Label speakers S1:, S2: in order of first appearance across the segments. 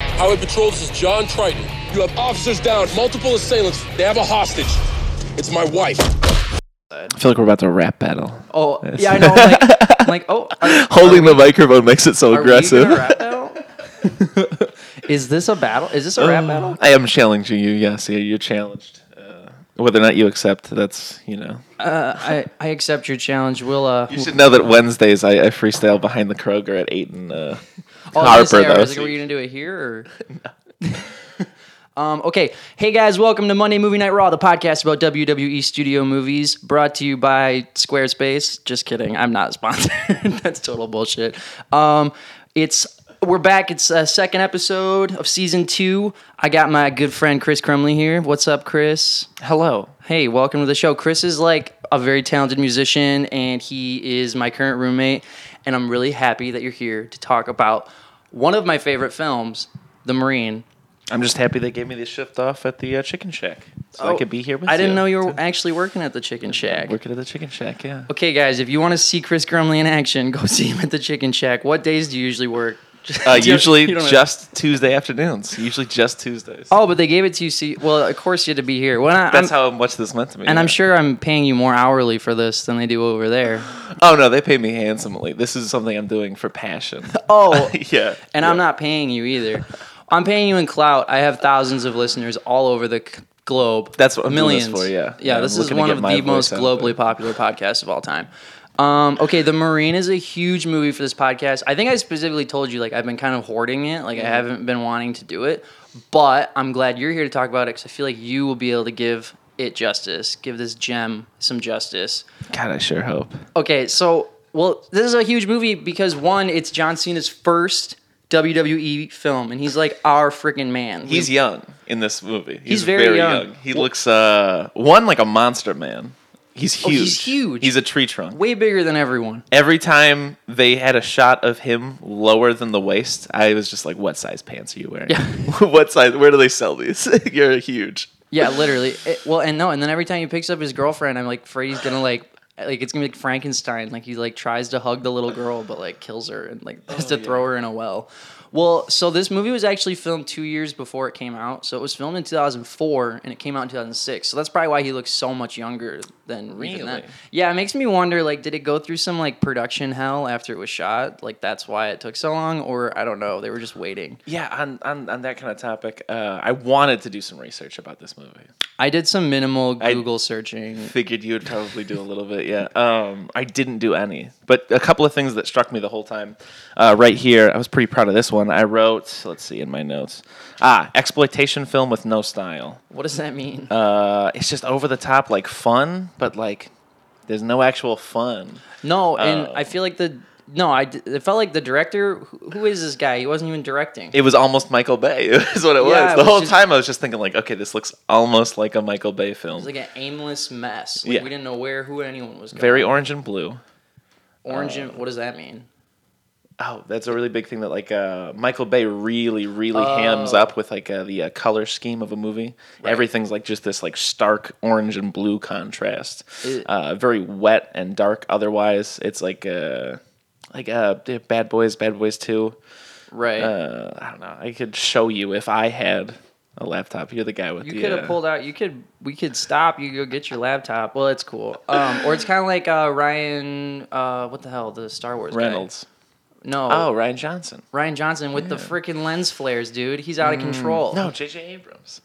S1: Highway Patrol, this is John Triton. You have officers down, multiple assailants. They have a hostage. It's my wife.
S2: I feel like we're about to rap battle.
S3: Oh, yeah, I know. I'm like, I'm like, oh, are,
S4: Holding the microphone makes it so
S3: are we gonna
S4: aggressive.
S3: rap battle? is this a battle? Is this a
S4: Uh,
S3: rap battle?
S4: I am challenging you. Yes, yeah, you're challenged. Uh, whether or not you accept, that's you know.
S3: I, I accept your challenge. We'll uh,
S4: You should know that Wednesdays I, I freestyle behind the Kroger at eight and uh,
S3: Oh, this
S4: Harper
S3: era,
S4: though.
S3: is it- were you gonna do it here or? um, okay, hey guys, welcome to Monday Movie Night Raw, the podcast about WWE studio movies, brought to you by Squarespace. Just kidding, I'm not sponsored. That's total bullshit. Um, it's we're back. It's uh, second episode of season two. I got my good friend Chris Crumley here. What's up, Chris?
S4: Hello.
S3: Hey, welcome to the show. Chris is like a very talented musician, and he is my current roommate. And I'm really happy that you're here to talk about one of my favorite films, The Marine.
S4: I'm just happy they gave me the shift off at the uh, Chicken Shack, so I could be here with
S3: Oh, I didn't know you
S4: to
S3: were actually working at the Chicken Shack.
S4: working at the Chicken Shack. Yeah.
S3: Okay, guys, if you want to see Chris Grumley in action, go see him at the Chicken Shack. What days do you usually work?
S4: Uh,
S3: Do you-
S4: usually
S3: you don't have-
S4: just Tuesday afternoons. Usually just Tuesdays.
S3: Oh, but they gave it to you. See, well, of course you had to be here. Well, I,
S4: That's
S3: I'm-
S4: how much this meant to me.
S3: and I'm
S4: yeah.
S3: sure I'm paying you more hourly for this than they do over there.
S4: Oh no, they pay me handsomely. This is something I'm doing for passion.
S3: Oh,
S4: yeah.
S3: and I'm not paying you either. I'm paying you in clout. I have thousands of listeners all over the c- globe.
S4: That's what I'm doing
S3: millions
S4: this for, yeah.
S3: yeah.
S4: Yeah,
S3: this
S4: I'm
S3: is
S4: looking to
S3: one
S4: get
S3: of
S4: my
S3: the most
S4: voice out
S3: globally
S4: there.
S3: popular podcasts of all time. Um, okay, The Marine is a huge movie for this podcast. I think I specifically told you like I've been kind of hoarding it,
S4: Mm-hmm.
S3: like I haven't been wanting to do it, but I'm glad you're here to talk about it because I feel like you will be able to give it justice, give this gem some justice.
S4: God, I sure hope.
S3: Okay, so well, this is a huge movie because one, it's John Cena's first WWE film, and he's like our freaking man.
S4: He's
S3: We-
S4: young in this movie. He's,
S3: very
S4: very,
S3: young.
S4: young. He looks uh one like a monster man. Oh, He's huge.
S3: he's huge.
S4: He's a tree trunk.
S3: way bigger than everyone.
S4: Every time they had a shot of him lower than the waist, I was just like, "What size pants are you wearing?
S3: Yeah.
S4: what size? Where do they sell these? You're huge."
S3: Yeah, literally. It- well, and no, and then every time he picks up his girlfriend, I'm like afraid he's gonna like. Like it's gonna be like Frankenstein. Like he like tries to hug the little girl, but like kills her and like has to throw her in a well. Well, so this movie was actually filmed two years before it came out. So it was filmed in 2004 and it came out in 2006. So that's probably why he looks so much younger than even then.
S4: Really?
S3: Yeah, it makes me wonder. Like, did it go through some like production hell after it was shot? Like that's why it took so long, or I don't know. They were just waiting.
S4: Yeah, on on, on that kind of topic, uh, I wanted to do some research about this movie.
S3: I did some minimal
S4: I-
S3: Google searching.
S4: figured you would probably do a little bit yeah um, i didn't do any but a couple of things that struck me the whole time uh, right here i was pretty proud of this one i wrote let's see in my notes ah exploitation film with no style
S3: What does that mean?
S4: uh, it's just over the top like fun but like there's no actual fun
S3: No, and
S4: Oh.
S3: I feel like the no, I d- it felt like the director. Who, who is this guy? He wasn't even directing.
S4: it was almost michael bay is what it
S3: Yeah,
S4: was
S3: it
S4: the
S3: was
S4: whole
S3: just-
S4: time i was just thinking like okay this looks almost like a michael bay film
S3: It was like an aimless mess. Like
S4: Yeah.
S3: we didn't know where who anyone was going.
S4: very uh, orange and blue
S3: orange. and, what does that mean?
S4: Oh, that's a really big thing that like uh, Michael Bay really, really hams
S3: Oh.
S4: up with like uh, the uh, color scheme of a movie. Everything's like just this like stark orange and blue contrast.
S3: Ew.
S4: Uh, very wet and dark. Otherwise, it's like uh, like uh, Bad Boys, Bad Boys Two.
S3: Right.
S4: Uh, I don't know. I could show you if I had a laptop. You're the guy with
S3: you
S4: the.
S3: could have
S4: uh,
S3: pulled out. You could. We could stop. You go get your laptop. Well, it's cool. Um, or it's kind of like uh, Ryan. Uh, what the hell? The Star Wars guy.
S4: Reynolds.
S3: No.
S4: Oh, Ryan Johnson.
S3: Ryan Johnson with the freaking lens flares, dude. He's out of control.
S4: Mm. No, J.J. Abrams.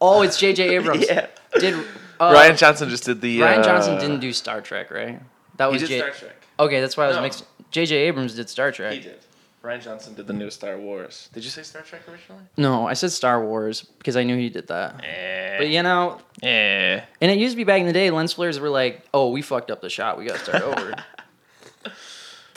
S3: Oh, it's J.J. Abrams.
S4: Yeah.
S3: Did uh,
S4: Ryan Johnson just did the.
S3: Ryan
S4: uh,
S3: Johnson didn't do Star Trek, right? That
S4: He
S3: was
S4: did
S3: J-
S4: Star Trek.
S3: Okay, that's why I was
S4: No.
S3: mixed. J.J. Abrams did Star Trek.
S4: He did. Ryan Johnson did the new Star Wars. Did you say Star Trek originally?
S3: No, I said Star Wars because I knew he did that. But
S4: Eh.
S3: you know,
S4: Eh.
S3: and it used to be back in the day, lens flares were like, oh, we fucked up the shot. We got to start over.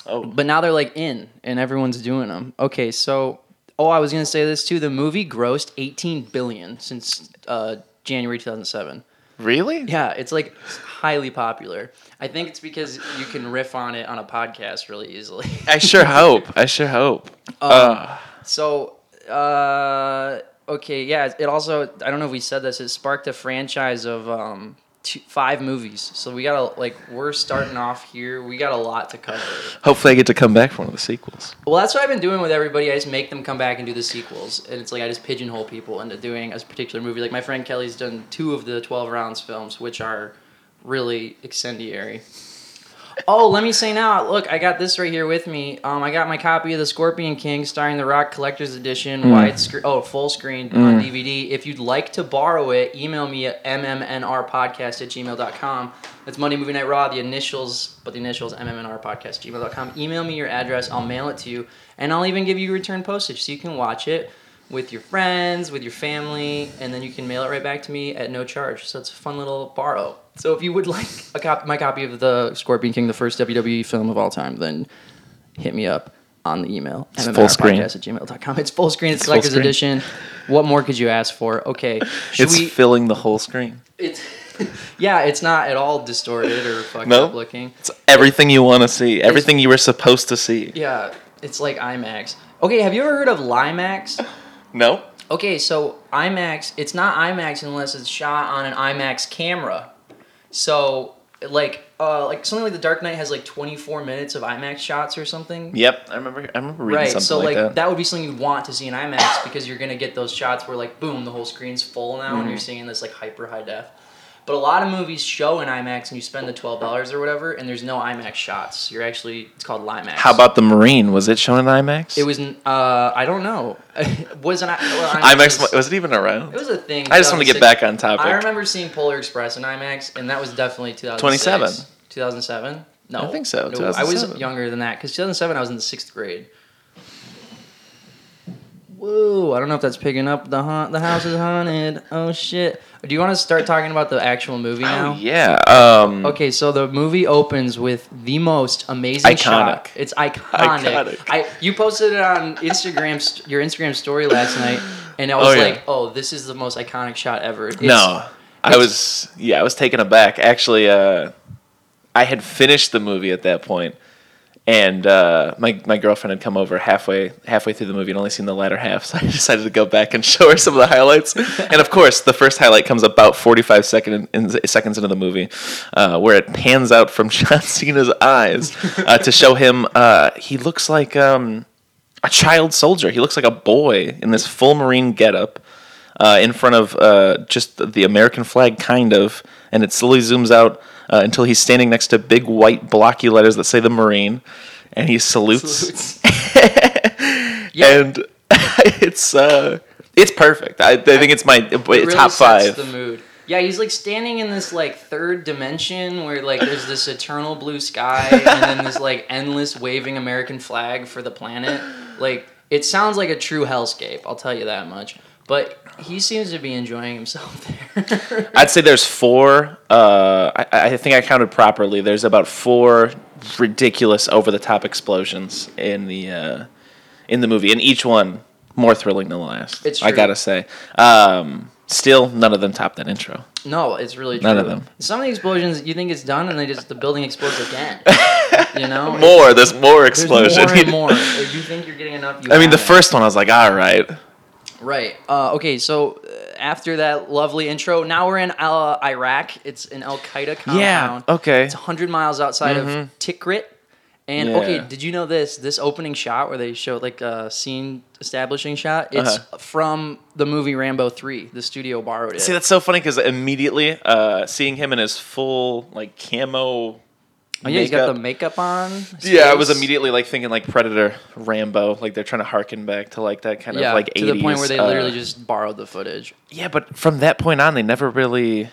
S4: Oh,
S3: But now they're like in, and everyone's doing them. Okay, so, oh, I was going to say this too. The movie grossed 18 billion since uh, January 2007.
S4: really?
S3: Yeah, it's like highly popular. I think it's because you can riff on it on a podcast really easily.
S4: I sure hope. I sure hope.
S3: Um,
S4: Uh,
S3: So, uh, okay, yeah. It also, I don't know if we said this, it sparked a franchise of um, two, five movies, so we gotta like we're starting off here. We got a lot to cover.
S4: Hopefully, I get to come back for one of the sequels.
S3: Well, that's what I've been doing with everybody. I just make them come back and do the sequels, and it's like I just pigeonhole people into doing a particular movie. Like my friend Kelly's done two of the Twelve Rounds films, which are really incendiary. Oh, let me say now. Look, I got this right here with me. Um, I got my copy of The Scorpion King, starring The Rock Collector's Edition, wide screen, oh, full screen on DVD. If you'd like to borrow it, email me at mmnrpodcast at gmail.com. That's Monday Movie Night Raw, the initials, but the initials, mmnrpodcast gmail.com. Email me your address, I'll mail it to you, and I'll even give you return postage so you can watch it with your friends, with your family, and then you can mail it right back to me at no charge. So it's a fun little borrow. So if you would like a cop- my copy of the Scorpion King, the first WWE film of all time, then hit me up on the email. It's
S4: full screen.
S3: at gmail.com. It's full screen. It's,
S4: full
S3: collector's
S4: screen.
S3: edition. What more could you ask for? Okay. Should
S4: it's
S3: we?
S4: filling the whole screen.
S3: It's, yeah, it's not at all distorted or fucked
S4: No?
S3: up looking.
S4: It's everything you want to see. Everything you were supposed to see.
S3: Yeah, it's like IMAX. Okay, have you ever heard of Limax?
S4: No.
S3: Okay, so IMAX, it's not IMAX unless it's shot on an IMAX camera. So like uh like something like The Dark Knight has like 24 minutes of IMAX shots or something.
S4: Yep. I remember. I remember reading
S3: Right,
S4: something
S3: so like,
S4: like,
S3: that.
S4: that.
S3: would be something you'd want to see in IMAX because you're gonna get those shots where like boom, the whole screen's full now,
S4: Mm-hmm.
S3: and you're seeing this like hyper high def. But a lot of movies show in IMAX, and you spend the twelve dollars or whatever, and there's no IMAX shots. You're actually it's called Limax.
S4: How about the Marine? Was it shown in IMAX?
S3: it was? n- Uh, I don't know. was an I- well,
S4: IMAX.
S3: was-
S4: Was, it even around?
S3: it was a thing.
S4: I just want to get
S3: 2006.
S4: back on topic.
S3: I remember seeing Polar Express in IMAX, and that was definitely 2006.
S4: 27.
S3: 2007? No.
S4: I think so,
S3: No, I was
S4: 2007.
S3: younger than that because 2007 I was in the sixth grade. Whoa, I don't know if that's picking up. The haunt, the house is haunted. Oh shit. Do you want to start talking about the actual movie now?
S4: Oh, yeah. Um,
S3: Okay, so the movie opens with the most amazing shot.
S4: Iconic.
S3: It's iconic.
S4: Iconic.
S3: I you posted it on Instagram st- your Instagram story last night, and I was
S4: Oh, yeah.
S3: like, "Oh, this is the most iconic shot ever." It's-
S4: No, I
S3: it's-
S4: was yeah, I was taken aback. Actually, uh, I had finished the movie at that point, and uh, my my girlfriend had come over halfway halfway through the movie and only seen the latter half, so I decided to go back and show her some of the highlights. and of course, the first highlight comes about forty five second in, seconds into the movie, uh, where it pans out from John Cena's eyes uh, to show him uh, he looks like. Um, a child soldier. He looks like a boy in this full Marine getup uh, in front of uh, just the American flag, kind of, and it slowly zooms out uh, until he's standing next to big white blocky letters that say the Marine, and he salutes.
S3: Yeah.
S4: And it's uh, it's perfect. I, I think it's my it's
S3: It really
S4: top
S3: sets
S4: five.
S3: The mood. Yeah, he's like standing in this like third dimension where like there's this eternal blue sky and then this like endless waving American flag for the planet. Like it sounds like a true hellscape. I'll tell you that much. But he seems to be enjoying himself there.
S4: I'd say there's four. Uh, I, I think I counted properly. There's about four ridiculous over-the-top explosions in the uh, in the movie, and each one more thrilling than the last.
S3: It's
S4: I
S3: true.
S4: gotta say. Um, still, none of them top that intro.
S3: no, it's really true.
S4: None of them.
S3: Some of the explosions you think it's done and they just the building explodes again. You know?
S4: More. There's more
S3: There's
S4: explosion.
S3: More and more. If you think you're getting enough, you
S4: I mean, the
S3: haven't.
S4: first one, I was like, all right.
S3: Right. Uh, okay. So uh, after that lovely intro, now we're in uh, Iraq. It's an Al Qaeda compound.
S4: Yeah, okay. Mm-hmm.
S3: It's 100 miles outside of Tikrit. And okay,
S4: Yeah.
S3: did you know this? This opening shot where they show like a scene establishing shot. It's
S4: Uh-huh.
S3: from the movie Rambo Three. The studio borrowed it.
S4: See, that's so funny because immediately uh, seeing him in his full like camo.
S3: oh, yeah, he's got
S4: makeup-
S3: the makeup on. his
S4: Yeah, I was
S3: face.
S4: immediately like thinking like Predator, Rambo, like they're trying to harken back to like that kind
S3: Yeah,
S4: of like 80s.
S3: to the point where they
S4: uh,
S3: literally just borrowed the footage.
S4: Yeah, but from that point on, they never really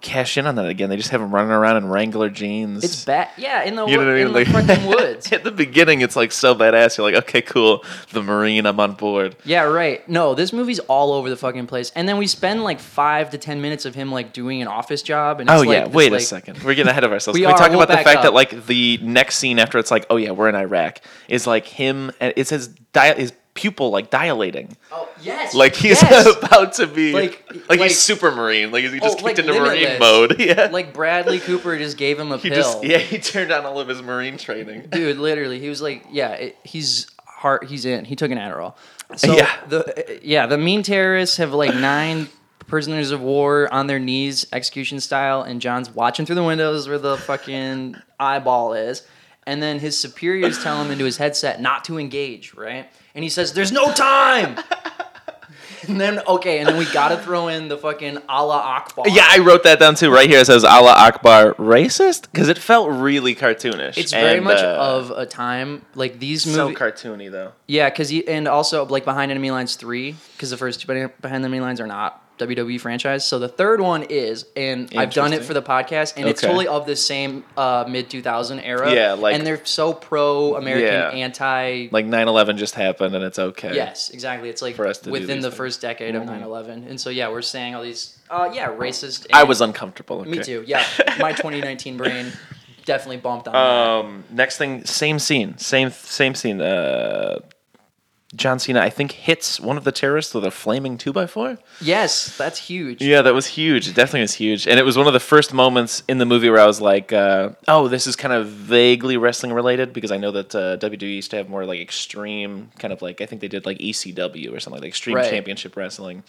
S4: cash in on that again. They just have him running around in Wrangler jeans.
S3: It's bad. Yeah, in the,
S4: You know what I
S3: in
S4: mean? Like-
S3: the fucking woods.
S4: At the beginning, it's like so badass. You're like, okay, cool. The Marine, I'm on board.
S3: Yeah, right. No, this movie's all over the fucking place. And then we spend like five to ten minutes of him like doing an office job. And it's
S4: oh
S3: like,
S4: yeah,
S3: this,
S4: wait
S3: like-
S4: a second. We're getting ahead of ourselves.
S3: We
S4: Can we
S3: are,
S4: talk
S3: we'll
S4: about the
S3: back
S4: fact
S3: up.
S4: that like the next scene after it's like, oh yeah, we're in Iraq, is like him. and It's his dia- his pupil like dilating.
S3: Oh yes.
S4: Like he's
S3: yes.
S4: about to be
S3: Like-
S4: like,
S3: like-
S4: he's super marine. Like he just
S3: Oh,
S4: kicked
S3: like
S4: into
S3: limitless.
S4: marine mode. Yeah.
S3: like Bradley Cooper just gave him a
S4: he
S3: pill.
S4: just yeah, he turned on all of his marine training.
S3: Dude, literally, he was like, yeah, it, he's heart, he's in. He took an Adderall. So
S4: Yeah.
S3: the yeah the mean terrorists have like nine prisoners of war on their knees, execution style, and John's watching through the windows where the fucking eyeball is. And then his superiors tell him into his headset not to engage, right? And he says, There's no time! and then, okay, and then we gotta throw in the fucking Allah Akbar.
S4: Yeah, I wrote that down too. Right here it says Allah Akbar racist because it felt really cartoonish.
S3: It's very
S4: And,
S3: much
S4: uh,
S3: of a time like these
S4: so
S3: movies.
S4: cartoony though.
S3: yeah, because and also like Behind Enemy Lines three, because the first two Behind Behind Enemy Lines are not WWE franchise. So the third one is, and I've done it
S4: Interesting.
S3: for the podcast, and it's
S4: Okay.
S3: totally of the same uh, mid two thousand era.
S4: Yeah, like-
S3: and they're so pro American,
S4: Yeah.
S3: anti.
S4: Like 9/11 just happened and it's okay.
S3: Yes, exactly. It's like
S4: For us to do
S3: within
S4: these
S3: the
S4: things. Mm-hmm.
S3: first decade of 9-11. and so yeah, we're saying all these, uh, yeah, racist.
S4: I
S3: and-
S4: was uncomfortable.
S3: me
S4: okay.
S3: too. Yeah, my twenty nineteen brain definitely bumped on. that.
S4: Um, next thing, same scene, same same scene. Uh, John Cena, I think, hits one of the terrorists with a flaming two by four.
S3: Yes, that's huge.
S4: Yeah, that was huge. It definitely was huge, and it was one of the first moments in the movie where I was like, uh, "Oh, this is kind of vaguely wrestling related," because I know that uh, WWE used to have more like extreme kind of like I think they did like ECW or something like extreme
S3: Right.
S4: championship wrestling.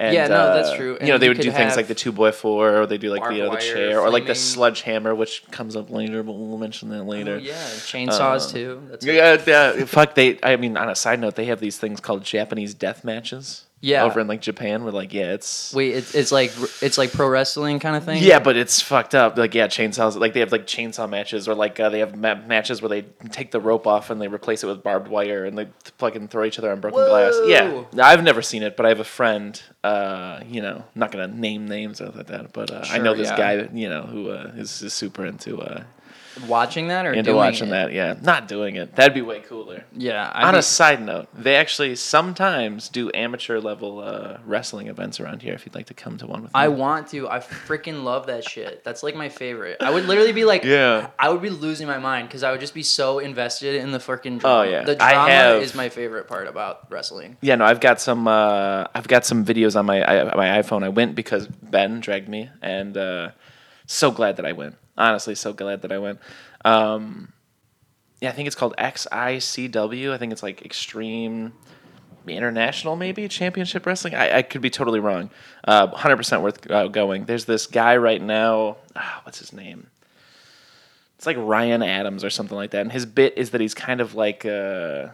S4: And,
S3: Yeah, no, that's
S4: uh,
S3: true.
S4: you know,
S3: And
S4: they
S3: you
S4: would do
S3: could
S4: things
S3: have
S4: like the two boy four, or they do like
S3: barbed
S4: the other
S3: wire,
S4: chair, or like the
S3: flaming- Oh,
S4: sludge hammer, which comes up later, but we'll mention that later.
S3: Yeah, chainsaws too. That's
S4: Uh, Yeah, yeah, fuck. They, I mean, on a side note, they have these things called Japanese death matches.
S3: Yeah.
S4: over in like Japan, we're like, yeah, it's
S3: Wait, it's, it's like it's like pro wrestling kind of thing.
S4: yeah, but it's fucked up. Like, yeah, chainsaws. Like they have like chainsaw matches, or like uh, they have ma- matches where they take the rope off and they replace it with barbed wire, and they th- fucking throw each other on broken glass. Yeah, I've never seen it, but I have a friend. Uh, you know, I'm not gonna name names or anything like that, but uh, I
S3: Sure,
S4: know this
S3: yeah.
S4: guy. You know, who uh, is, is super into uh,
S3: watching that or
S4: into
S3: doing
S4: watching
S3: it?
S4: that. Yeah, not doing it. That'd be way cooler.
S3: Yeah, I
S4: On
S3: mean,
S4: a side note, they actually sometimes do amateur level uh, wrestling events around here. If you'd like to come to one with me,
S3: I want to. I freaking love that shit. That's like my favorite. I would literally be like,
S4: Yeah.
S3: I would be losing my mind because I would just be so invested in the freaking.
S4: Oh,
S3: Drama.
S4: yeah.
S3: the
S4: I
S3: drama
S4: have-
S3: is my favorite part about wrestling.
S4: Yeah, no, I've got some. Uh, I've got some videos on my I, my iPhone. I went because Ben dragged me, and uh, so glad that I went. Honestly, so glad that I went. Um, yeah, I think it's called XICW. I think it's like Extreme International, maybe Championship Wrestling. I, I could be totally wrong. Hundred percent worth uh, going. There's this guy right now. ah, what's his name? It's like Ryan Adams or something like that. And his bit is that he's kind of like uh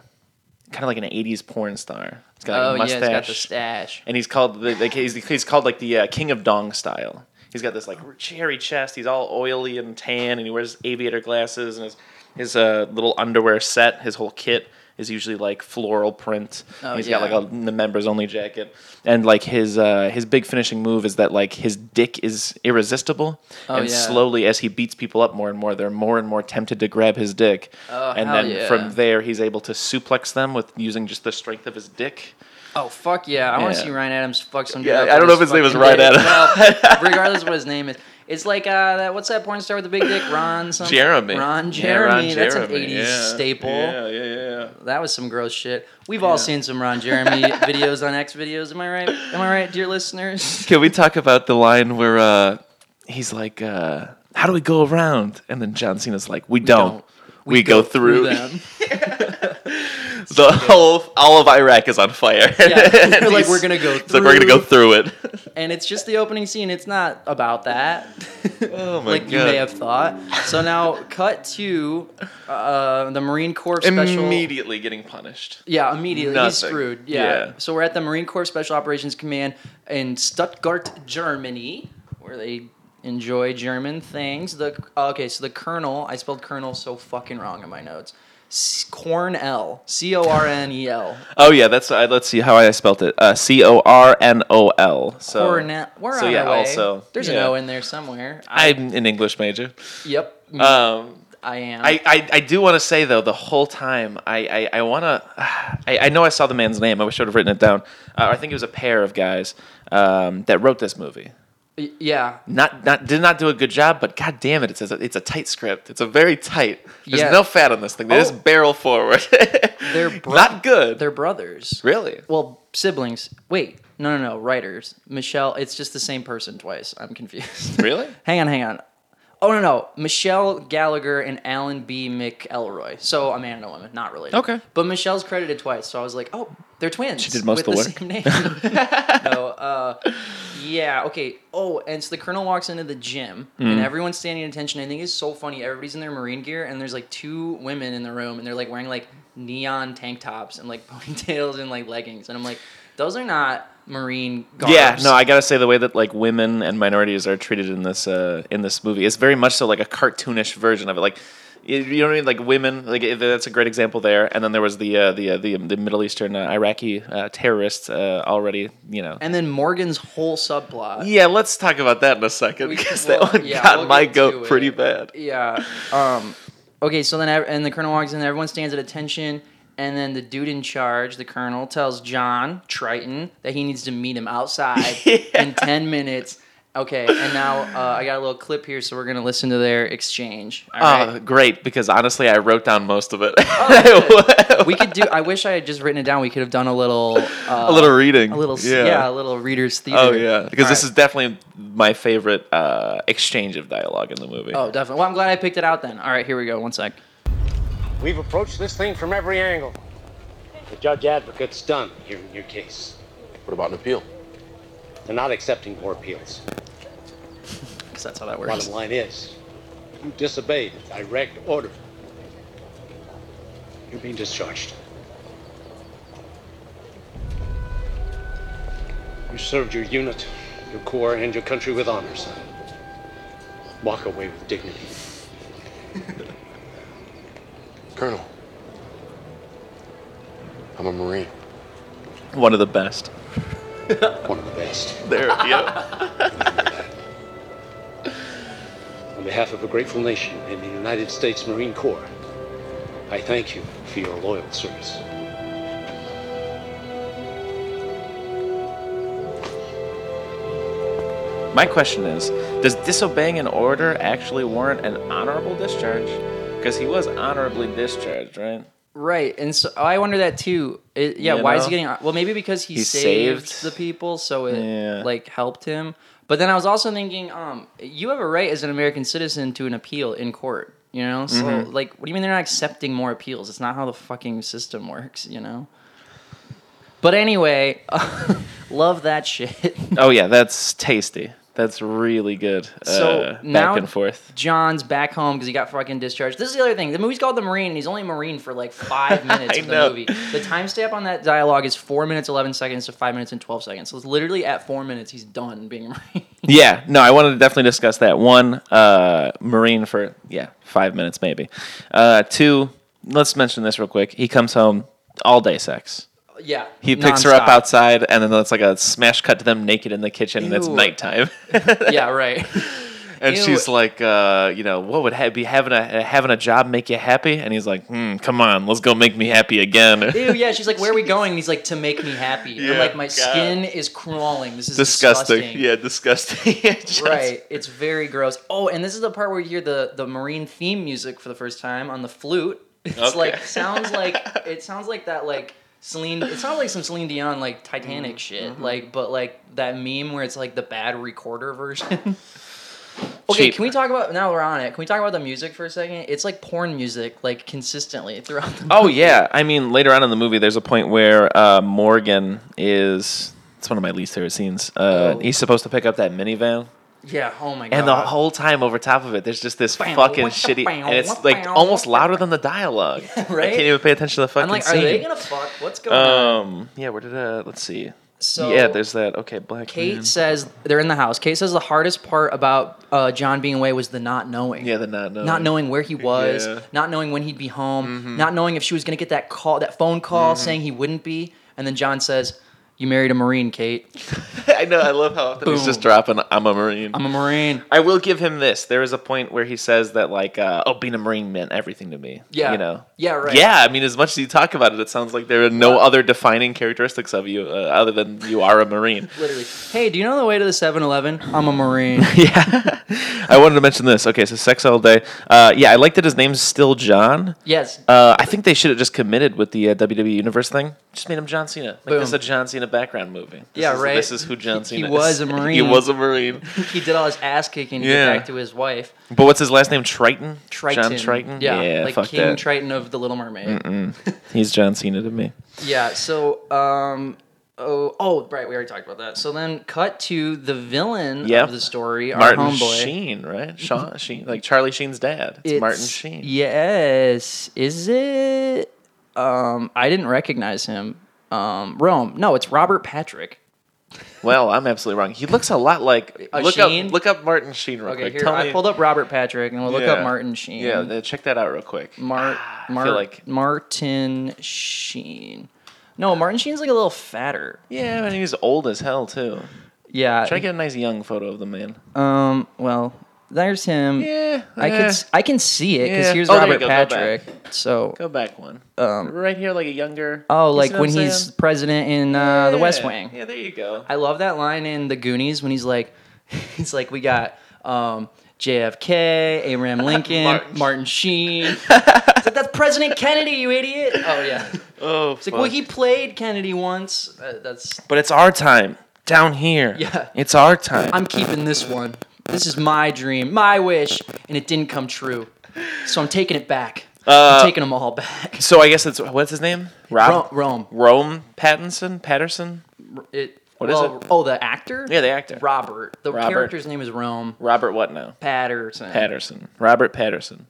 S4: kind of like an '80s porn star. He's got like
S3: oh
S4: a
S3: yeah,
S4: mustache,
S3: it's got the stash.
S4: and he's called the, like he's, he's called like the uh, King of Dong style. He's got this like cherry chest. He's all oily and tan, and he wears aviator glasses, and his his uh, little underwear set, his whole kit is usually like floral print.
S3: Oh,
S4: He's
S3: yeah.
S4: got like a the members only jacket, and like his uh, his big finishing move is that like his dick is irresistible,
S3: Oh,
S4: and
S3: yeah.
S4: slowly as he beats people up more and more, they're more and more tempted to grab his dick,
S3: Oh,
S4: and
S3: hell
S4: then
S3: yeah.
S4: from there he's able to suplex them with using just the strength of his dick.
S3: Oh fuck yeah! I want to
S4: Yeah.
S3: see Ryan Adams fuck some.
S4: Yeah,
S3: dude
S4: I
S3: up
S4: don't
S3: with
S4: know if his name is
S3: fucking
S4: Ryan
S3: dick.
S4: Adams.
S3: Well, regardless of what his name is, it's like uh, that. What's that porn star with the big dick? Ron something.
S4: Jeremy.
S3: Ron
S4: Yeah,
S3: Jeremy.
S4: Ron
S3: That's an
S4: Jeremy,
S3: '80s
S4: yeah.
S3: staple.
S4: Yeah, yeah, yeah.
S3: That was some gross shit. We've all seen some Ron Jeremy videos on X videos. Am I right? Am I right, dear listeners?
S4: Can we talk about the line where uh, he's like, uh, "How do we go around?" And then John Cena's like, "We, don't.
S3: don't.
S4: We, go, through."
S3: them.
S4: The whole all of Iraq is on fire.
S3: Yeah. They're
S4: And
S3: like,
S4: he's-
S3: "We're gonna go
S4: it's like, we're gonna go through it.
S3: And it's just the opening scene. It's not about that.
S4: Oh my
S3: like you may have thought. So now, cut to uh, the Marine Corps special.
S4: Immediately getting punished.
S3: Yeah, immediately. He's
S4: Nothing.
S3: screwed. Yeah.
S4: Yeah.
S3: So we're at the Marine Corps Special Operations Command in Stuttgart, Germany, where they enjoy German things. The uh, okay, so the colonel, I spelled colonel so fucking wrong in my notes. S- Cornell, C O R N E L.
S4: Oh yeah, that's I, let's see how I spelt it. Uh, C O R N O L. So
S3: Cornell. We're
S4: so
S3: on
S4: yeah,
S3: our way.
S4: also
S3: There's
S4: yeah.
S3: an O in there somewhere. I,
S4: I'm an English major.
S3: yep, me-
S4: Um,
S3: I am.
S4: I, I, I do want to say though the whole time I I, I want to I, I know I saw the man's name I wish I would have written it down uh, I think it was a pair of guys um, that wrote this movie
S3: Y- yeah.
S4: not not did not do a good job but god damn it it's a, it's a tight script it's a very tight there's
S3: Yeah.
S4: no fat on this thing they
S3: Oh.
S4: just barrel forward
S3: They're bro-
S4: not good
S3: They're brothers.
S4: really
S3: Well, siblings. Wait, no, no, no. Writers. Michelle. It's just the same person twice. I'm confused.
S4: really
S3: Hang on, hang on. Oh no no, Michelle Gallagher and Alan B. McElroy. So a man and a woman, not related.
S4: Okay.
S3: But Michelle's credited twice, so I was like, oh, they're twins. She
S4: did most
S3: with
S4: of
S3: the, same name. no, uh, yeah, okay. Oh, and so the colonel walks into the gym,
S4: Mm-hmm.
S3: and everyone's standing at attention. I think it's so funny. Everybody's in their marine gear, and there's like two women in the room, and they're like wearing like neon tank tops and like ponytails and like leggings, and I'm like, those are not marine. Garbs.
S4: Yeah, no, I gotta say the way that like women and minorities are treated in this uh, in this movie is very much so like a cartoonish version of it. Like, you you know what I mean? Like women, like it- that's a great example there. And then there was the uh, the, uh, the the Middle Eastern uh, Iraqi uh, terrorists uh, already. You know.
S3: And then Morgan's whole subplot.
S4: yeah, let's talk about that in a second because
S3: well,
S4: that one
S3: yeah,
S4: got
S3: we'll
S4: my
S3: get to
S4: goat
S3: it.
S4: pretty bad.
S3: Yeah. Um, okay, so then ev- and the colonel walks in, everyone stands at attention, and then the dude in charge, the colonel, tells John Triton that he needs to meet him outside in ten minutes. Okay, and now uh, I got a little clip here, so we're gonna listen to their exchange. All
S4: Oh,
S3: right. Oh,
S4: great! Because honestly, I wrote down most of it.
S3: we could do. I wish I had just written it down. We could have done a little, uh,
S4: a little reading.
S3: a little, s- yeah. a little readers theater.
S4: Oh yeah, because
S3: All
S4: this
S3: right.
S4: is definitely my favorite uh, exchange of dialogue in the movie.
S3: Oh, definitely. Well, I'm glad I picked it out then. All right, here we go. One sec.
S5: We've approached this thing from every angle. The judge advocate's done hearing your case.
S1: What about an appeal?
S5: They're not accepting more appeals.
S3: Because that's how that works.
S5: Bottom line is, you disobeyed a direct order. You're being discharged. You served your unit, your corps, and your country with honor, son. Walk away with dignity.
S6: Colonel, I'm a Marine.
S4: One of the best.
S5: One of the best.
S4: There. Yep.
S5: On behalf of a grateful nation and the United States Marine Corps, I thank you for your loyal service.
S4: My question is, does disobeying an order actually warrant an honorable discharge? Because he was honorably discharged, right?
S3: Right, and so oh, I wonder that too. It, yeah,
S4: You
S3: why is he
S4: know?
S3: getting? Well, maybe because he,
S4: He
S3: saved,
S4: saved.
S3: the people, so it
S4: Yeah.
S3: like helped him. But then I was also thinking, um, you have a right as an American citizen to an appeal in court. You know, so
S4: Mm-hmm.
S3: like, what do you mean they're not accepting more appeals? It's not how the fucking system works. You know. But anyway, love that shit.
S4: Oh yeah, that's tasty. That's really good.
S3: So
S4: uh, back
S3: now-
S4: and forth.
S3: John's back home because he got fucking discharged. This is the other thing. The movie's called The Marine, and he's only a Marine for like five minutes
S4: I
S3: of the
S4: know.
S3: movie. The timestamp on that dialogue is four minutes eleven seconds to five minutes and twelve seconds. So it's literally at four minutes he's done being a Marine.
S4: Yeah, no, I wanted to definitely discuss that. One, uh, Marine for yeah, five minutes maybe. Uh, two, let's mention this real quick. He comes home all day sex.
S3: yeah.
S4: He picks her up
S3: nonstop.
S4: outside, and then it's like a smash cut to them naked in the kitchen, and it's
S3: Ew.
S4: nighttime.
S3: Yeah, right.
S4: and
S3: Ew.
S4: she's like, uh, you know, what would ha- be having a having a job make you happy? And he's like, hmm, come on, let's go make me happy again.
S3: Ew, yeah, she's like, Where are we going? And he's like, To make me happy. And I'm
S4: Yeah,
S3: like, My
S4: God.
S3: skin is crawling. This is
S4: disgusting.
S3: disgusting.
S4: Yeah, disgusting. Just-
S3: Right, it's very gross. Oh, and this is the part where you hear the the marine theme music for the first time on the flute. It's
S4: Okay.
S3: like sounds like it sounds like that like Celine. It sounds like some Celine Dion like
S4: Mm,
S3: Titanic shit.
S4: mm-hmm.
S3: Like, but like that meme where it's like the bad recorder version. okay,
S4: Cheap.
S3: can we talk about now we're on it? Can we talk about the music for a second? It's like porn music, like consistently throughout the.
S4: Oh yeah, I mean later on in the movie, there's a point where uh, Morgan is. It's one of my least favorite scenes. Uh,
S3: Oh.
S4: He's supposed to pick up that minivan,
S3: Yeah. Oh my god.
S4: and the whole time over top of it, there's just this
S3: Bow,
S4: fucking
S3: what the
S4: shitty,
S3: bow,
S4: and it's
S3: what
S4: like
S3: bow,
S4: almost
S3: what the
S4: louder than the dialogue. I
S3: right?
S4: can't even pay attention to the fucking
S3: I'm like, are
S4: scene.
S3: they gonna fuck? What's going on?
S4: um, yeah, where did uh, let's see.
S3: So
S4: yeah, there's that. Okay, black.
S3: Kate
S4: man.
S3: says they're in the house. Kate says the hardest part about uh, John being away was the not knowing.
S4: Yeah, the not knowing.
S3: Not knowing where he was,
S4: Uh, Yeah. Mm-hmm.
S3: not knowing when he'd be home, not knowing if she was gonna get that call, that phone call saying he wouldn't be, and then John says, "You married a Marine, Kate.
S4: I know. I love how often he's just dropping. I'm a marine.
S3: I'm a Marine."
S4: I will give him this. There is a point where he says that, like, uh, "Oh, being a marine meant everything to me."
S3: Yeah.
S4: you know.
S3: Yeah, right.
S4: Yeah, I mean, as much as you talk about it, it sounds like there are no other defining characteristics of you uh, other than you are a marine.
S3: Literally. Hey, do you know the way to the 7-Eleven? I'm a Marine.
S4: yeah, I wanted to mention this. Okay, so sex all day. Uh, yeah, I like that his name's still John.
S3: yes.
S4: Uh, I think they should have just committed with the uh, WWE Universe thing. Just made him John Cena. Like,
S3: Boom.
S4: this is a John Cena background movie. This
S3: Yeah,
S4: is,
S3: right.
S4: This is who John
S3: He- he
S4: Cena is.
S3: was a
S4: he
S3: Marine.
S4: was a Marine. mean?
S3: he did all his ass kicking to
S4: Yeah.
S3: get back to his wife.
S4: But what's his last name? Triton.
S3: Triton.
S4: John Triton.
S3: Yeah, like
S4: fuck
S3: King
S4: that.
S3: Triton of the Little Mermaid.
S4: He's John Cena to me.
S3: Yeah, so um oh oh right, we already talked about that. So then cut to the villain
S4: Yep.
S3: of the story, our
S4: Martin
S3: homeboy.
S4: Sheen, right? Sean Sheen, like Charlie Sheen's dad. It's, Martin Sheen.
S3: Yes. Is it um I didn't recognize him. Um Rome. No, it's Robert Patrick.
S4: Well, I'm absolutely wrong. He looks a lot like
S3: Uh,
S4: look
S3: Sheen?
S4: up look up Martin Sheen real
S3: Okay,
S4: quick.
S3: here I pulled up Robert Patrick and we'll look up
S4: Yeah.
S3: Martin Sheen.
S4: Yeah, uh, check that out real quick.
S3: Mar-
S4: feel
S3: Mar-
S4: like-
S3: Martin Sheen. No, Martin Sheen's like a little fatter.
S4: Yeah, and he's old as hell too.
S3: Yeah.
S4: Try to get a nice young photo of the man.
S3: Um. Well, there's him.
S4: Yeah, eh.
S3: I could.
S4: yeah.
S3: s- I can see it because
S4: Yeah.
S3: here's
S4: Oh, there you
S3: Robert
S4: go, go back.
S3: Patrick. So.
S4: Go back one. right here, Um, like a younger.
S3: Oh,
S4: you see
S3: like
S4: what
S3: when
S4: I'm
S3: he's
S4: saying?
S3: president in uh, The West
S4: Yeah,
S3: Wing.
S4: Yeah, there you go.
S3: I love that line in The Goonies when he's like, he's like, we got um, JFK, Abraham Lincoln, Martin.
S4: Martin.
S3: Sheen. It's like, That's President Kennedy, you idiot. Oh yeah. It's
S4: Oh,
S3: like, well, he played Kennedy once. Uh, that's.
S4: but it's our time down here.
S3: Yeah.
S4: it's our time.
S3: I'm keeping this one. This is my dream, my wish, and it didn't come true. So I'm taking it back.
S4: Uh,
S3: I'm taking them all back.
S4: so I guess it's what's his name? Rob
S3: Rome.
S4: Rome Pattinson Patterson
S3: It,
S4: What is
S3: well,
S4: it?
S3: Oh, the actor?
S4: Yeah, the actor.
S3: Robert. The
S4: Robert.
S3: character's name is Rome
S4: Robert what now?
S3: Patterson.
S4: Patterson Robert Patterson.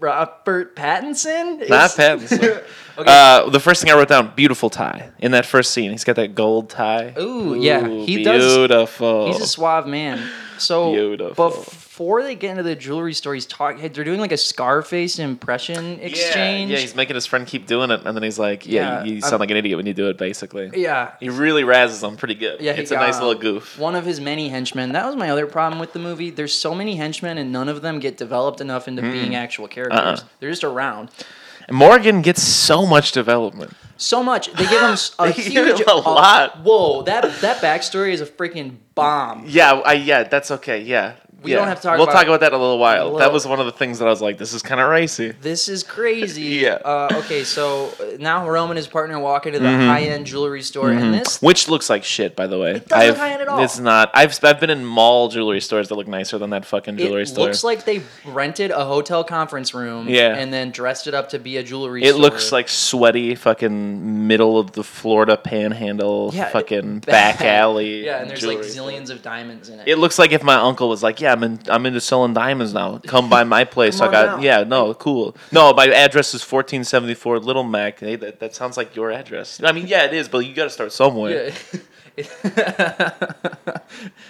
S3: Robert Pattinson? Is-
S4: Not Pattinson. uh, the first thing I wrote down: beautiful tie in that first scene. He's got that gold tie.
S3: Ooh, yeah, he does-
S4: beautiful.
S3: He's a suave man. So
S4: Oh. Beautiful.
S3: before they get into the jewelry store, he's talking. They're doing like a Scarface impression exchange.
S4: Yeah, yeah, he's making his friend keep doing it, and then he's like, "Yeah,
S3: Yeah,
S4: you, you
S3: I'm-
S4: sound like an idiot when you do it." Basically,
S3: Yeah.
S4: he really razzes him pretty good.
S3: Yeah, he
S4: it's a nice
S3: got
S4: little goof.
S3: One of his many henchmen. That was my other problem with the movie. There's so many henchmen, and none of them get developed enough into
S4: Hmm.
S3: being actual characters.
S4: Uh-uh.
S3: They're just around.
S4: And Morgan gets so much development.
S3: So much. They give him s- a
S4: They
S3: huge.
S4: give him a lot.
S3: Whoa, that that backstory is a freaking bomb.
S4: Yeah, I, yeah, that's okay. Yeah,
S3: We
S4: Yeah.
S3: don't have to talk
S4: We'll
S3: about-
S4: talk about that in a little while.
S3: Little-
S4: That was one of the things that I was like, "This is kind of racy."
S3: This is crazy.
S4: Yeah.
S3: Uh, okay, so uh, now Rome and his partner walk into the
S4: Mm-hmm.
S3: high end jewelry store, and this
S4: Which looks like shit, by the way. It
S3: doesn't look high-end at all.
S4: It's not. I've I've been in mall jewelry stores that look nicer than that fucking jewelry
S3: it
S4: store.
S3: looks like they rented a hotel conference room
S4: Yeah.
S3: and then dressed it up to be a jewelry
S4: It
S3: store.
S4: looks like sweaty fucking middle of the Florida panhandle
S3: Yeah,
S4: fucking back alley.
S3: Yeah, and there's like
S4: jewelry store.
S3: zillions of diamonds in it.
S4: It looks like if my uncle was like, "Yeah, I'm in, I'm into selling diamonds now. Come by my place. I
S3: on
S4: got
S3: out."
S4: yeah, no, cool. No, my address is 1474 Little Mac. Hey, that, that sounds like your address. I mean, yeah, it is, but you got to start somewhere.
S3: yeah.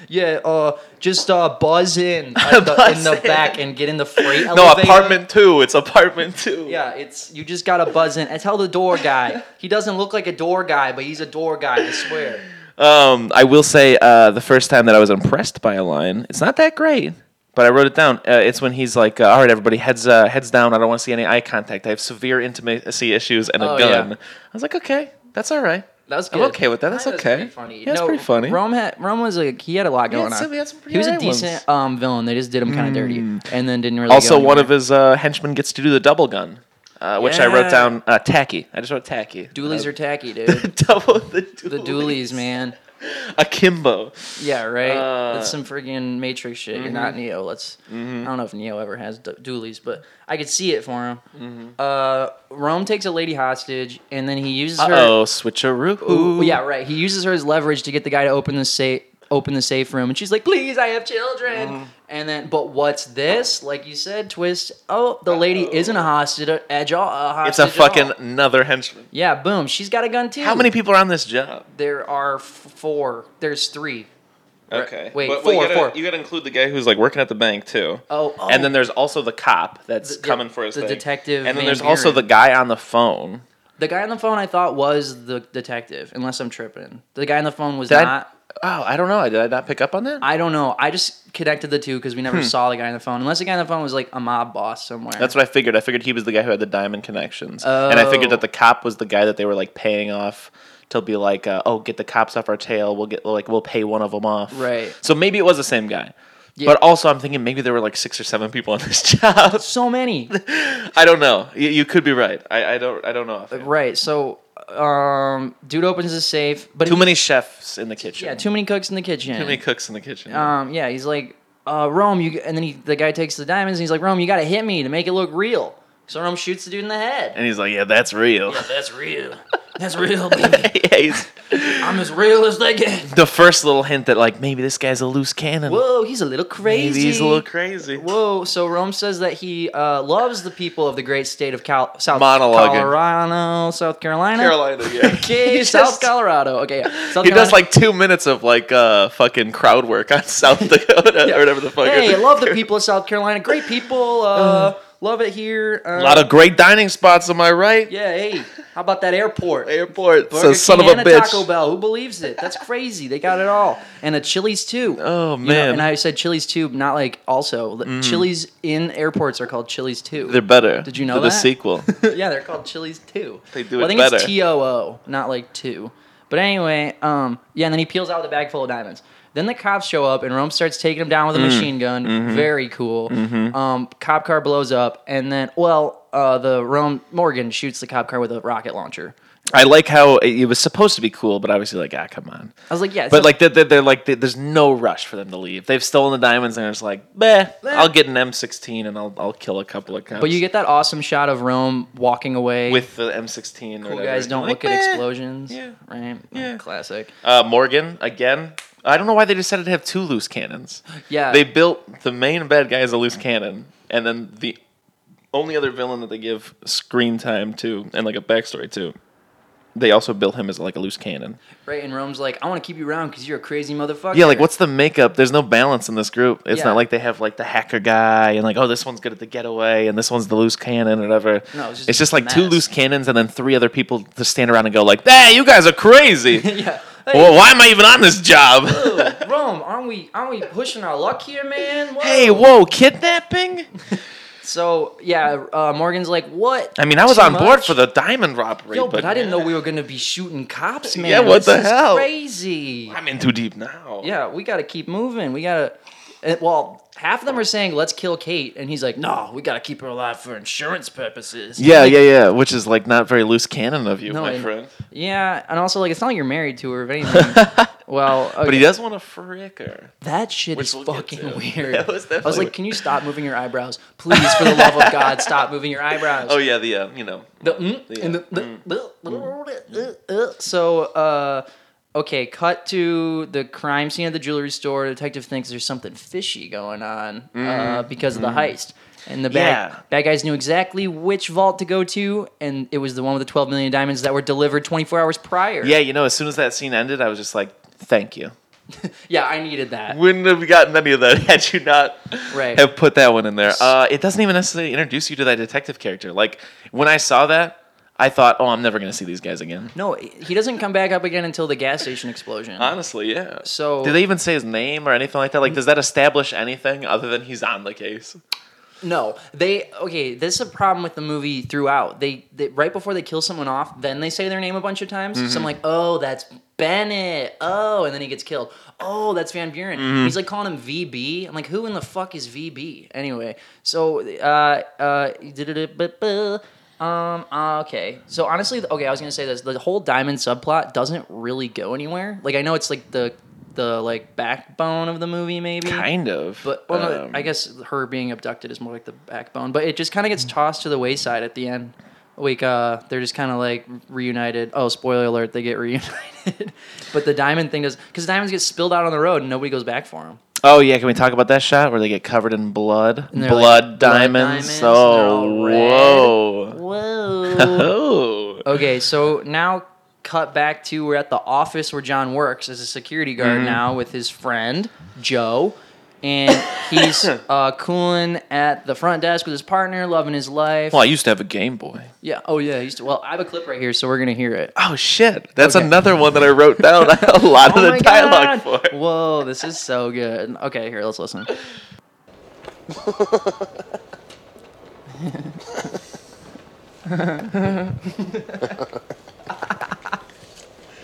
S3: yeah, uh, just uh, buzz in at the, in the
S4: Buzz
S3: back and get in the freight elevator.
S4: No, apartment two. It's apartment two.
S3: Yeah, it's you just gotta buzz in. I tell the door guy. He doesn't look like a door guy, but he's a door guy. I swear.
S4: Um, I will say uh, the first time that I was impressed by a line, it's not that great, but I wrote it down. Uh, it's when he's like, uh, "All right, everybody, heads uh, heads down. I don't want to see any eye contact. I have severe intimacy issues and a
S3: Oh,
S4: gun."
S3: yeah.
S4: I was like, "Okay, that's all right.
S3: That was
S4: I'm
S3: good.
S4: okay with that.
S3: I
S4: That's
S3: thought it was
S4: okay.
S3: pretty funny.
S4: Yeah, it's pretty funny.
S3: Rome had Rome was like he had a lot going
S4: had
S3: on.
S4: some- he had some pretty
S3: he was a
S4: alright ones. Mm.
S3: decent um, villain. They just did him kind of dirty, and then didn't really.
S4: also,
S3: go
S4: one of
S3: anywhere.
S4: his uh, henchmen gets to do the double gun, uh, which I
S3: Yeah.
S4: wrote down uh, tacky. I just wrote tacky.
S3: doolies
S4: uh,
S3: are tacky, dude.
S4: double the doolies.
S3: the doolies, man.
S4: akimbo.
S3: Yeah, right.
S4: Uh, mm-hmm.
S3: That's some freaking Matrix shit. You're not Neo. Let's. I don't know if Neo ever has du- doolies, but I could see it for him.
S4: Mm-hmm.
S3: Uh, Rome takes a lady hostage, and then he uses her.
S4: Oh, switcheroo.
S3: Ooh, yeah, right. He uses her as leverage to get the guy to open the safe, open the safe room, and she's like, "Please, I have children."
S4: Mm-hmm.
S3: And then, but what's this? Like you said, twist. Oh, the lady isn't a hostage. Edge, a hostage.
S4: It's a
S3: at all.
S4: fucking another henchman.
S3: yeah. Boom. She's got a gun too.
S4: How many people are on this job?
S3: There are f- four. There's three.
S4: Okay.
S3: Wait,
S4: But- but
S3: four,
S4: you gotta,
S3: four.
S4: You got to include the guy who's like working at the bank too.
S3: Oh, oh.
S4: And then there's also the cop that's
S3: The- yeah,
S4: coming for his
S3: the
S4: thing.
S3: detective
S4: And
S3: Van
S4: then there's also the
S3: Buren.
S4: guy on the phone.
S3: The guy on the phone I thought was the detective, unless I'm tripping. The guy on the phone was
S4: Did
S3: not.
S4: I, oh, I don't know. Did I not pick up on that?
S3: I don't know. I just connected the two because we never saw the guy on the phone, unless the guy on the phone was like a mob boss somewhere.
S4: Hmm. that's what I figured. I figured he was the guy who had the diamond connections, and I figured
S3: Oh.
S4: that the cop was the guy that they were like paying off to be like, uh, "Oh, get the cops off our tail. We'll get like we'll pay one of them off."
S3: Right.
S4: So maybe it was the same guy,
S3: Yeah.
S4: but also I'm thinking maybe there were like six or seven people on this job.
S3: so many.
S4: I don't know. You, you could be right. I, I don't. I don't know. offhand.
S3: Right. So uh, um, dude opens his safe, but
S4: Too
S3: he-
S4: many chefs in the kitchen.
S3: Yeah, too many cooks in the kitchen.
S4: Too many cooks in the kitchen.
S3: Um, yeah, he's like, uh, Rome, you, and then he, the guy takes the diamonds and he's like, Rome, you gotta hit me to make it look real. So Rome shoots the dude in the head.
S4: and he's like, yeah, that's real.
S3: That's real. That's real, baby.
S4: yeah, he's
S3: I'm as real as they get.
S4: the first little hint that like maybe this guy's a loose cannon.
S3: Whoa, he's a little crazy.
S4: Maybe he's a little crazy.
S3: Whoa, so Rome says that he uh, loves the people of the great state of Cal- South
S4: Monologuing.
S3: Colorado, South Carolina.
S4: Carolina, yeah.
S3: Okay,
S4: He
S3: South
S4: just-
S3: Colorado. Okay, yeah. South
S4: He does
S3: Carolina.
S4: like two minutes of like uh fucking crowd work on South Dakota or whatever the fuck.
S3: Hey, I
S4: it is.
S3: love the people of South Carolina. Great people. Uh, love it here. Uh,
S4: a lot of great dining spots. Am I right?
S3: yeah. Hey, how about that airport?
S4: Airport.
S3: Burger
S4: so son of
S3: King
S4: a
S3: and
S4: bitch.
S3: Taco Bell. Who believes it? That's crazy. They got it all. And a Chili's too.
S4: Oh,
S3: You know,
S4: man. Mm-hmm.
S3: and I said Chili's too, not like also. Chili's in airports are called Chili's too.
S4: They're better.
S3: Did you know
S4: They're
S3: that?
S4: The sequel.
S3: yeah, they're called Chili's too.
S4: They do
S3: well,
S4: it
S3: I think it's
S4: better.
S3: T O O, not like two. But anyway, um, yeah, and then he peels out the bag full of diamonds. Then the cops show up, and Rome starts taking him down
S4: Mm.
S3: with a machine gun.
S4: Mm-hmm.
S3: Very cool. Um, cop car blows up, and then well, uh, the Rome Morgan shoots the cop car with a rocket launcher.
S4: I like how it it was supposed to be cool, but obviously like ah come on.
S3: I was like, yeah,
S4: But
S3: so-
S4: like they're, they're, they're like they- there's no rush for them to leave. They've stolen the diamonds and it's like, meh, I'll get an M16 and I'll I'll kill a couple of cops.
S3: But you get that awesome shot of Rome walking away.
S4: with the M16. or
S3: cool
S4: whatever.
S3: guys don't
S4: Like,
S3: look at
S4: meh.
S3: explosions.
S4: Yeah.
S3: Right.
S4: Yeah.
S3: Classic.
S4: Uh, Morgan again. I don't know why they decided to have two loose cannons.
S3: Yeah.
S4: They built the main bad guy as a loose cannon, and then the only other villain that they give screen time to and like a backstory to, they also built him as like a loose cannon.
S3: Right. And Rome's like, I want to keep you around because you're a crazy motherfucker.
S4: Yeah, like what's the makeup? There's no balance in this group. It's
S3: Yeah.
S4: not like they have like the hacker guy and like oh this one's good at the getaway and this one's the loose cannon or whatever.
S3: No, it's just
S4: it's just
S3: a
S4: like two
S3: mess.
S4: loose cannons and then three other people to stand around and go like, "Hey, you guys are crazy.
S3: Yeah.
S4: well, why am I even on this job?"
S3: Rome, aren't we aren't we pushing our luck here, man? Whoa.
S4: hey, whoa, kidnapping?
S3: So yeah, uh, Morgan's like, what?
S4: I mean, I was
S3: Too
S4: on board
S3: much?
S4: for the diamond robbery,
S3: Yo,
S4: but,
S3: but I didn't know we were gonna be shooting cops, man.
S4: Yeah, what
S3: This
S4: the
S3: is
S4: hell?
S3: Crazy.
S4: I'm in too deep now.
S3: Yeah, we gotta keep moving. We gotta. uh, Well, half of them are saying, "Let's kill Kate," and he's like, "No, we gotta keep her alive for insurance purposes."
S4: Yeah, yeah, yeah. Which is like not very loose cannon of you,
S3: No, Oh,
S4: my
S3: and-
S4: friend.
S3: Yeah, and also like it's not like you're married to her, if anything. well,
S4: But he
S3: okay,
S4: does want to frick her.
S3: that shit
S4: Which
S3: is
S4: we'll get
S3: fucking
S4: to.
S3: weird.
S4: That was
S3: I was
S4: definitely
S3: like,
S4: weird.
S3: can you stop moving your eyebrows, please? For the love of God, stop moving your eyebrows.
S4: Oh yeah, the uh, you know.
S3: The mm,
S4: The,
S3: and the, the,
S4: Mm.
S3: uh, uh, uh, so uh okay, cut to the crime scene at the jewelry store. The detective thinks there's something fishy going on uh, because of the heist. And the bad,
S4: Mm. Yeah.
S3: bad guys knew exactly which vault to go to, and it was the one with the 12 million diamonds that were delivered 24 hours prior.
S4: Yeah, you know, as soon as that scene ended, I was just like, "Thank you."
S3: yeah, I needed that.
S4: Wouldn't have gotten any of that had you not
S3: Right.
S4: have put that one in there. Uh, it doesn't even necessarily introduce you to that detective character. Like when I saw that, I thought, "Oh, I'm never gonna see these guys again."
S3: No, he doesn't come back up again until the gas station explosion.
S4: Honestly, yeah.
S3: So-
S4: do they even say his name or anything like that? Like, does that establish anything other than he's on the case?
S3: No, they okay. This is a problem with the movie throughout. They, they right before they kill someone off, then they say their name a bunch of times. So I'm like, oh, that's Bennett. Oh, and then he gets killed. Oh, that's Van Buren. He's like calling him VB. I'm like, who in the fuck is VB? Anyway, so uh uh. da-da-da-ba-ba. Um. uh, Okay. So honestly, okay. I was gonna say this. The whole diamond subplot doesn't really go anywhere. Like I know it's like the the like backbone of the movie, maybe.
S4: Kind of.
S3: But well, no,
S4: Um,
S3: I guess her being abducted is more like the backbone. But it just kind of gets tossed to the wayside at the end. Like uh, they're just kind of like reunited. Oh, spoiler alert! They get reunited. but the diamond thing does because diamonds get spilled out on the road and nobody goes back for them.
S4: Oh yeah, can we talk about that shot where they get covered in blood,
S3: they're
S4: blood,
S3: like, blood diamonds,
S4: diamonds?
S3: and they're all
S4: Oh,
S3: red.
S4: whoa,
S3: Whoa.
S4: oh,
S3: okay, so now cut back to we're at the office where John works as a security guard now with his friend Joe. And he's uh, cooling at the front desk with his partner, loving his life.
S4: Well, I used to have a Game Boy.
S3: Yeah. Oh, yeah. I used to. Well, I have a clip right here, so we're gonna hear it.
S4: Oh shit, that's another one that I wrote down a lot
S3: Oh
S4: of the dialogue for.
S3: Whoa, this is so good. Okay, here, let's listen.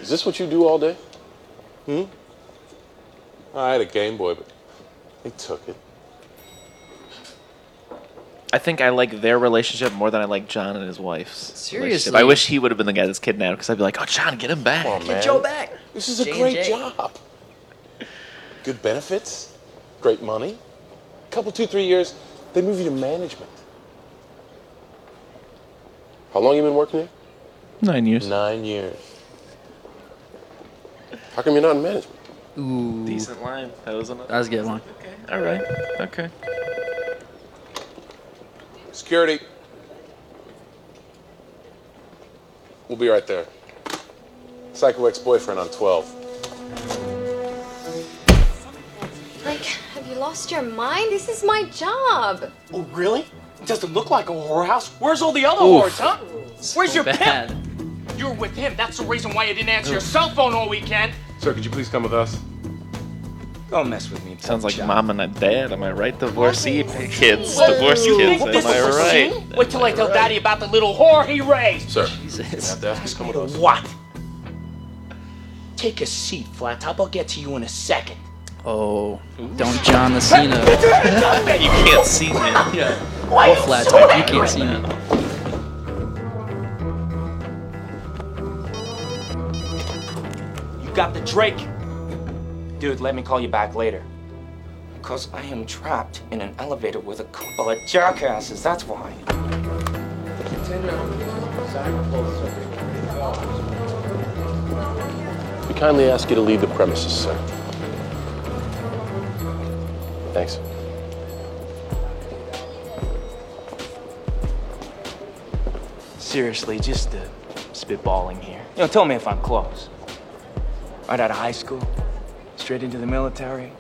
S6: Is this what you do all day? Hmm? I had a Game Boy, but they took it.
S4: I think I like their relationship more than I like John and his wife's. relationship.
S3: Seriously?
S4: I wish he would have been the guy that's kidnapped because I'd be like, oh, John, get him back.
S6: Come on, man.
S3: Joe back.
S6: This is a
S3: J&J.
S6: great job. Good benefits, great money. Couple, two, three years, they move you to management. How long you been working here?
S4: Nine years.
S6: Nine years. How come you're not in management?
S4: Decent line. That was another.
S3: That was a good one.
S4: All right. Okay.
S6: Security. We'll be right there. Psycho ex-boyfriend on 12.
S7: Like, have you lost your mind? This is my job.
S8: Oh, really? It doesn't look like a whorehouse. Where's all the other whores, huh? Where's your
S3: Bad.
S8: pimp? You're with him. That's the reason why you didn't answer your cell phone all weekend.
S6: Sir, could you please come with us?
S8: Don't mess with me.
S4: Sounds like mom and a dad. Am I right? Divorcee
S7: Nothing.
S4: kids.
S7: Well,
S4: Divorce
S7: you
S4: kids.
S7: think
S4: Am
S7: this
S4: I
S7: is a
S4: right?
S8: Wait till I tell Daddy about the little whore he raised.
S6: Sir,
S3: Jesus.
S6: the ask come with us.
S8: What? Take a seat, Flat Top. I'll get to you in a second.
S3: Oh, don't John the Cena.
S4: You can't see me.
S8: Why are you
S3: Flat
S8: so
S3: top. You
S8: angry?
S3: can't see me.
S8: You got the Drake. Dude, let me call you back later. Because I am trapped in an elevator with a couple of jackasses, that's why.
S6: We kindly ask you to leave the premises, sir. Thanks.
S8: Seriously, just uh, spitballing here. You know, tell me if I'm close. Right out of high school, straight into the military,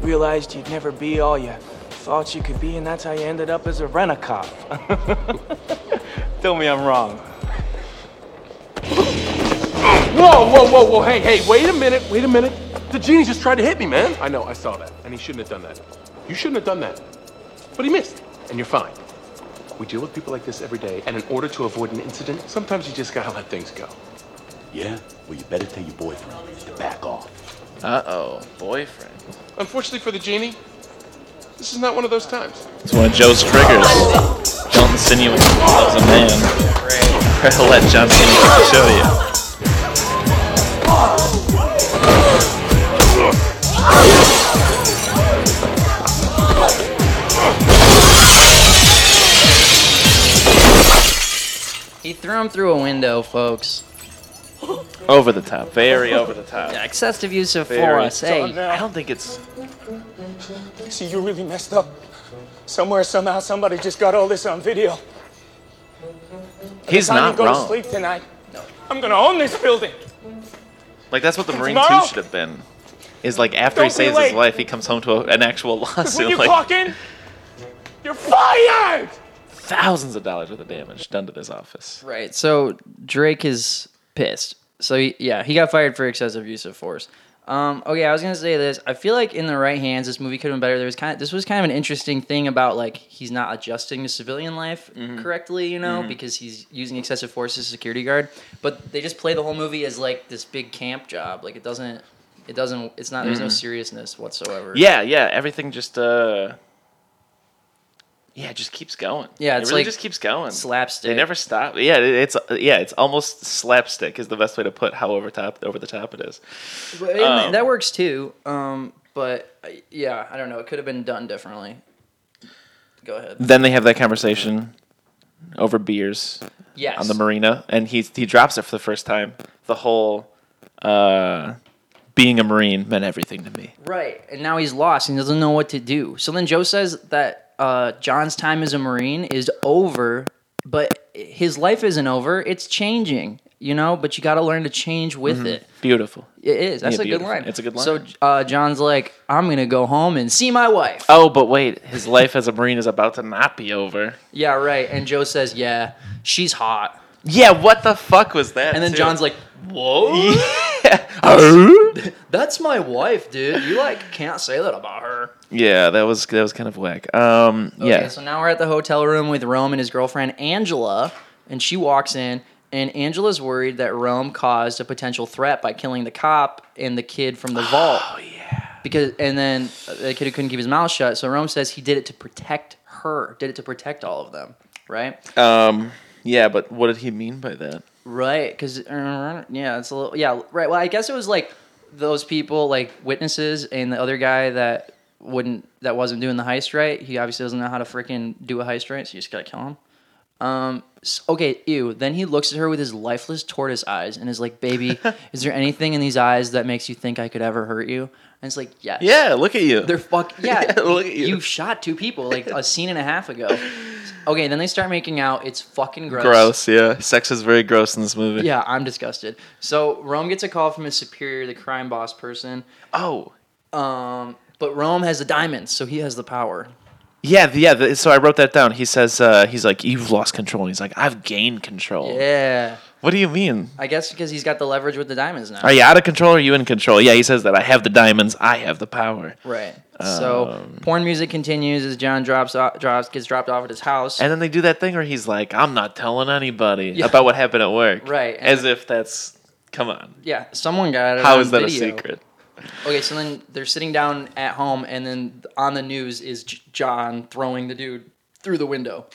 S8: realized you'd never be all you thought you could be, and that's how you ended up as a rent-a-cop. tell me I'm wrong.
S6: Whoa, whoa, whoa, whoa! Hey, hey! Wait a minute! Wait a minute! The genie just tried to hit me, man. I know. I saw that, and he shouldn't have done that. You shouldn't have done that. But he missed, and you're fine. We deal with people like this every day, and in order to avoid an incident, sometimes you just gotta let things go.
S9: Yeah? Well, you better tell your boyfriend to back off.
S4: Uh oh. Boyfriend.
S6: Unfortunately for the genie, this is not one of those times.
S4: It's one of Joe's triggers. Don't insinuate yourself as a man. Or let John Cena show you.
S3: He threw him through a window, folks.
S4: Over the top. Very over the top.
S3: Yeah, excessive use of
S4: Very.
S3: force. Hey,
S8: eh?
S4: I don't think it's.
S8: See, you really messed up. Somewhere, somehow, somebody just got all this on video.
S4: He's
S8: Time you
S4: not
S8: go to
S4: wrong.
S8: sleep tonight. I'm gonna own this building.
S4: Like that's what the Marine
S8: Tomorrow?
S4: Two should have been. Is like after he
S8: Don't be
S4: saves his
S8: late.
S4: life, he comes home to a, an actual
S8: When
S4: lawsuit,
S8: you
S4: like
S8: clock in, you're fired.
S4: thousands of dollars worth of damage done to this office.
S3: right. So Drake is pissed. So he, yeah, he got fired for excessive use of force. Um, okay, I was gonna say this. I feel like in the right hands, this movie could have been better. There was kind of this was kind of an interesting thing about like he's not adjusting to civilian life correctly, you know, because he's using excessive force as a security guard. But they just play the whole movie as like this big camp job. Like it doesn't, it doesn't, it's not. There's no seriousness whatsoever.
S4: Yeah, yeah, everything just uh, yeah, it just keeps going.
S3: Yeah,
S4: it
S3: it's
S4: really
S3: like
S4: just keeps going.
S3: slapstick.
S4: They never stop. Yeah, it, it's yeah, it's almost slapstick is the best way to put how over top over the top it is.
S3: But and that works too. Um, but uh, yeah, I don't know. It could have been done differently. Go ahead.
S4: Then they have that conversation over beers.
S3: Yes.
S4: on the marina, and he he drops it for the first time. The whole uh, being a marine meant everything to me.
S3: Right. And now he's lost and he doesn't know what to do. So then Joe says that uh, John's time as a Marine is over, but his life isn't over. It's changing, you know, but you got to learn to change with it.
S4: Beautiful.
S3: It is. That's
S4: Mm-hmm. Yeah,
S3: a good
S4: beautiful.
S3: line.
S4: It's a good
S3: So
S4: line.
S3: uh, John's like, I'm going to go home and see my wife.
S4: Oh, but wait, his life as a marine is about to not be over.
S3: Yeah, right. And Joe says, Yeah, she's hot.
S4: Yeah, what the fuck was that?
S3: And then John's like,
S4: "Whoa."
S3: That's my wife, dude. You like can't say that about her.
S4: yeah, that was that was kind of whack. Um,
S3: Okay,
S4: yeah,
S3: so now we're at the hotel room with Rome and his girlfriend Angela, and she walks in, and Angela's worried that Rome caused a potential threat by killing the cop and the kid from the uh, vault. Oh yeah. Because and then the kid who couldn't keep his mouth shut, so Rome says he did it to protect her, did it to protect all of them, right?
S4: Um, yeah, but what did he mean by that?
S3: Right, because yeah, it's a little yeah, right. Well, I guess it was like those people, like witnesses, and the other guy that wouldn't that wasn't doing the heist right. He obviously doesn't know how to freaking do a heist right, so you just gotta kill him. Um. s- Okay. Ew. Then he looks at her with his lifeless tortoise eyes and is like, "Baby, is there anything in these eyes that makes you think I could ever hurt you?" And it's like, "Yes."
S4: Yeah, look at you.
S3: They're fuck yeah.
S4: Yeah, look at you.
S3: You've shot two people like a scene and a half ago. Okay, then they start making out. It's fucking
S4: gross. Yeah, sex is very gross in this movie.
S3: Yeah, I'm disgusted. So Rome gets a call from his superior, the crime boss person.
S4: Oh.
S3: Um, but Rome has the diamonds, so he has the power.
S4: Yeah, the- yeah. the- So I wrote that down. He says, uh, he's like, you've lost control. And he's like, I've gained control.
S3: Yeah,
S4: What do you mean?
S3: I guess because he's got the leverage with the diamonds now.
S4: Are you out of control or are you in control? Yeah, he says that. I have the diamonds. I have the power.
S3: Right. So
S4: Um,
S3: porn music continues as John drops off, drops gets dropped off at his house.
S4: And then they do that thing where he's like, I'm not telling anybody about what happened at work.
S3: Right, and-
S4: As if that's, come on.
S3: yeah, someone got it.
S4: How
S3: on
S4: is that
S3: video.
S4: a secret?
S3: Okay, so then they're sitting down at home, and then on the news is J- John throwing the dude through the window.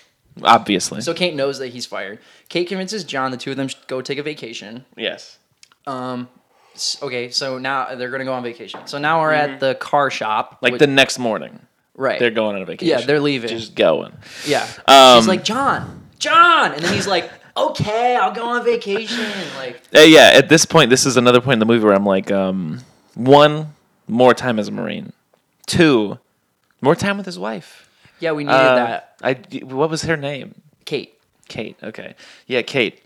S4: Obviously.
S3: So Kate knows that he's fired. Kate convinces John the two of them should go take a vacation.
S4: yes.
S3: Um, S- Okay, so now uh, they're gonna go on vacation. So now we're at the car shop.
S4: Mm-hmm. Like
S3: which-
S4: the next morning,
S3: right.
S4: they're going on a vacation.
S3: Yeah, they're leaving.
S4: Just going.
S3: yeah.
S4: Um,
S3: he's like John, John, and then he's like, "Okay, I'll go on vacation." Like,
S4: Uh, yeah, at this point, this is another point in the movie where I'm like, um, one, more time as a Marine. Two, more time with his wife.
S3: yeah, we needed
S4: Uh,
S3: that.
S4: I, what was her name?
S3: Kate,
S4: Kate. Okay. Yeah, Kate.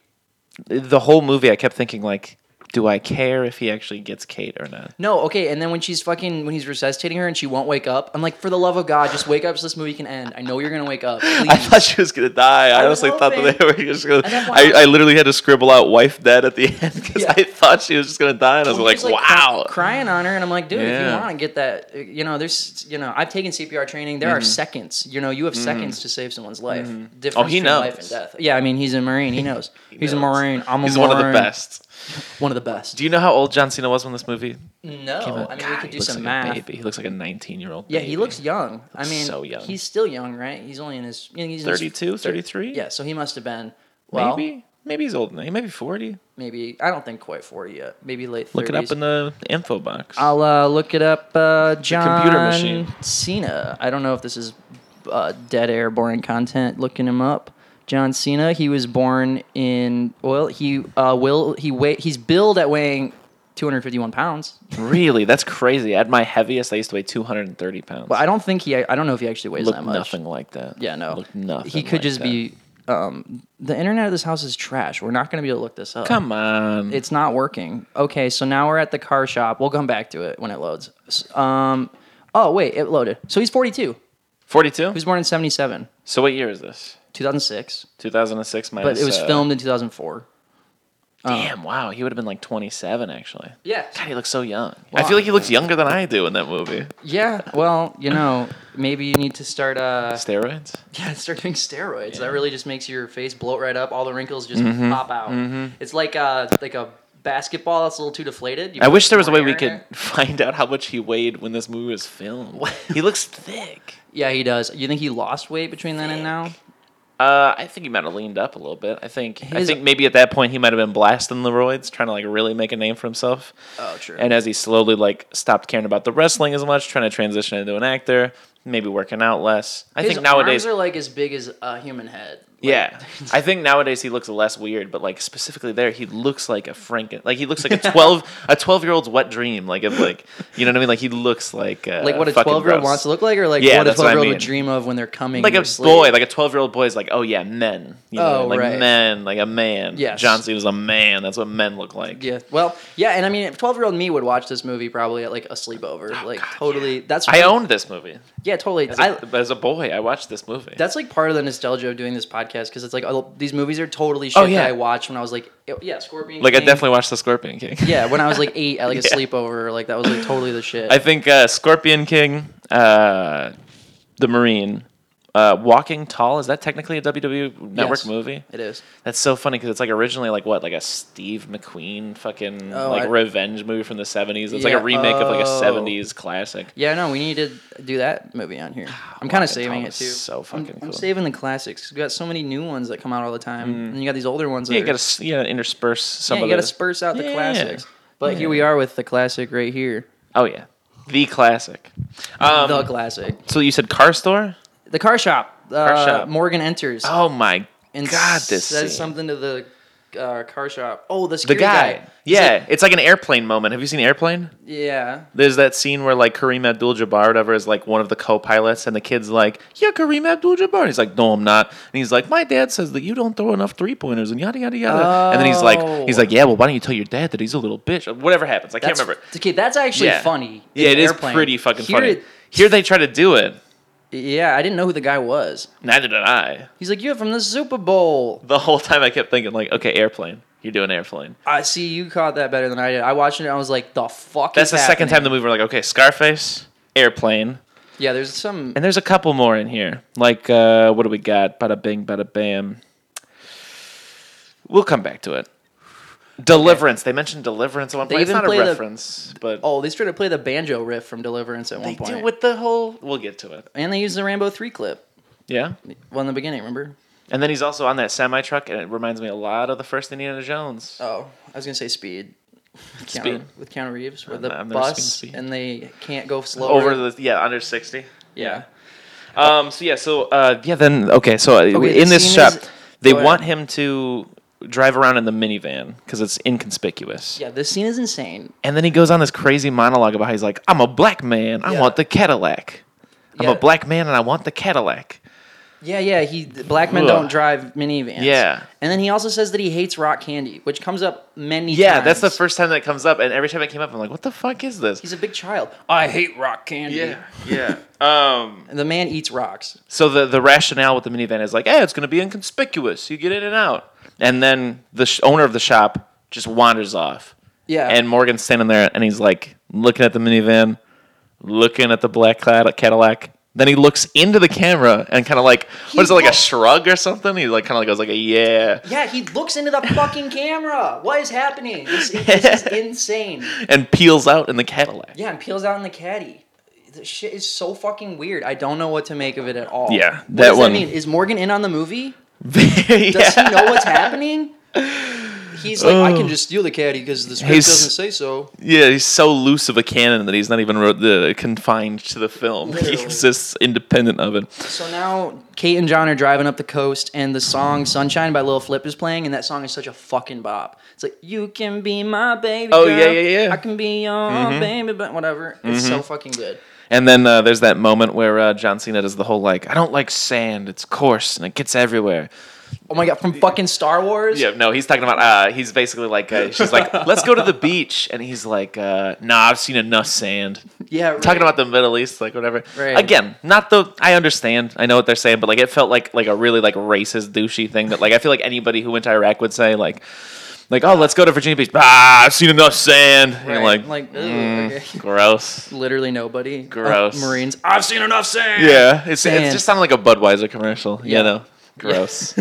S4: The whole movie, I kept thinking, like, do I care if he actually gets Kate or not?
S3: no, okay. And then when she's fucking, when he's resuscitating her and she won't wake up, I'm like, for the love of God, just wake up so this movie can end. I know you're gonna wake up. Please.
S4: I thought she was gonna die. I,
S3: I was
S4: honestly thought that they were just gonna.
S3: And then
S4: I,
S3: why-
S4: I literally had to scribble out "wife dead" at the end because
S3: Yeah.
S4: I thought she was just gonna die, and I was
S3: He
S4: like,
S3: was, cry-
S4: "Wow."
S3: crying on her, and I'm like, dude, if
S4: Yeah.
S3: you want to get that, uh, you know, there's, you know, I've taken CPR training.
S4: Mm-hmm.
S3: There are seconds, you know, you have seconds to save someone's life. Difference
S4: Oh, he
S3: between life and
S4: knows.
S3: death. Yeah, I mean, he's a marine. He knows. he's a
S4: knows.
S3: marine. I'm a
S4: He's
S3: marine.
S4: one of the best.
S3: One of the best.
S4: Do you know how old John Cena was when this movie? came
S3: no,
S4: out?
S3: I mean,
S4: Oh, God,
S3: we
S4: he
S3: could do
S4: looks like
S3: some math.
S4: A baby. He looks like a 19-year-old.
S3: Yeah, he looks young. I
S4: Looks
S3: mean,
S4: so young.
S3: He's still young, right? He's only in his you know, he's in his-
S4: 32, 33?
S3: Yeah, so he must have been well,
S4: Maybe,
S3: maybe
S4: maybe he's older. than that. He might be 40.
S3: maybe I don't think quite forty yet. Maybe late. 30s.
S4: Look it up in the info box.
S3: I'll uh, look it up. Uh, John
S4: computer machine.
S3: Cena. I don't know if this is uh, dead air, boring content. Looking him up. John Cena. He was born in. Well, he uh, will. He weigh. He's billed at weighing 251 pounds.
S4: really? That's crazy. At my heaviest, I used to weigh 230 pounds.
S3: But I don't think he. I don't know if he actually weighs
S4: looked
S3: that much.
S4: nothing like that.
S3: Yeah, no.
S4: Looked nothing.
S3: He could
S4: like
S3: just
S4: that.
S3: be. Um, the internet of this house is trash. We're not going to be able to look this up.
S4: Come on.
S3: It's not working. Okay, so now we're at the car shop. We'll come back to it when it loads. S- Um, oh wait, it loaded. So he's 42.
S4: 42.
S3: He was born in 77,
S4: So what year is this?
S3: 2006,
S4: 2006
S3: but
S4: minus.
S3: it was
S4: uh,
S3: filmed uh, in 2004.
S4: Damn! Wow, he would have been like 27 actually.
S3: Yes.
S4: God, he looks so young. I feel like he looks younger than I do in that movie.
S3: Yeah. Well, you know, maybe you need to start uh
S4: Steroids.
S3: yeah, start doing steroids. That really just makes your face bloat right up. All the wrinkles just
S4: Mm-hmm.
S3: pop out. It's like uh like a basketball that's a little too deflated. You
S4: I
S3: put
S4: wish there was a
S3: more
S4: way we
S3: air in
S4: could
S3: it.
S4: find out how much he weighed when this movie was filmed. he looks thick.
S3: Yeah, he does. You think he lost weight between then and now?
S4: Uh, I think he might have leaned up a little bit. I think I
S3: His-
S4: think maybe at that point he might have been blasting the roids, trying to like really make a name for himself.
S3: Oh, true.
S4: And as he slowly like stopped caring about the wrestling as much, trying to transition into an actor, maybe working out less. I
S3: His
S4: think nowadays,
S3: arms are like as big as a human head. Like,
S4: yeah, I think nowadays he looks less weird, but like specifically there, he looks like a Franken, like he looks like a twelve a twelve year old's wet dream, like if like you know what I mean, like he looks like uh,
S3: Like what a
S4: fucking
S3: 12 year old
S4: gross.
S3: wants to look like, or like
S4: Yeah,
S3: what a
S4: that's what I
S3: 12 year old would
S4: mean.
S3: dream of when they're coming.
S4: like
S3: in
S4: a
S3: your sleep.
S4: boy, like a twelve year old boy is like, oh yeah, men. You know,
S3: Oh,
S4: like
S3: right.
S4: men, like a man.
S3: Yes.
S4: John Cena's a man. That's what men look like.
S3: Yeah. Well, yeah, and I mean, twelve-year-old me would watch this movie probably at like a sleepover, like totally. That's
S4: I owned this movie.
S3: Yeah, totally.
S4: As
S3: I
S4: a, as a boy, I watched this movie.
S3: that's like part of the nostalgia of doing this podcast because it's like oh, these movies are totally shit
S4: Oh, yeah.
S3: that I watched when I was like, e, yeah, Scorpion.
S4: like I
S3: King.
S4: definitely watched the Scorpion King.
S3: Yeah, when I was like eight at like a
S4: Yeah.
S3: sleepover, like that was like totally the shit.
S4: I think uh, Scorpion King, uh, the Marine, Uh, Walking Tall is that technically a WWE Network
S3: Yes.
S4: movie?
S3: It is.
S4: That's so funny because it's like originally like what like a Steve McQueen fucking
S3: Oh,
S4: like
S3: I-
S4: revenge movie from the seventies. It's like
S3: Yeah.
S4: a remake of like a
S3: Oh.
S4: seventies classic.
S3: Yeah, no, we need to do that movie on here. I'm kind of saving
S4: Tall
S3: it
S4: Ah, is
S3: too.
S4: so
S3: I'm-
S4: fucking
S3: I'm,
S4: cool. Mm.
S3: saving the classics. 'cause We got so many new ones that come out all the time, and you got these older ones. That
S4: Yeah, you
S3: are-
S4: gotta s- yeah intersperse some
S3: yeah,
S4: of
S3: you got to
S4: the-
S3: spurse out the
S4: Yeah.
S3: classics. But here we are with the classic right here.
S4: Oh yeah, the classic. Um,
S3: the classic.
S4: So you said car store?
S3: The car shop. Uh,
S4: shop.
S3: Morgan enters
S4: Oh my
S3: and
S4: god, this
S3: says
S4: scene.
S3: something to the uh, car shop. Oh, the
S4: The
S3: security
S4: guy.
S3: guy. He's
S4: Yeah,
S3: like-
S4: it's like an airplane moment. Have you seen Airplane?
S3: yeah.
S4: There's that scene where like Kareem Abdul-Jabbar, or whatever, is like one of the co-pilots, and the kid's like, "Yeah, Kareem Abdul-Jabbar." And he's like, "No, I'm not." And he's like, "My dad says that you don't throw enough three-pointers," and yada yada yada. And then he's like, "He's like, yeah, well, why don't you tell your dad that he's a little bitch?" Or Whatever happens, I
S3: Oh. That's,
S4: can't remember.
S3: Okay, that's actually funny. in
S4: Yeah, it
S3: the
S4: is
S3: airplane.
S4: pretty fucking
S3: Here
S4: funny. Here they try to do it.
S3: it- yeah, I didn't know who the guy was.
S4: Neither did I.
S3: He's like, you're from the Super Bowl.
S4: The whole time I kept thinking like, "Okay, airplane. You're doing airplane."
S3: I see you caught that better than I did. I watched it. and I was like, the fuck.
S4: That's the
S3: is
S4: second time
S3: happening?
S4: the movie we're like, okay, Scarface, Airplane,
S3: Yeah, there's some.
S4: and there's a couple more in here. Like, uh, what do we got? Bada bing, bada bam. We'll come back to it. Deliverance. They mentioned Deliverance at one
S3: They
S4: point. It's
S3: even
S4: not
S3: play
S4: a
S3: the-
S4: reference, but
S3: Oh, they started to play the banjo riff from Deliverance at
S4: they
S3: one point,
S4: do with the whole. We'll get to it.
S3: and they used the Rambo three clip.
S4: Yeah.
S3: Well, in the beginning, remember?
S4: And then he's also on that semi truck, and it reminds me a lot of the first Indiana Jones.
S3: Oh, I was gonna say Speed. With Keanu-
S4: Speed.
S3: with Keanu Reeves, with
S4: I've-
S3: the
S4: I've never seen
S3: bus,
S4: Speed.
S3: and they can't go slower.
S4: Over the yeah, under sixty.
S3: yeah.
S4: Um. So yeah. So uh. Yeah. Then okay. So uh,
S3: Okay,
S4: in
S3: the
S4: this
S3: scene
S4: shop,
S3: is-
S4: they
S3: go ahead.
S4: want him to drive around in the minivan because it's inconspicuous.
S3: Yeah, this scene is insane.
S4: And then he goes on this crazy monologue about how he's like, "I'm a black man. I
S3: Yeah.
S4: want the Cadillac. I'm
S3: Yeah.
S4: a black man and I want the Cadillac."
S3: Yeah, yeah. He black men
S4: Ugh.
S3: don't drive minivans.
S4: Yeah.
S3: and then he also says that he hates rock candy, which comes up many.
S4: Yeah, that's the
S3: times.
S4: first time that comes up, and every time it came up, I'm like, "What the fuck is this?"
S3: He's a big child. I hate rock candy.
S4: yeah. um.
S3: And the man eats rocks.
S4: So the the rationale with the minivan is like, "Hey, it's gonna be inconspicuous. You get in and out." And then the sh- owner of the shop just wanders off.
S3: Yeah.
S4: And Morgan's standing there and he's like looking at the minivan, looking at the black Cad- Cadillac. Then he looks into the camera and kind of like, what is it, like a
S3: looked-
S4: shrug or something? He like kind of goes like a yeah.
S3: Yeah, he looks into the fucking camera. What is happening? This, this is insane.
S4: And peels out in the Cadillac.
S3: Yeah, and peels out in the caddy. This shit is so fucking weird. I don't know what to make of it at all.
S4: Yeah,
S3: what
S4: that
S3: does
S4: one-
S3: That mean? Is Morgan in on the movie?
S4: Yeah.
S3: Does he know what's happening? He's like, I can just steal the caddy because the script
S4: Oh. He's-
S3: doesn't say so.
S4: yeah, he's so loose of a canon that he's not even wrote the, confined to the film.
S3: Literally.
S4: He exists independent of it.
S3: So now Kate and John are driving up the coast, and the song "Sunshine" by Lil Flip is playing, and that song is such a fucking bop. It's like you can be my baby.
S4: Oh,
S3: girl,
S4: yeah, yeah, Mm-hmm. yeah.
S3: I can be your baby, but whatever. It's so fucking good.
S4: And then uh, there's that moment where uh, John Cena does the whole like, I don't like sand. It's coarse and it gets everywhere.
S3: Oh my god, from fucking Star Wars.
S4: Yeah, no, he's talking about. Uh, he's basically like, uh, she's like, let's go to the beach, and he's like, uh, Nah, I've seen enough sand.
S3: yeah. Right.
S4: Talking about the Middle East, like whatever.
S3: Right.
S4: Again, not the. I understand. I know what they're saying, but like, it felt like like a really like racist, douchey thing that like I feel like anybody who went to Iraq would say like, like oh, let's go to Virginia Beach. Ah, I've seen enough sand. And you're
S3: Right,
S4: like, mm,
S3: like, ooh, okay.
S4: gross.
S3: literally nobody. Uh,
S4: Gross.
S3: Marines. I've seen enough sand.
S4: Yeah, it's,
S3: Sand.
S4: it's just sounded like a Budweiser commercial.
S3: Yeah. Um,
S4: You know, gross.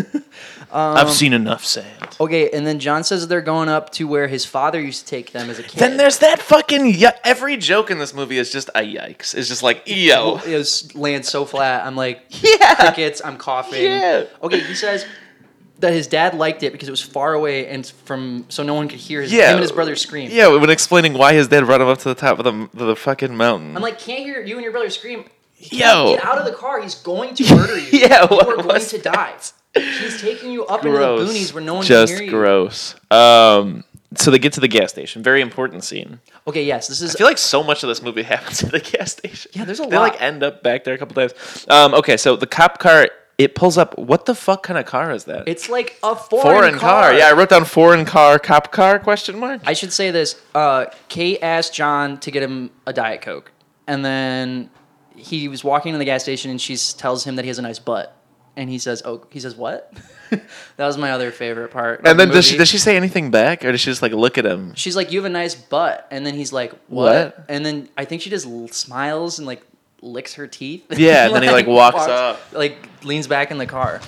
S4: I've seen enough sand.
S3: Okay, and then John says they're going up to where his father used to take them as a kid.
S4: Then there's that fucking y- every joke in this movie is just a yikes. It's just like yo.
S3: it was lands so flat. I'm like,
S4: Yeah.
S3: crickets. I'm coughing.
S4: Yeah.
S3: Okay, he says that his dad liked it because it was far away and from so no one could hear his,
S4: Yeah.
S3: him and his brother scream.
S4: Yeah, when explaining why his dad brought him up to the top of the, the fucking mountain.
S3: I'm like, can't hear you and your brother scream.
S4: yo.
S3: Get out of the car. He's going to murder you.
S4: Yeah,
S3: you
S4: what
S3: are going
S4: was
S3: to die. He's taking you up into the boonies where no one
S4: just
S3: can hear you.
S4: gross. Um, so they get to the gas station. Very important scene.
S3: Okay, yes, this is
S4: I feel like so much of this movie happens at the gas station.
S3: Yeah, there's a
S4: they They
S3: lot.
S4: like end up back there a couple times. Um, okay, so the cop car it pulls up. What the fuck kind of car is that?
S3: it's like a foreign,
S4: foreign car.
S3: car.
S4: Yeah, I wrote down foreign car, cop car question mark.
S3: I should say this. Uh, Kate asked John to get him a Diet Coke. And then he was walking to the gas station and she s- tells him that he has a nice butt. And he says, Oh, he says, what? that was my other favorite part. of
S4: And
S3: the
S4: then does she,
S3: movie.
S4: does she say anything back, or does she just like look at him?
S3: She's like, You have a nice butt. And then he's like, What?
S4: What?
S3: And then I think she just l- smiles and like licks her teeth.
S4: Yeah, then he, like, walks up.
S3: like leans back in the car.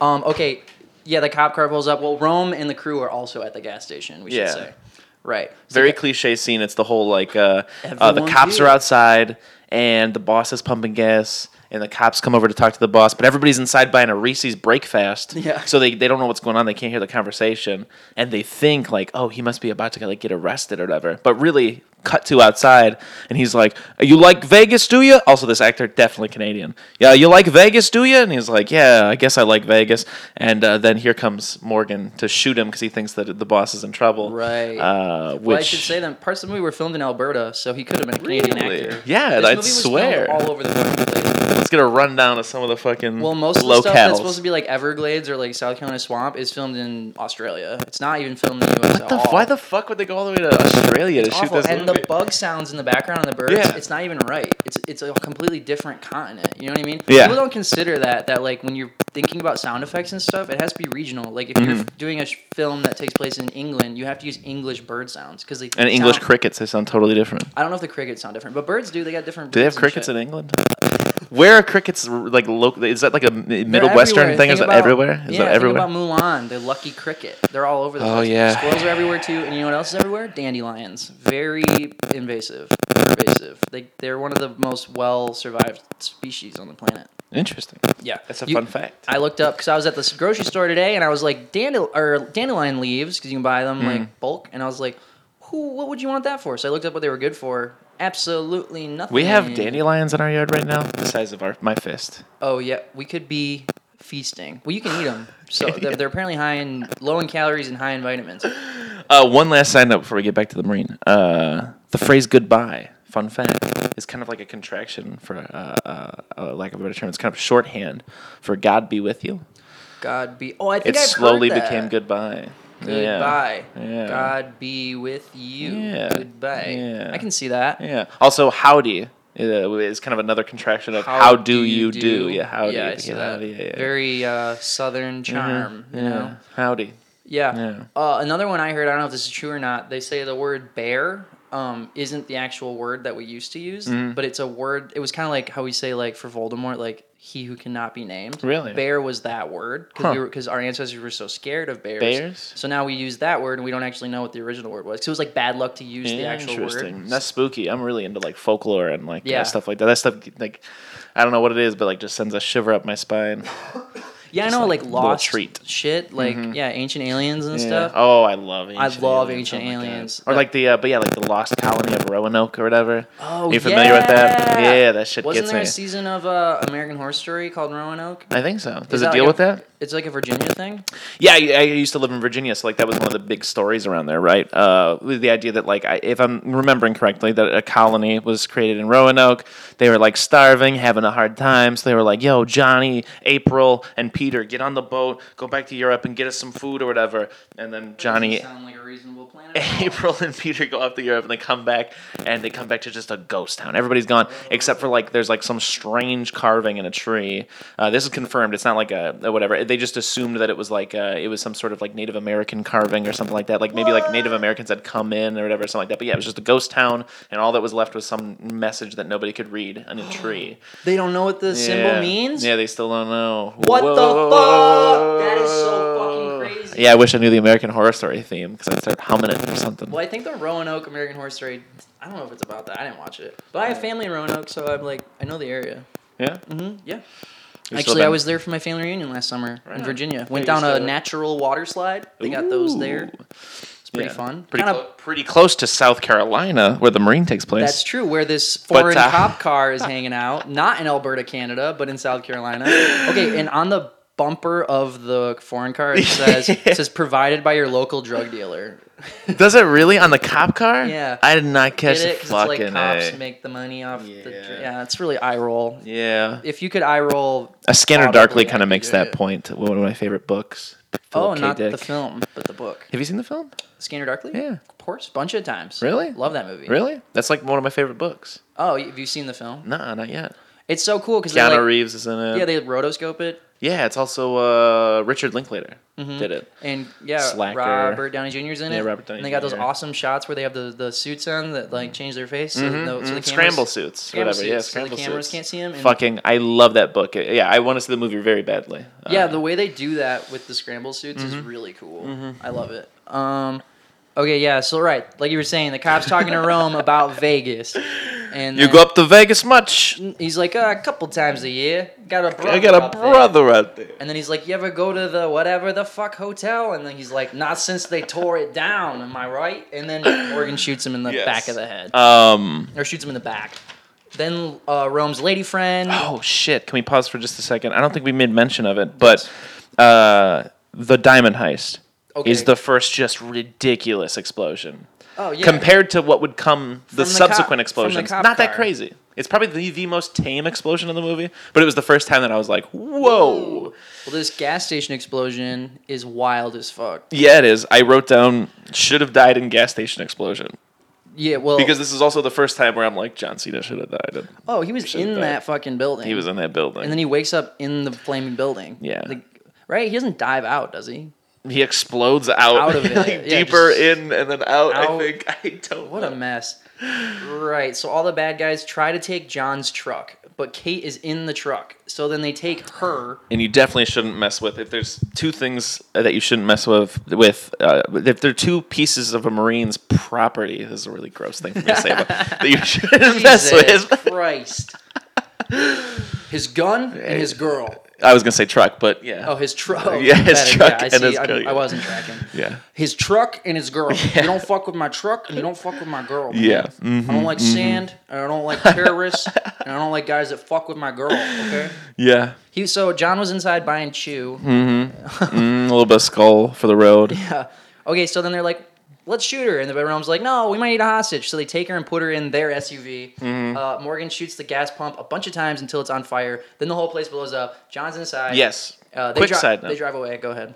S3: Um, okay, yeah, the cop car pulls up. Well, Rome and the crew are also at the gas station. We
S4: Yeah.
S3: should say, right? So
S4: Very
S3: the-
S4: cliche scene. It's the whole like uh, uh, the
S3: Everyone's
S4: cops
S3: here.
S4: are outside and the boss is pumping gas and the cops come over to talk to the boss, but everybody's inside buying a Reese's breakfast.
S3: Yeah.
S4: So they, they don't know what's going on. They can't hear the conversation and they think like, oh, he must be about to like get arrested or whatever. But really, cut to outside and he's like, you like Vegas, do you? Also, this actor definitely Canadian. Yeah, you like Vegas, do you? And he's like, yeah, I guess I like Vegas. And uh, then here comes Morgan to shoot him because he thinks that the boss is in trouble.
S3: Right.
S4: Uh, which
S3: Well, I should say that parts of the movie were filmed in Alberta, so he could have been a Canadian
S4: Really?
S3: actor.
S4: Yeah,
S3: This
S4: I'd
S3: movie was
S4: swear.
S3: filmed all over the fucking place.
S4: Let's get a rundown of some of the fucking
S3: Well, most of the
S4: locales.
S3: stuff that's supposed to be like Everglades or like South Carolina swamp is filmed in Australia. It's not even filmed in the US
S4: What
S3: at
S4: the,
S3: all.
S4: why the fuck would they go all the way to Australia to shoot
S3: awful.
S4: this
S3: and
S4: movie?
S3: the bug sounds in the background and the birds,
S4: Yeah.
S3: it's not even right. It's it's a completely different continent. You know what I mean?
S4: Yeah.
S3: People don't consider that that like when you're thinking about sound effects and stuff, it has to be regional. Like if you're
S4: Mm-hmm.
S3: doing a sh- film that takes place in England, you have to use English bird sounds because they
S4: and English
S3: sound-
S4: crickets, they sound totally different.
S3: I don't know if the crickets sound different, but birds do. They got different.
S4: Do they have
S3: birds and
S4: crickets
S3: shit.
S4: in England? Where are crickets like local? Is that like a m- middle
S3: They're
S4: western
S3: everywhere.
S4: thing? Is
S3: Think
S4: that
S3: about-
S4: everywhere? Is
S3: yeah,
S4: that everywhere?
S3: Think about Mulan, the lucky cricket. They're all over the
S4: Oh,
S3: place.
S4: yeah.
S3: Squirrels are everywhere too, and you know what else is everywhere? Dandelions. Very invasive. Invasive. They they're one of the most well survived species on the planet.
S4: Interesting.
S3: Yeah,
S4: That's a
S3: You-
S4: fun fact.
S3: I looked up because I was at this grocery store today, and I was like, dandel or dandelion leaves because you can buy them
S4: Mm.
S3: like bulk, and I was like, who? What would you want that for? So I looked up what they were good for. Absolutely nothing.
S4: we have dandelions in our yard right now, the size of our my fist.
S3: Oh yeah, we could be feasting. Well, you can eat them. So they're, they're apparently high in low in calories and high in vitamins.
S4: Uh, one last sign up before we get back to the Marine. Uh, the phrase goodbye, fun fact, is kind of like a contraction for, uh, uh, uh, lack of a better term, it's kind of shorthand for God be with you.
S3: God be. Oh, I think
S4: It
S3: I've
S4: slowly
S3: heard that.
S4: became goodbye. Yeah.
S3: Goodbye.
S4: Yeah.
S3: God be with you.
S4: Yeah.
S3: Goodbye.
S4: Yeah.
S3: I can see that.
S4: Yeah. Also, howdy uh, is kind of another contraction of how, do, you do? Yeah, howdy.
S3: Yeah, I see
S4: Yeah,
S3: that.
S4: howdy, yeah, yeah.
S3: Very uh, southern charm. You know?
S4: Yeah. Howdy.
S3: Yeah.
S4: Yeah.
S3: Uh, another one I heard, I don't know if this is true or not, they say the word bear um, isn't the actual word that we used to use,
S4: Mm-hmm.
S3: but it's a word. It was kind of like how we say, like, for Voldemort, like, he who cannot be named.
S4: Really?
S3: Bear was that word because
S4: Huh.
S3: we were because our ancestors were so scared of bears.
S4: Bears?
S3: So now we use that word and we don't actually know what the original word was. 'Cause it was like bad luck to use the actual
S4: Interesting.
S3: word.
S4: That's spooky. I'm really into like folklore and like yeah.
S3: Yeah.
S4: stuff like that. That stuff like I don't know what it is, but like just sends a shiver up my spine.
S3: yeah, I know, like,
S4: little
S3: lost
S4: treat. Mm-hmm.
S3: shit, like yeah, ancient aliens and
S4: Yeah.
S3: stuff.
S4: Oh, I love ancient aliens.
S3: love
S4: Oh
S3: Ancient
S4: my God.
S3: Aliens.
S4: Or like the uh, but yeah, like the Lost Colony of Roanoke or whatever.
S3: Oh,
S4: Are you familiar with that?
S3: yeah.
S4: Yeah, that shit
S3: Wasn't
S4: gets
S3: there
S4: me.
S3: a season of uh, American Horror Story called Roanoke?
S4: I think so.
S3: Is
S4: Does it
S3: like
S4: deal
S3: a-
S4: with that?
S3: It's like a Virginia thing.
S4: Yeah, I, I used to live in Virginia, so like that was one of the big stories around there, right? Uh, with the idea that like, I, if I'm remembering correctly, that a colony was created in Roanoke. They were like starving, having a hard time, so they were like, "Yo, Johnny, April, and Peter, get on the boat, go back to Europe, and get us some food or whatever." And then Johnny,
S3: Sound like a reasonable plan.
S4: April and Peter go off to Europe and they come back and they come back to just a ghost town. Everybody's gone except for like there's like some strange carving in a tree. Uh, this is confirmed. It's not like a, a whatever. They just assumed that it was like uh it was some sort of like Native American carving or something like that. Like maybe like Native Americans had come in or whatever, something like that. But yeah, it was just a ghost town and all that was left was some message that nobody could read in a tree.
S3: They don't know what the symbol
S4: Yeah.
S3: means.
S4: Yeah, they still don't know.
S3: What
S4: Whoa.
S3: the fuck? That is so fucking crazy.
S4: Yeah, I wish I knew the American Horror Story theme because I'd start humming it or something.
S3: Well, I think the Roanoke American Horror Story. I don't know if it's about that. I didn't watch it, but I have family in Roanoke, so I'm like, I know the area.
S4: Yeah.
S3: Yeah.
S4: You're still
S3: Actually, I
S4: down-
S3: was there for my family reunion last summer in Virginia. Went
S4: Yeah, you
S3: down a
S4: said-
S3: natural water slide. They got those there.
S4: Ooh.
S3: It's pretty
S4: Yeah.
S3: fun.
S4: Pretty,
S3: Kinda-
S4: clo- pretty close to South Carolina, where the Marine takes place.
S3: That's true. Where this foreign
S4: uh,
S3: cop car is hanging out, not in Alberta, Canada, but in South Carolina. Okay, and on the bumper of the foreign car, it says it says provided by your local drug dealer.
S4: Does it really on the cop car?
S3: Yeah.
S4: I did not catch
S3: Get it?
S4: it.
S3: 'Cause
S4: Fucking
S3: it's like cops
S4: A.
S3: make the money off. the
S4: Yeah.
S3: The, yeah, it's really eye roll.
S4: yeah.
S3: If you could eye roll, oh,
S4: A Scanner
S3: Probably
S4: Darkly
S3: I
S4: kind of
S3: could
S4: makes
S3: do
S4: that
S3: it.
S4: point. One of my favorite books. Philip
S3: oh,
S4: K.
S3: not the
S4: Dick.
S3: film, but the book,
S4: Have you seen the film?
S3: Scanner Darkly.
S4: Yeah.
S3: of course, bunch of times.
S4: Really?
S3: love that movie.
S4: Really? That's like one of my favorite books.
S3: Oh, have you seen the film?
S4: Nah, not yet.
S3: It's so cool because
S4: Keanu
S3: like,
S4: Reeves is in it.
S3: Yeah, they rotoscope it.
S4: Yeah, it's also uh, Richard Linklater
S3: Mm-hmm.
S4: did it.
S3: And yeah,
S4: Slacker.
S3: Robert Downey Jr.'s in it.
S4: Yeah, Robert Downey
S3: And they got those
S4: Jr..
S3: awesome shots where they have the, the suits on that like change their face. Oh, So, the, so the cameras,
S4: Mm-hmm, Mm, scramble suits,
S3: Scramble
S4: whatever. yeah,
S3: suits, so
S4: scramble
S3: the cameras
S4: suits.
S3: can't see him. and-
S4: Fucking, I love that book. It- yeah, I want to see the movie very badly. Uh, Mm-hmm.
S3: Yeah, the way they do that with the scramble suits is really cool. I love it. Um, okay, yeah. So right, like you were saying, the cops talking to Rome about Vegas, and
S4: you
S3: then
S4: go up to Vegas much?
S3: He's like, uh, a couple times a year. Got a brother.
S4: I got
S3: up
S4: a
S3: there."
S4: brother out there.
S3: And then he's like, "You ever go to the whatever the fuck hotel?" And then he's like, "Not since they tore it down, am I right?" And then Morgan shoots him in the
S4: Yes.
S3: back of the head,
S4: Um.
S3: or shoots him in the back. Then uh, Rome's lady friend.
S4: Oh shit! Can we pause for just a second? I don't think we made mention of it, but uh, the diamond heist
S3: Okay.
S4: is the first just ridiculous explosion.
S3: Oh, yeah.
S4: Compared to what would come the,
S3: the cop- from
S4: subsequent
S3: the
S4: explosions,
S3: cop
S4: not that
S3: car.
S4: crazy. It's probably the, the most tame explosion in the movie, but it was the first time that I was like, "Whoa!"
S3: Well, this gas station explosion is wild as fuck.
S4: Yeah, it is. I wrote down "should have died in gas station explosion"
S3: Yeah, well,
S4: because this is also the first time where I'm like, "John Cena should have died."
S3: oh, he was in
S4: died.
S3: that fucking building.
S4: He was in that building,
S3: and then he wakes up in the flaming building.
S4: Yeah.
S3: Like, right? He doesn't dive out, does he?
S4: he explodes out,
S3: Out of it,
S4: like,
S3: yeah,
S4: deeper
S3: just-
S4: in and then out,
S3: Out.
S4: I think I don't.
S3: What a mess. Right. So all the bad guys try to take John's truck, but Kate is in the truck. So then they take her.
S4: and you definitely shouldn't mess with. If there's two things that you shouldn't mess with, with uh, if there are two pieces of a marine's property, this is a really gross thing for me to say, but that you shouldn't mess
S3: Jesus
S4: with.
S3: Christ. His gun and his girl.
S4: I was gonna say truck, but yeah,
S3: Oh, his truck.
S4: Yeah, his
S3: Better.
S4: truck
S3: I
S4: and
S3: see.
S4: his
S3: I'm-
S4: girl,
S3: I
S4: yeah.
S3: wasn't tracking.
S4: yeah,
S3: His truck and his girl. You don't fuck with my truck and you don't fuck with my girl. man.
S4: yeah. Mm, Mm-hmm,
S3: I don't like sand, and I don't like terrorists, and I don't like guys that fuck with my girl. Okay.
S4: yeah.
S3: He so John was inside buying chew.
S4: Mm, a little bit of skull for the road.
S3: Yeah. Okay, so then they're like, let's shoot her, and the Realm's like, no, we might need a hostage. So they take her and put her in their SUV.
S4: Mm-hmm.
S3: Uh, Morgan shoots the gas pump a bunch of times until it's on fire. Then the whole place blows up. John's inside.
S4: Yes.
S3: Uh, they
S4: Quick
S3: dri-
S4: side note.
S3: They drive away. Go ahead.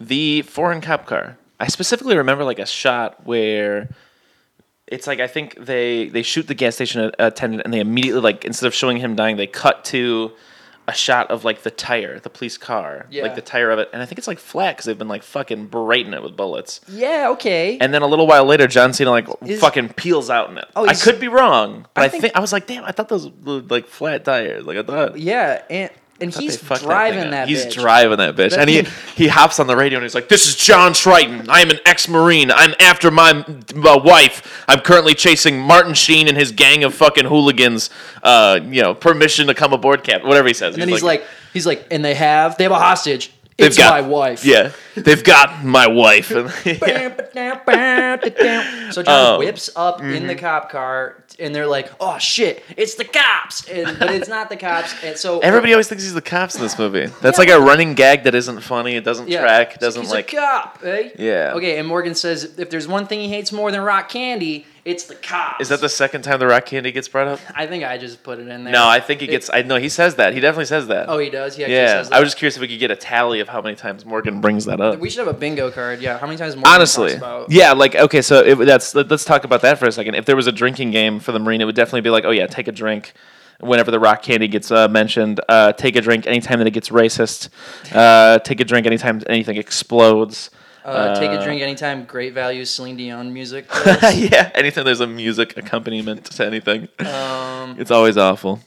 S4: the foreign cop car. I specifically remember like a shot where it's like I think they they shoot the gas station a- attendant and they immediately like instead of showing him dying, they cut to a shot of like the tire, the police car,
S3: Yeah.
S4: like the tire of it, and I think it's like flat because they've been like fucking berating it with bullets.
S3: Yeah. Okay.
S4: And then a little while later, John Cena like
S3: Is-
S4: fucking peels out in it.
S3: Oh,
S4: I
S3: he's-
S4: could be wrong, but
S3: I
S4: I,
S3: think-
S4: think, I was like, damn, I thought those were like flat tires. Like I thought.
S3: yeah, and and
S4: Thought they
S3: he's
S4: fucked thing
S3: driving
S4: up.
S3: that.
S4: He's
S3: bitch.
S4: driving that bitch,
S3: That-
S4: and he he hops on the radio and he's like, "This is John Triton. I'm an ex-marine. I'm after my, my wife. I'm currently chasing Martin Sheen and his gang of fucking hooligans. Uh, you know, permission to come aboard, cap, whatever he says.
S3: And then he's like, he's like, and they have they have a hostage. It's my wife.
S4: Yeah, they've got my wife. And-
S3: So John
S4: Um,
S3: whips up in the cop car, and they're like, "Oh shit, it's the cops!" And, but it's not the cops. And so
S4: Everybody always thinks he's the cops in this movie. That's like a running gag that isn't funny. It doesn't
S3: Yeah.
S4: track.
S3: He's
S4: Doesn't
S3: he's
S4: like.
S3: a cop. eh?
S4: Yeah.
S3: Okay, and Morgan says if there's one thing he hates more than rock candy, it's the cops.
S4: Is that the second time the rock candy gets brought up?
S3: I think I just put it in there.
S4: No, I think he gets. I know he says that. He definitely says that.
S3: Oh, he does. He actually
S4: Yeah,
S3: says that.
S4: I was just curious if we could get a tally of how many times Morgan brings that up.
S3: We should have a bingo card. Yeah. How many times? Morgan
S4: Honestly,
S3: Talks about
S4: yeah, like okay, so if that's let, us talk about that for a second. If there was a drinking game for the Marine, it would definitely be like, oh yeah, take a drink. Whenever the rock candy gets uh, mentioned, uh, take a drink anytime that it gets racist. Uh, take a drink anytime anything explodes.
S3: Uh, take a drink anytime. Great value. Celine Dion music.
S4: yeah, anytime there's a music accompaniment to anything, it's always awful.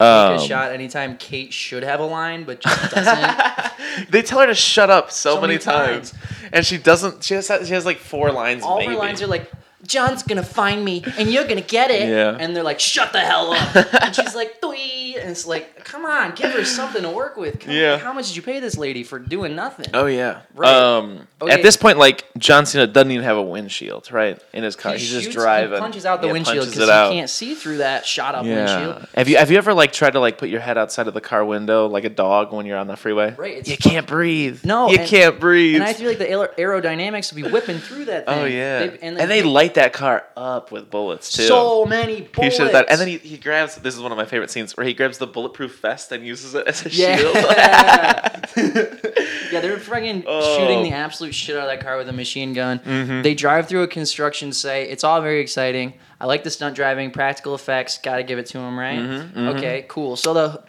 S4: Um,
S3: Take a shot anytime Kate should have a line, but just doesn't.
S4: They tell her to shut up so,
S3: So
S4: many,
S3: many
S4: times. and she doesn't. She has she has like four lines.
S3: All
S4: maybe.
S3: her lines are like, John's gonna find me and you're gonna get it.
S4: Yeah.
S3: And they're like, shut the hell up. and she's like, Twee. And it's like, come on, give her something to work with. Come-
S4: Yeah.
S3: How much did you pay this lady for doing nothing?
S4: Oh yeah.
S3: Right. Oh,
S4: Um,
S3: Okay.
S4: At this point, like John Cena doesn't even have a windshield, right, in his car.
S3: He
S4: He's
S3: shoots
S4: just
S3: and
S4: driving.
S3: punches out the
S4: Yeah,
S3: windshield
S4: punches
S3: because
S4: it
S3: he
S4: out.
S3: can't see through that shot up
S4: Yeah.
S3: windshield.
S4: Have you have you ever like tried to like put your head outside of the car window like a dog when you're on the freeway?
S3: Right, it's
S4: you
S3: fuck-
S4: can't breathe.
S3: No,
S4: You
S3: and-
S4: can't breathe.
S3: And I feel like the aer- aerodynamics would be whipping through that thing.
S4: oh yeah.
S3: They-
S4: and, they light that car up with bullets too.
S3: so many bullets.
S4: He should have done. And then he, he grabs. This is one of my favorite scenes where he grabs the bulletproof vest and uses it as a shield.
S3: Yeah. yeah, they're fucking
S4: Oh. Mm-hmm.
S3: shooting the absolute shit out of that car with a machine gun. They drive through a construction site. It's all very
S4: Mm-hmm,
S3: exciting. I like the stunt driving, practical effects. Got to give it to them, right? Okay, cool. So the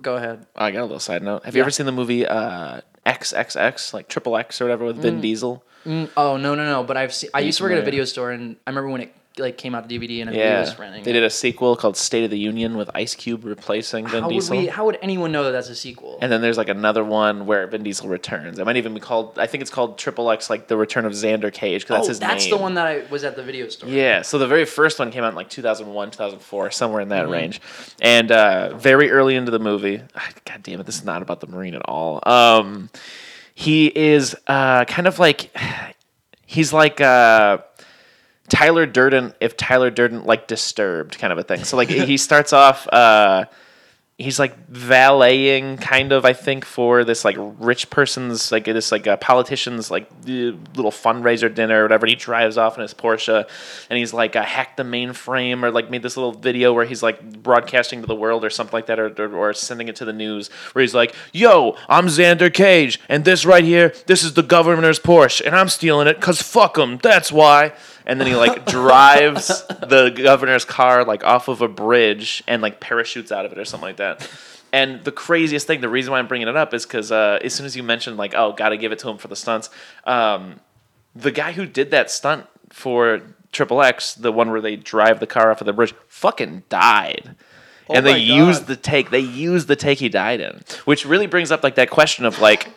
S3: Go ahead.
S4: Oh, I got a little side note. Have you ever seen the movie uh, XXX, like Triple X or whatever, with
S3: Mm.
S4: Vin Diesel?
S3: Oh no no no! But I've seen. I used to work at a video store, and I remember when it like came out to DVD, and I
S4: Yeah,
S3: was renting.
S4: they
S3: it.
S4: did a sequel called State of the Union with Ice Cube replacing Vin
S3: How would
S4: Diesel.
S3: we? How would anyone know that that's a sequel?
S4: and then there's like another one where Vin Diesel returns. It might even be called. I think it's called Triple X, like the Return of Xander Cage, because that's
S3: oh,
S4: his
S3: that's
S4: name.
S3: the one that I was at the video store.
S4: Yeah, so the very first one came out in like 2001, 2004, somewhere in that range. And uh, very early into the movie, God damn it, this is not about the Marine at all. Um, he is uh, kind of like, he's like uh, Tyler Durden, if Tyler Durden like disturbed kind of a thing. So like he starts off. Uh, he's like valeting kind of i think for this like rich person's like this like uh, politician's like uh, little fundraiser dinner or whatever and he drives off in his porsche and he's like uh, hacked the mainframe or like made this little video where he's like broadcasting to the world or something like that or, or, or sending it to the news where he's like yo i'm xander cage and this right here this is the governor's porsche and i'm stealing it because fuck him that's why and then he like drives the governor's car like off of a bridge and like parachutes out of it or something like that. And the craziest thing, the reason why I'm bringing it up is because uh, as soon as you mentioned like, oh, gotta give it to him for the stunts, um, the guy who did that stunt for Triple X, the one where they drive the car off of the bridge, fucking died. and they
S3: Oh my God.
S4: used the take. They used the take he died in, which really brings up like that question of like,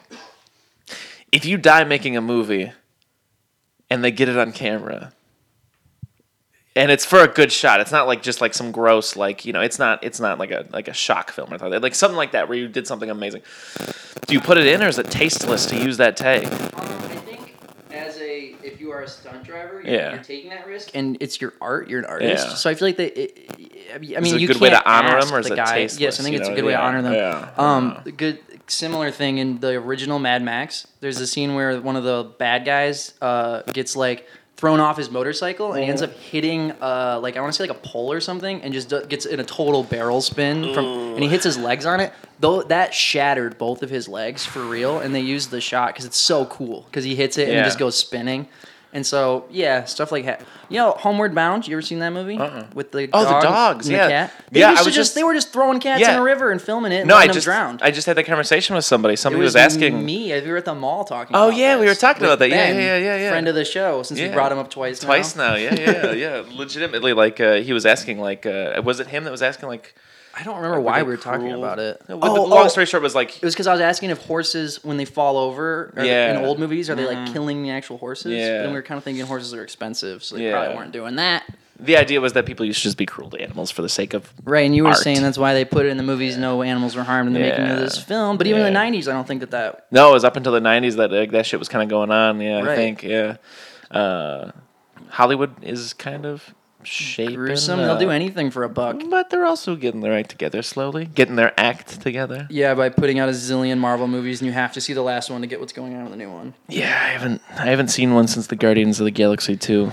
S4: if you die making a movie, and they get it on camera, and it's for a good shot. It's not like just like some gross like you know. It's not it's not like a like a shock film or something like something like that where you did something amazing. Do you put it in or is it tasteless to use that take?
S3: I think as a if you are a stunt driver,
S4: you're- Yeah. you're
S3: taking that risk, and it's your art. You're an artist,
S4: Yeah.
S3: so I feel like they. It, I mean,
S4: it a
S3: you
S4: good way to
S3: can't
S4: honor 'em,
S3: ask
S4: or is
S3: the
S4: it
S3: guy- Yes,
S4: tasteless,
S3: I think
S4: you
S3: it's a
S4: know?
S3: good way to
S4: Yeah,
S3: honor them.
S4: yeah,
S3: um, the good similar thing in the original Mad Max. There's a scene where one of the bad guys uh, gets like thrown off his motorcycle and he ends up
S4: Uh-huh.
S3: hitting uh, like I want to say like a pole or something and just do- gets in a total barrel spin from and he hits his legs on it. Though that shattered both of his legs for real, and they used the shot because it's so cool because he hits it and it
S4: Yeah.
S3: just goes spinning. And so, yeah, stuff like that. You know, Homeward Bound. You ever seen that movie with the
S4: Oh, the
S3: dog
S4: dogs,
S3: and
S4: yeah.
S3: the cat? They
S4: Yeah,
S3: used
S4: I
S3: to
S4: was
S3: just
S4: just-
S3: they were just throwing cats
S4: Yeah.
S3: in a river and filming it. And
S4: No, I
S3: letting
S4: just
S3: them drown.
S4: I just had that conversation with somebody.
S3: It
S4: Somebody was, asking
S3: me. We were at the mall talking.
S4: Oh,
S3: about
S4: yeah, we
S3: this
S4: were talking
S3: with
S4: about that. Yeah,
S3: Ben,
S4: yeah, yeah, yeah.
S3: Friend of the show, since we
S4: Yeah.
S3: brought him up twice.
S4: twice
S3: now.
S4: now. Yeah, yeah, yeah. Legitimately, like uh, he was asking, like, uh, was it him that was asking, like,
S3: I don't remember why
S4: they
S3: we were talking
S4: cruel?
S3: about it.
S4: No,
S3: oh,
S4: the long
S3: oh,
S4: story short was like,
S3: It was because I was asking if horses, when they fall over, are
S4: Yeah. Mm-hmm.
S3: in old movies, are they like killing the actual horses?
S4: Yeah.
S3: And we were kind of thinking horses are expensive, so they
S4: Yeah.
S3: probably weren't doing that.
S4: the idea was that people used to just be cruel to animals for the sake of.
S3: Right, and you were
S4: Art.
S3: saying that's why they put it in the movies. No animals were harmed in the making of
S4: Yeah.
S3: this film. But even in the
S4: Yeah.
S3: '90s, I don't think that that
S4: No, it was up until the '90s that like, that shit was kind of going on. Yeah,
S3: Right.
S4: I think. Yeah, uh, Hollywood is kind of shaping.
S3: gruesome. They'll
S4: up,
S3: do anything for a buck.
S4: But they're also getting their act together slowly, getting their act together.
S3: Yeah, by putting out a zillion Marvel movies, and you have to see the last one to get what's going on with the new one.
S4: Yeah, I haven't I haven't seen one since the Guardians of the Galaxy two.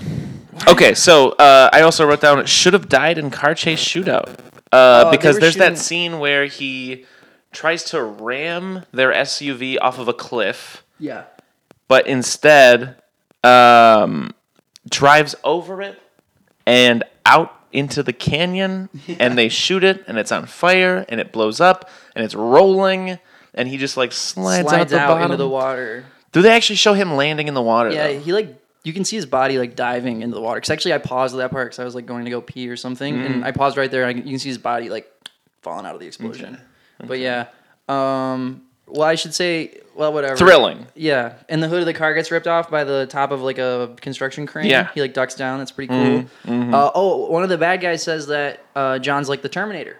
S4: Okay, so uh, I also wrote down should have died in car chase shootout uh,
S3: Oh, they
S4: because
S3: were
S4: there's
S3: shooting-
S4: that scene where he tries to ram their SUV off of a cliff,
S3: Yeah.
S4: but instead um, drives over it and out into the canyon, and they shoot it, and it's on fire, and it blows up, and it's rolling, and he just like slides,
S3: Slides,
S4: out the
S3: out,
S4: bottom.
S3: into the water.
S4: Do they actually show him landing in the water?
S3: Yeah,
S4: though?
S3: he like you can see his body like diving into the water. Because actually, I paused at that part because I was like going to go pee or something,
S4: Mm-hmm.
S3: and I paused right there. And I, you can see his body like falling out of the explosion. But yeah, um, well, I should say, well, whatever.
S4: Thrilling.
S3: Yeah, and the hood of the car gets ripped off by the top of like a construction crane.
S4: Yeah. Mm-hmm.
S3: he like ducks down. That's pretty cool. Uh, oh, one of the bad guys says that uh, John's like the Terminator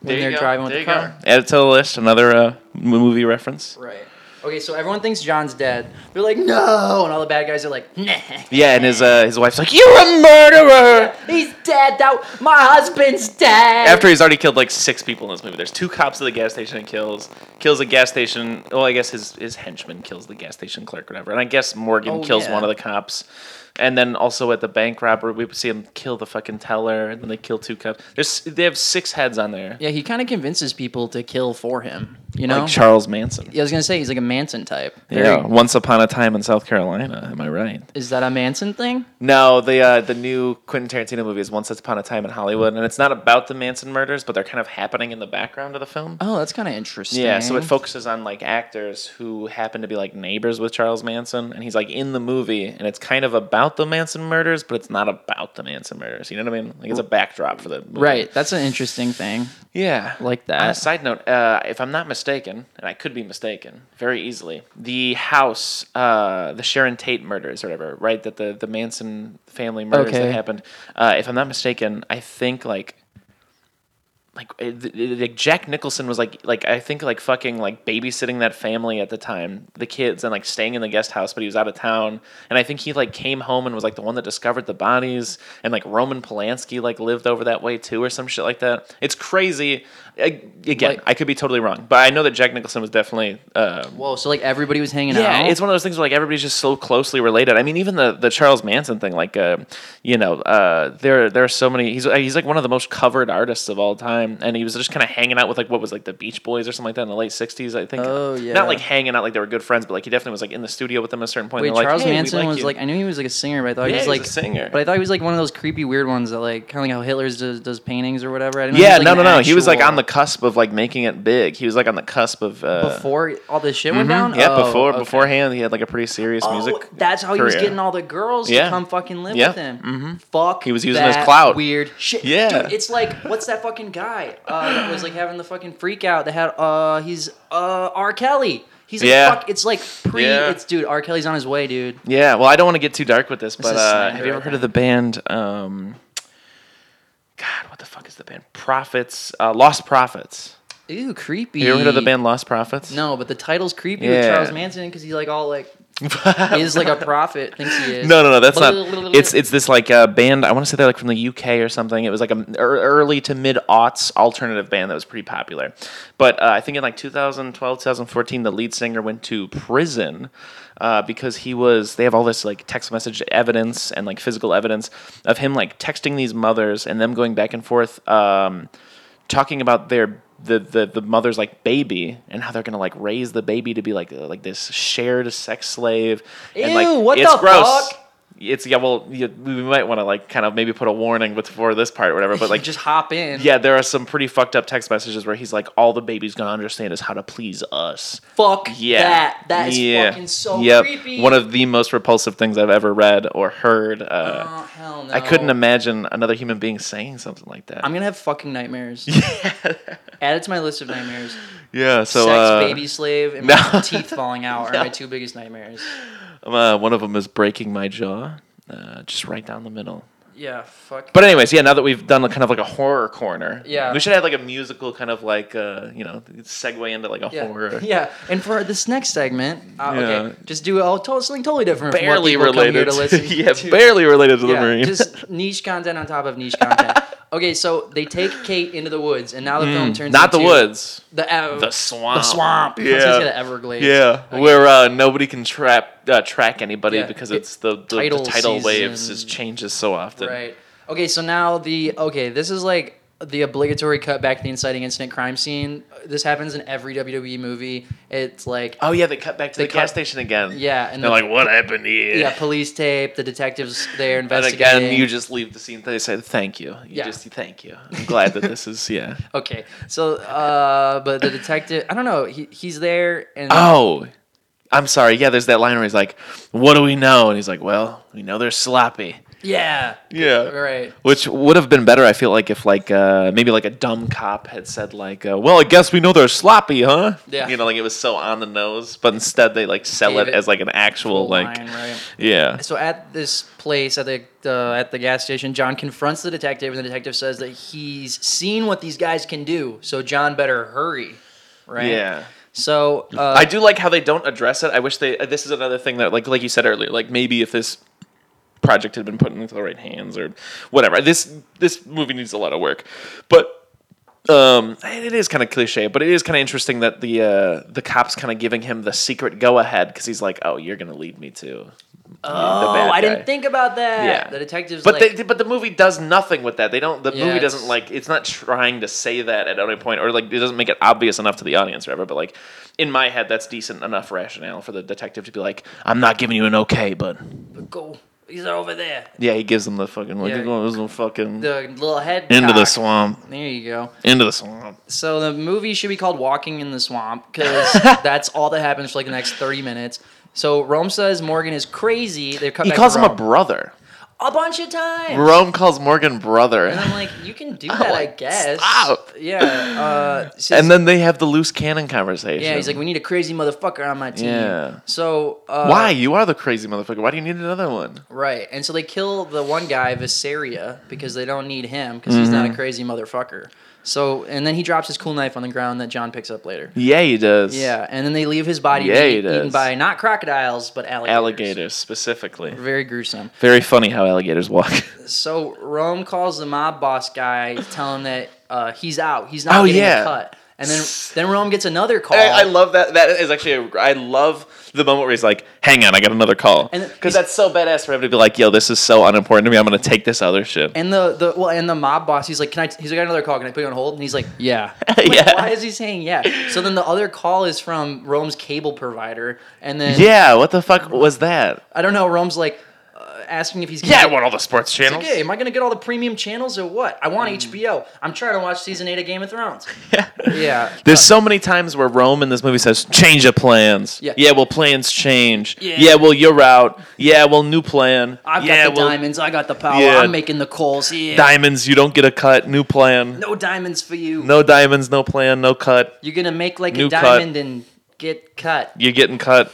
S3: when
S4: There you
S3: they're
S4: go.
S3: driving with
S4: There
S3: the
S4: you
S3: car.
S4: go. Add it to the list. Another uh, m- movie reference.
S3: Right. Okay, so everyone thinks John's dead. They're like, no, and all the bad guys are like, nah,
S4: Yeah, and his uh, his wife's like, "You're a murderer."
S3: he's dead. That my husband's dead.
S4: After he's already killed like six people in this movie. There's two cops at the gas station and kills kills a gas station. Well, I guess his his henchman kills the gas station clerk, or whatever. And I guess Morgan
S3: Oh,
S4: kills
S3: yeah.
S4: one of the cops. And then also at the bank robbery, we see him kill the fucking teller, and then they kill two cops. There's they have six heads on there.
S3: Yeah, he kind of convinces people to kill for him. You know,
S4: Like Charles Manson.
S3: Yeah, I was gonna say he's like a Manson type. Very-
S4: Yeah, Once Upon a Time in South Carolina. Am I right?
S3: Is that a Manson thing?
S4: No, the uh, the new Quentin Tarantino movie is Once Upon a Time in Hollywood, and it's not about the Manson murders, but they're kind of happening in the background of the film.
S3: Oh, that's kind of interesting.
S4: Yeah, so it focuses on like actors who happen to be like neighbors with Charles Manson, and he's like in the movie, and it's kind of about the Manson murders, but it's not about the Manson murders. You know what I mean? Like it's a backdrop for the movie.
S3: right. That's an interesting thing.
S4: Yeah,
S3: Like that.
S4: On a side note, uh, if I'm not mistaken, and I could be mistaken very easily, the house, uh, the Sharon Tate murders or whatever, right? That the the Manson family murders
S3: Okay.
S4: that happened. Uh, if I'm not mistaken, I think like. Like, it- it- it- like Jack Nicholson was like like I think like fucking like babysitting that family at the time the kids and like staying in the guest house but he was out of town and I think he like came home and was like the one that discovered the bodies and like Roman Polanski like lived over that way too or some shit like that it's crazy I, again
S3: Like-
S4: I could be totally wrong but I know that Jack Nicholson was definitely uh,
S3: Whoa, so like everybody was hanging
S4: yeah,
S3: out.
S4: it's one of those things where like everybody's just so closely related. I mean, even the the Charles Manson thing, like, uh, you know, uh, there there are so many. He's he's like one of the most covered artists of all time, and he was just kind of hanging out with like what was like the Beach Boys or something like that in the late '60s, I think.
S3: Oh, yeah.
S4: Not like hanging out like they were good friends, but like he definitely was like in the studio with them at a certain point.
S3: Wait,
S4: They're like,
S3: Charles
S4: "Hey, we
S3: Manson was
S4: you."
S3: like I knew he was like a singer, but I thought
S4: Yeah,
S3: he was
S4: he's a
S3: like
S4: singer.
S3: But I thought he was like one of those creepy weird ones that like kind of like how Hitler's does, does paintings or whatever. I didn't know he
S4: Yeah,
S3: was, like,
S4: no,
S3: an
S4: no, no. He was like
S3: actual-
S4: on the cusp of like making it big. He was like on the cusp of uh, Mm-hmm.
S3: before all this shit went down.
S4: Yeah,
S3: Oh,
S4: before
S3: okay.
S4: beforehand, he had like a pretty serious
S3: Oh,
S4: music.
S3: that's how he was
S4: career.
S3: getting all the girls
S4: Yeah.
S3: to come fucking live
S4: Yeah. Mm-hmm.
S3: with him. Fuck.
S4: He was using his
S3: that
S4: clout.
S3: Weird shit.
S4: Yeah.
S3: Dude, it's like what's that fucking guy uh, that was like having the fucking freak out? That had uh, he's uh R Kelly. He's like,
S4: Yeah.
S3: fuck. It's like pre.
S4: Yeah.
S3: It's dude. R Kelly's on his way, dude.
S4: Yeah, well, I don't want to get too dark with this, but
S3: is
S4: uh,
S3: Snyder,
S4: have you ever
S3: I
S4: heard of the band? Um, God, what the fuck is the band? Prophets, uh, Lost Prophets.
S3: Ew, creepy.
S4: Have you ever heard of the band Lost Prophets?
S3: No, but the title's creepy with
S4: Yeah.
S3: Charles Manson because he's like all like is like a prophet thinks he is.
S4: No, no, no. That's not. It's it's this like uh, band. I want to say they're like from the UK or something. It was like a m- ear- early to mid aughts alternative band that was pretty popular. But uh, I think in like 2012, 2014, the lead singer went to prison uh, because he was. They have all this like text message evidence and like physical evidence of him like texting these mothers and them going back and forth. Um, talking about their the, the the mother's like baby and how they're gonna like raise the baby to be like uh, like this shared sex slave. and, like,
S3: Ew, what
S4: it's
S3: the
S4: gross.
S3: fuck?
S4: It's yeah. Well, you, we might want to like kind of maybe put a warning before this part or whatever. But like
S3: just hop in.
S4: yeah, there are some pretty fucked up text messages where he's like, "All the baby's gonna understand is how to please us."
S3: Fuck
S4: Yeah,
S3: that. That is
S4: yeah.
S3: fucking so
S4: Yep.
S3: creepy.
S4: One of the most repulsive things I've ever read or heard. Uh,
S3: Oh, hell no.
S4: I couldn't imagine another human being saying something like that.
S3: I'm gonna have fucking nightmares. Add it to my list of nightmares.
S4: yeah. So
S3: Sex,
S4: uh,
S3: baby slave, and my teeth falling out are my two biggest nightmares.
S4: Uh, one of them is breaking my jaw, uh, just right down the middle.
S3: Yeah, fuck.
S4: But anyways, yeah. Now that we've done a kind of like a horror corner,
S3: Yeah.
S4: we should have like a musical kind of like uh, you know segue into like a
S3: yeah.
S4: horror.
S3: Yeah, and for this next segment, uh,
S4: Yeah.
S3: okay, just do all, to- something totally different. from what
S4: Barely
S3: people come here
S4: related.
S3: to listen
S4: To, yeah,
S3: to.
S4: barely related to the
S3: Yeah,
S4: marine.
S3: just niche content on top of niche content. okay, so they take Kate into the woods, and now the film turns
S4: Mm, Not the
S3: into
S4: woods.
S3: The, uh,
S4: The swamp.
S3: The swamp. I was gonna
S4: Yeah.
S3: say the Everglades.
S4: Yeah, where uh, nobody can trap uh, track anybody
S3: Yeah,
S4: because
S3: it-
S4: it's the the tidal,
S3: tidal
S4: the tidal waves
S3: season.
S4: just changes so often.
S3: Right. Okay, so now the okay, this is like the obligatory cut back to the inciting incident crime scene. This happens in every WWE movie. It's like
S4: Oh yeah, they cut back to
S3: They
S4: the gas
S3: cut-
S4: station again.
S3: yeah, and
S4: they're
S3: the-
S4: like, what happened here?
S3: yeah, police tape, the detectives there
S4: And
S3: investigating.
S4: again, you just leave the scene. They say thank you. You
S3: Yeah.
S4: just thank you. I'm glad that this is yeah.
S3: okay. So uh but the detective I don't know, he, he's there and
S4: Oh, I'm sorry. Yeah, there's that line where he's like, "What do we know?" And he's like, "Well, we know they're sloppy."
S3: yeah.
S4: Yeah.
S3: Right.
S4: Which would have been better, I feel like, if like uh, maybe like a dumb cop had said like, uh, "Well, I guess we know they're sloppy, huh?"
S3: Yeah.
S4: You know, like it was so on the nose, but instead they like sell
S3: Gave
S4: it,
S3: it
S4: as like an actual like,
S3: Line, right.
S4: yeah.
S3: So at this place at the uh, at the gas station, John confronts the detective, and the detective says that he's seen what these guys can do. So John better hurry, right?
S4: Yeah.
S3: So uh,
S4: I do like how they don't address it. I wish they. uh, This is another thing that, like, like you said earlier, like maybe if this project had been put into the right hands or whatever, this this movie needs a lot of work. But um, and it is kind of cliche, but it is kind of interesting that the uh, the cops kind of giving him the secret go ahead because he's like, oh, you're gonna lead me to the
S3: Oh,
S4: bad
S3: I
S4: guy.
S3: didn't think about that.
S4: Yeah,
S3: The detectives
S4: But
S3: like,
S4: they, but the movie does nothing with that. They don't. The
S3: Yeah,
S4: movie
S3: it's-
S4: doesn't like. It's not trying to say that at any point, or like it doesn't make it obvious enough to the audience or ever. But like, in my head, that's decent enough rationale for the detective to be like, "I'm not giving you an okay, but
S3: go. He's over there.
S4: yeah, he gives them the fucking like,
S3: Yeah.
S4: "This one- this one fucking
S3: The little head.
S4: into the
S3: cock.
S4: swamp,
S3: There you go.
S4: into the swamp."
S3: So the movie should be called Walking in the Swamp because that's all that happens for like the next 30 minutes. So Rome says Morgan is crazy. They're cut
S4: He
S3: back
S4: calls
S3: to
S4: him a
S3: Rome.
S4: brother.
S3: a bunch of times.
S4: Rome calls Morgan brother.
S3: And I'm like, you can do that, I
S4: like,
S3: guess.
S4: stop.
S3: Yeah. Uh, so
S4: and then they have the loose cannon conversation.
S3: yeah, he's like, we need a crazy motherfucker on my team.
S4: Yeah.
S3: So uh,
S4: "Why? You are the crazy motherfucker. Why do you need another one?"
S3: Right. And so they kill the one guy, Viseria, because they don't need him because he's
S4: Mm-hmm.
S3: not a crazy motherfucker. So and then he drops his cool knife on the ground that John picks up later.
S4: Yeah, he does.
S3: Yeah, and then they leave his body
S4: Yeah,
S3: being
S4: he does.
S3: eaten by not crocodiles but alligators.
S4: alligators specifically.
S3: Very gruesome.
S4: Very funny how alligators walk.
S3: So Rome calls the mob boss guy, tell him that uh, he's out. He's not
S4: Oh,
S3: getting
S4: yeah.
S3: a cut. And then then Rome gets another call.
S4: I, I love that. That is actually, a, I love the moment where he's like, "Hang on, I got another call,"
S3: And-
S4: because that's so badass for him to be like, "Yo, this is so unimportant to me. I'm gonna take this other shit."
S3: and the, the well and the mob boss he's like can I he's like I got another call can I put you on hold and he's like yeah
S4: Yeah.
S3: why is he saying yeah so then the other call is from Rome's cable provider and then
S4: yeah, what the fuck was that?
S3: I don't know Rome's like uh, asking if he's
S4: Yeah, I want all the sports channels. Mm.
S3: Okay, am I gonna get all the premium channels or what? I want HBO. I'm trying to watch season eight of Game of Thrones. yeah.
S4: There's so many times where Rome in this movie says, "Change of plans."
S3: Yeah.
S4: yeah. Well, plans change.
S3: Yeah.
S4: yeah well, you're out. Yeah, well, new plan.
S3: I've
S4: yeah,
S3: got the
S4: well,
S3: diamonds. I got the power.
S4: Yeah.
S3: I'm making the calls. Yeah.
S4: Diamonds. You don't get a cut. New plan.
S3: no diamonds for you.
S4: No diamonds. No plan. No cut.
S3: You're gonna make like
S4: New
S3: a
S4: cut.
S3: diamond and get cut.
S4: You're getting cut.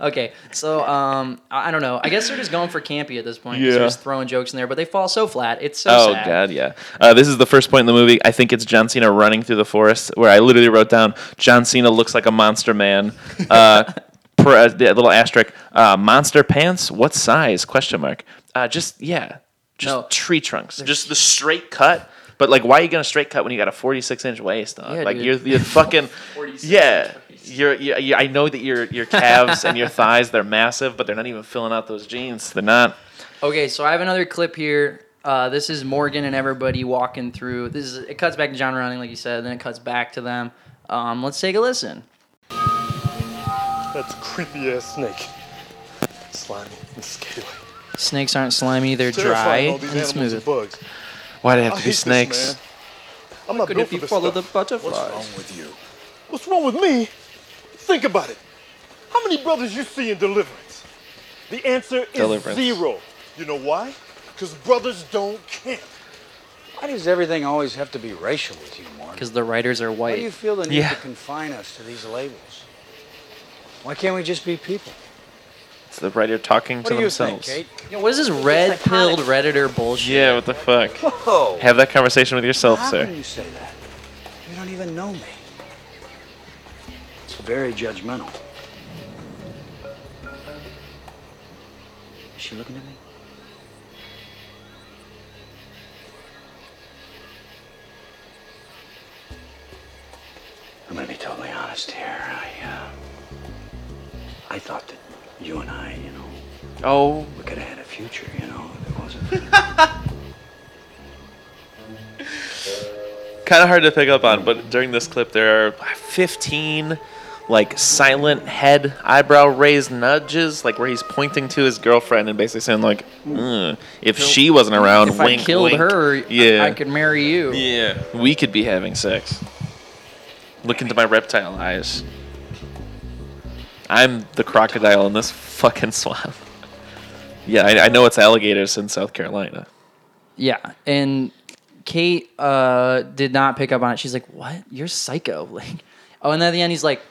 S3: Okay, so um, I I don't know. I guess they're just going for campy at this point. 'cause
S4: Yeah.
S3: They're just throwing jokes in there, but they fall so flat. It's so
S4: Oh
S3: sad.
S4: god, yeah. Uh, this is the first point in the movie. I think it's John Cena running through the forest, where I literally wrote down John Cena looks like a monster man. Uh, per, uh, the little asterisk, uh, monster pants. What size? Question mark. Uh, just yeah, just
S3: No.
S4: tree trunks. Just the straight cut. But like, why are you gonna straight cut when you got a forty-six inch waist? Dog?
S3: Yeah,
S4: like
S3: dude.
S4: you're you're fucking yeah. You're, you're, you I know that your your calves and your thighs they're massive, but they're not even filling out those jeans. They're not.
S3: Okay, so I have another clip here. Uh, this is Morgan and everybody walking through. This is it cuts back to John Running, like you said, then it cuts back to them. Um, let's take a listen.
S10: That's creepy ass snake. Slimy and scaly.
S3: Snakes aren't slimy; they're dry
S10: Terrifying, all
S3: and
S10: these animals
S3: smooth.
S10: and bugs.
S4: Why do they have
S10: I
S4: to
S10: hate
S4: be
S10: this,
S4: snakes?
S10: man. I'm not
S3: Good
S10: built
S3: if
S10: for
S3: you
S10: this
S3: follow
S10: stuff.
S3: the butterflies.
S10: with you? What's wrong with me? Think about it. How many brothers you see in Deliverance? The answer is
S4: Deliverance.
S10: zero. You know why? Because brothers don't camp.
S11: Why does everything always have to be racial with you, Mark?
S3: Because the writers are
S11: Why do you
S3: white.
S11: feel the need
S4: Yeah.
S11: to confine us to these labels? Why can't we just be people?
S4: It's the writer talking
S11: What
S4: to
S11: do you think,
S4: themselves.
S11: Kate?
S3: Yo, what is this red pilled redditor bullshit?
S4: Yeah, what the fuck?
S11: Whoa!
S4: Have that conversation with yourself,
S11: Oh, How
S4: sir.
S11: can you say that? You don't even know me. It's very judgmental. Is she looking at me? I'm gonna be totally honest here. I, uh, I thought that you and I, you know,
S4: Oh,
S11: we could have had a future, you know, if it wasn't for
S4: kind of hard to pick up on, but during this clip, there are 15 like silent head eyebrow raised nudges, like where he's pointing to his girlfriend and basically saying like, "Mm, "If she wasn't around,
S3: If
S4: wink,
S3: I killed
S4: wink."
S3: her,
S4: yeah,
S3: I, I could marry you.
S4: yeah, we could be having sex. Look into my reptile eyes. I'm the crocodile in this fucking swamp. Yeah, I, I know it's alligators in South Carolina.
S3: Yeah, and Kate uh, did not pick up on it. She's like, "What? You're psycho!" Like, oh, and then at the end, he's like,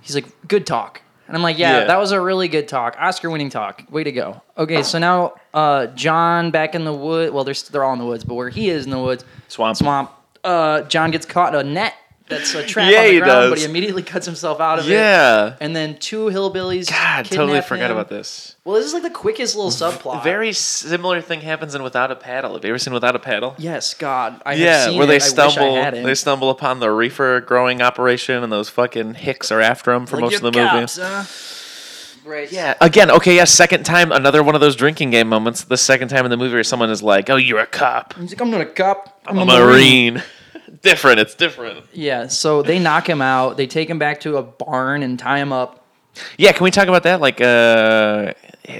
S3: "He's like, good talk." And I'm like, yeah,
S4: Yeah.
S3: that was a really good talk, Oscar-winning talk. Way to go. Okay, so now uh, John back in the wood. Well, they're s- they're all in the woods, but where he is in the woods,
S4: Swamp.
S3: swamp. Uh, John gets caught in a net that's a trap
S4: Yeah,
S3: on the
S4: he
S3: ground, but
S4: does.
S3: he immediately cuts himself out of it.
S4: Yeah.
S3: And then two hillbillies.
S4: God, totally
S3: kidnap
S4: forgot
S3: him.
S4: about this.
S3: Well, this is like the quickest little subplot.
S4: Very similar thing happens in Without a Paddle. Have you ever seen Without a Paddle?
S3: Yes, God, I have
S4: Yeah,
S3: seen
S4: where they
S3: it. I wish I
S4: stumble,
S3: had it.
S4: they stumble upon the reefer growing operation, and those fucking hicks are after them for most of the movie.
S3: Right.
S4: Yeah. Again, okay, yeah, second time, another one of those drinking game moments. The second time in the movie where someone is like, oh, you're a cop.
S3: He's like, I'm not a cop.
S4: I'm, a Marine. different. It's different.
S3: Yeah, so they knock him out. They take him back to a barn and tie him up.
S4: Yeah, can we talk about that? Like, uh,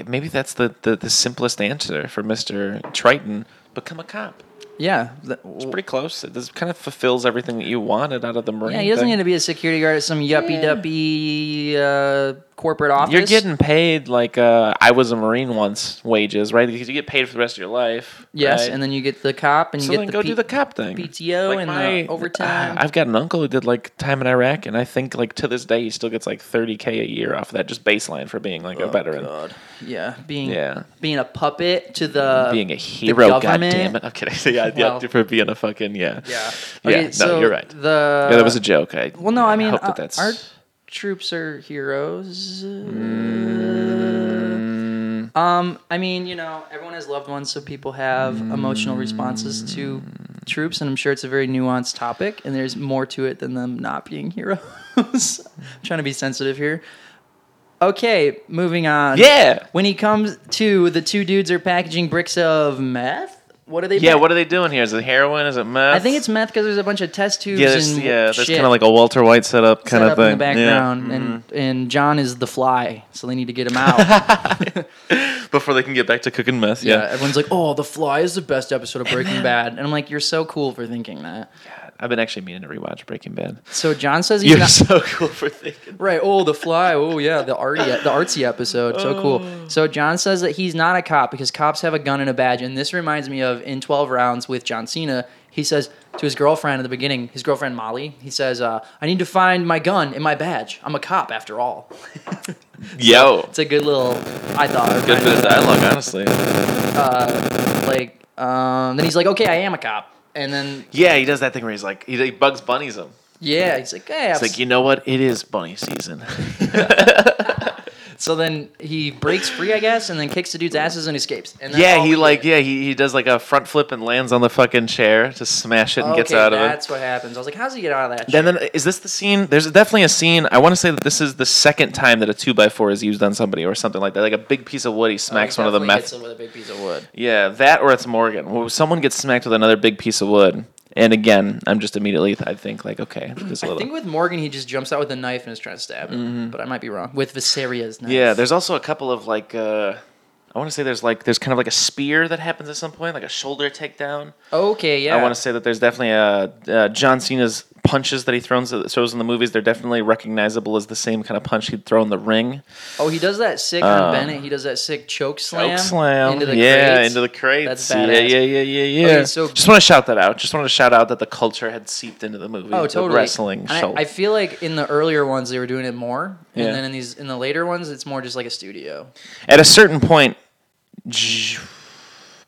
S4: maybe that's the, the, the simplest answer for Mr. Triton become a cop.
S3: Yeah.
S4: It's pretty close. It just kind of fulfills everything that you wanted out of the Marine.
S3: Yeah, he doesn't
S4: thing.
S3: need to be a security guard at some yuppie duppy uh, corporate office.
S4: You're getting paid like uh, I was a Marine once wages, right? Because you get paid for the rest of your life.
S3: Yes,
S4: right?
S3: and then you get the cop and
S4: So
S3: you get
S4: then
S3: the
S4: go do the cop thing.
S3: PTO
S4: Like
S3: and
S4: my-
S3: the overtime.
S4: I've got an uncle who did like time in Iraq, and I think like to this day he still gets like 30k a year off of that just baseline for being like a veteran.
S3: yeah, being
S4: Yeah.
S3: being a puppet to the
S4: being a
S3: the
S4: hero,
S3: government.
S4: goddammit. I'm kidding. Yeah, yeah,
S3: Well-
S4: for being a fucking yeah.
S3: Yeah.
S4: Yeah.
S3: Okay,
S4: no,
S3: so
S4: you're right.
S3: the-
S4: yeah, that was a joke. I
S3: Well, no, I mean,
S4: hope
S3: uh,
S4: that that's
S3: our troops are heroes.
S4: Mm.
S3: Um, I mean, you know, everyone has loved ones, so people have emotional responses to troops, and I'm sure it's a very nuanced topic, and there's more to it than them not being heroes. I'm trying to be sensitive here. Okay, moving on.
S4: Yeah.
S3: When he comes to, the two dudes are packaging bricks of meth. What are they?
S4: yeah.
S3: pack-
S4: What are they doing here? Is it heroin? Is it meth?
S3: I think it's meth because there's a bunch of test tubes
S4: yeah, there's,
S3: and
S4: yeah, there's
S3: shit
S4: kind of like a Walter White setup kind of
S3: set up
S4: thing. Mm-hmm.
S3: in the background, and and John is the fly, so they need to get him out.
S4: Yeah. Before they can get back to cooking meth.
S3: yeah,
S4: Yeah.
S3: everyone's like, "Oh, the fly is the best episode of Breaking Bad," and I'm like, "You're so cool for thinking that."
S4: I've been actually meaning to rewatch Breaking Bad.
S3: So John says he's
S4: You're
S3: not
S4: so cool for thinking.
S3: right. Oh, the fly. Oh yeah, the arty, the artsy episode. So
S4: Oh.
S3: cool. So John says that he's not a cop because cops have a gun and a badge, and this reminds me of in Twelve Rounds with John Cena. He says to his girlfriend at the beginning, his girlfriend Molly. He says, uh, "I need to find my gun and my badge. I'm a cop after all."
S4: Yo.
S3: It's a good little. I thought.
S4: Good bit of dialogue, honestly.
S3: uh, like um, then he's like, okay, I am a cop, and then
S4: Yeah, he does that thing where he's like, he, he bugs bunnies him.
S3: yeah, he's like, hey,
S4: It's like, you know what? It is bunny season.
S3: so then he breaks free, I guess, and then kicks the dude's asses and escapes. And that's
S4: yeah,
S3: all
S4: he
S3: we
S4: like, yeah, he, he does like a front flip and lands on the fucking chair to smash it
S3: get.
S4: and gets
S3: Okay,
S4: out of it.
S3: That's what happens. I was like, how's he get out of that?
S4: Then, then is this the scene? There's definitely a scene. I want to say that this is the second time that a two by four is used on somebody or something like that. Like a big piece of wood, he smacks one of the
S3: Definitely
S4: meth
S3: hits him with a big piece of wood.
S4: Yeah, that or it's Morgan. Well, someone gets smacked with another big piece of wood, and again, I'm just immediately I think like, okay, there's a
S3: I
S4: little.
S3: think with Morgan, he just jumps out with a knife and is trying to stab him, but I might be wrong. With Viseria's knife.
S4: Mm-hmm. Yeah, there's also a couple of like, uh, I want to say there's like there's kind of like a spear that happens at some point, like a shoulder takedown.
S3: Okay, yeah.
S4: I want to say that there's definitely a uh, John Cena's punches that he throws throws in the movies. They're definitely recognizable as the same kind of punch he'd throw in the ring.
S3: Oh, he does that sick
S4: Uh,
S3: on Bennett. He does that sick choke slam.
S4: Choke slam.
S3: Into the
S4: yeah,
S3: crates.
S4: into the crates.
S3: That's badass.
S4: Yeah, yeah, yeah, yeah, yeah.
S3: Okay, so-
S4: just want to shout that out. Just want to shout out that the culture had seeped into the movie.
S3: Oh,
S4: the
S3: totally.
S4: wrestling
S3: And I-
S4: show.
S3: I, feel like in the earlier ones they were doing it more, and
S4: Yeah.
S3: then in these in the later ones it's more just like a studio.
S4: At a certain point, J-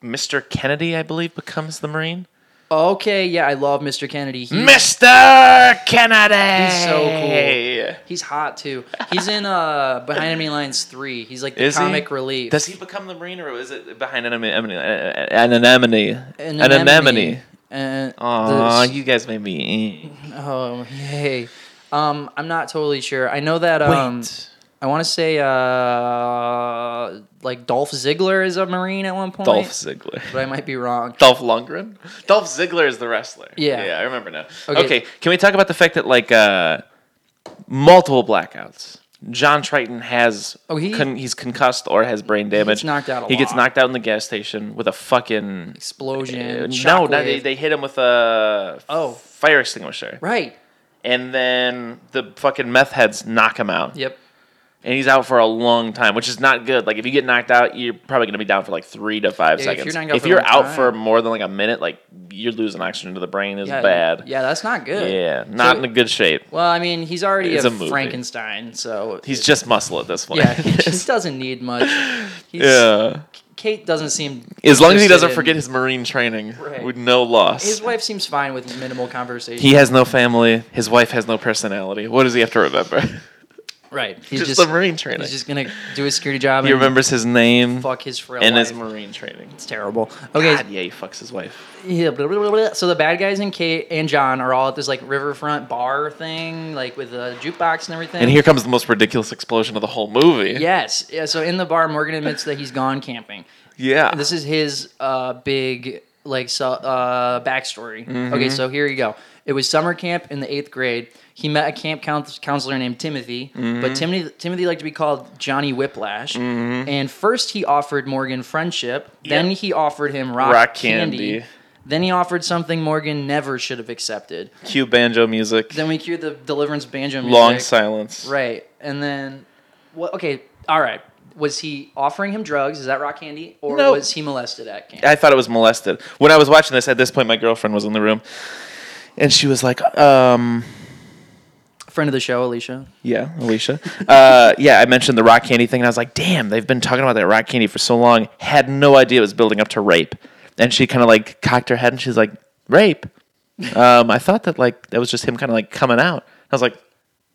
S4: Mr. Kennedy, I believe, becomes the Marine.
S3: Okay, yeah, I love Mr. Kennedy. He-
S4: Mr. Kennedy.
S3: He's so cool. He's hot too. He's in uh Behind Enemy Lines three. He's like the
S4: Is he?
S3: comic relief.
S4: Does he become the Marine, or is it behind an anemone? An anemone. An
S3: anemone.
S4: anemone.
S3: And
S4: Aw,
S3: the-
S4: you guys made me.
S3: Oh, yay. Um, I'm not totally sure. I know that um I want to say uh like Dolph Ziggler is a Marine at one point.
S4: Dolph Ziggler.
S3: But I might be wrong.
S4: Dolph Lundgren? Dolph Ziggler is the wrestler.
S3: Yeah.
S4: Yeah, I remember now.
S3: Okay.
S4: Okay. can we talk about the fact that like uh multiple blackouts? John Triton has
S3: Oh, he-
S4: con- he's concussed or has brain damage.
S3: knocked out a
S4: he gets
S3: lot.
S4: knocked out in the gas station with a fucking
S3: Explosion.
S4: Uh, no, no, they,
S3: shockwave.
S4: they hit him with a
S3: Oh.
S4: fire extinguisher.
S3: Right.
S4: And then the fucking meth heads knock him out.
S3: Yep.
S4: And he's out for a long time, which is not good. Like if you get knocked out, you're probably gonna be down for like three to five
S3: Yeah, if
S4: seconds.
S3: you're knocked out for a long
S4: out
S3: time.
S4: for more than like a minute, like you're losing oxygen to the brain is
S3: Yeah,
S4: bad.
S3: Yeah, that's not good.
S4: Yeah, not
S3: So-
S4: in a good shape.
S3: Well, I mean, he's already
S4: It's
S3: a,
S4: a movie.
S3: Frankenstein, so
S4: He's just muscle at this point.
S3: yeah, he just doesn't need much. He's,
S4: Yeah.
S3: Kate doesn't seem
S4: As long as he
S3: interested
S4: doesn't
S3: in-
S4: forget his marine training,
S3: Right.
S4: with no loss.
S3: His wife seems fine with minimal conversation.
S4: he has no family. His wife has no personality. What does he have to remember?
S3: Right.
S4: Just the Marine training.
S3: He's just gonna do his security job.
S4: He
S3: and
S4: remembers his name.
S3: Fuck his frail
S4: And his
S3: wife.
S4: Marine training.
S3: It's terrible. Okay.
S4: God, yeah, he fucks his wife.
S3: Yeah, blah, blah, blah, blah. So the bad guys and Kate and John are all at this like riverfront bar thing, like with a jukebox and everything.
S4: And here comes the most ridiculous explosion of the whole movie.
S3: Yes. Yeah, so in the bar, Morgan admits that he's gone camping.
S4: Yeah.
S3: This is his uh, big like so, uh, backstory.
S4: Mhm.
S3: Okay, so here you go. It was summer camp in the eighth grade. He met a camp count- counselor named Timothy, but
S4: Mhm.
S3: Timothy Timothy liked to be called Johnny Whiplash.
S4: Mhm.
S3: And first he offered Morgan friendship. Then he offered him rock,
S4: Rock
S3: candy.
S4: candy.
S3: Then he offered something Morgan never should have accepted.
S4: Cue banjo music.
S3: Then we cue the Deliverance banjo music.
S4: Long silence.
S3: Right, and then what? Okay, all right. Was he offering him drugs? Is that rock candy, or
S4: No.
S3: was he molested at camp?
S4: I thought it was molested. When I was watching this, at this point, my girlfriend was in the room, and she was like, um,
S3: Friend of the show, Alicia.
S4: "Yeah, Alicia, uh, yeah." I mentioned the rock candy thing, and I was like, "Damn, they've been talking about that rock candy for so long. Had no idea it was building up to rape." And she kind of like cocked her head, and she's like, "Rape." Um, I thought that like that was just him kind of like coming out. I was like,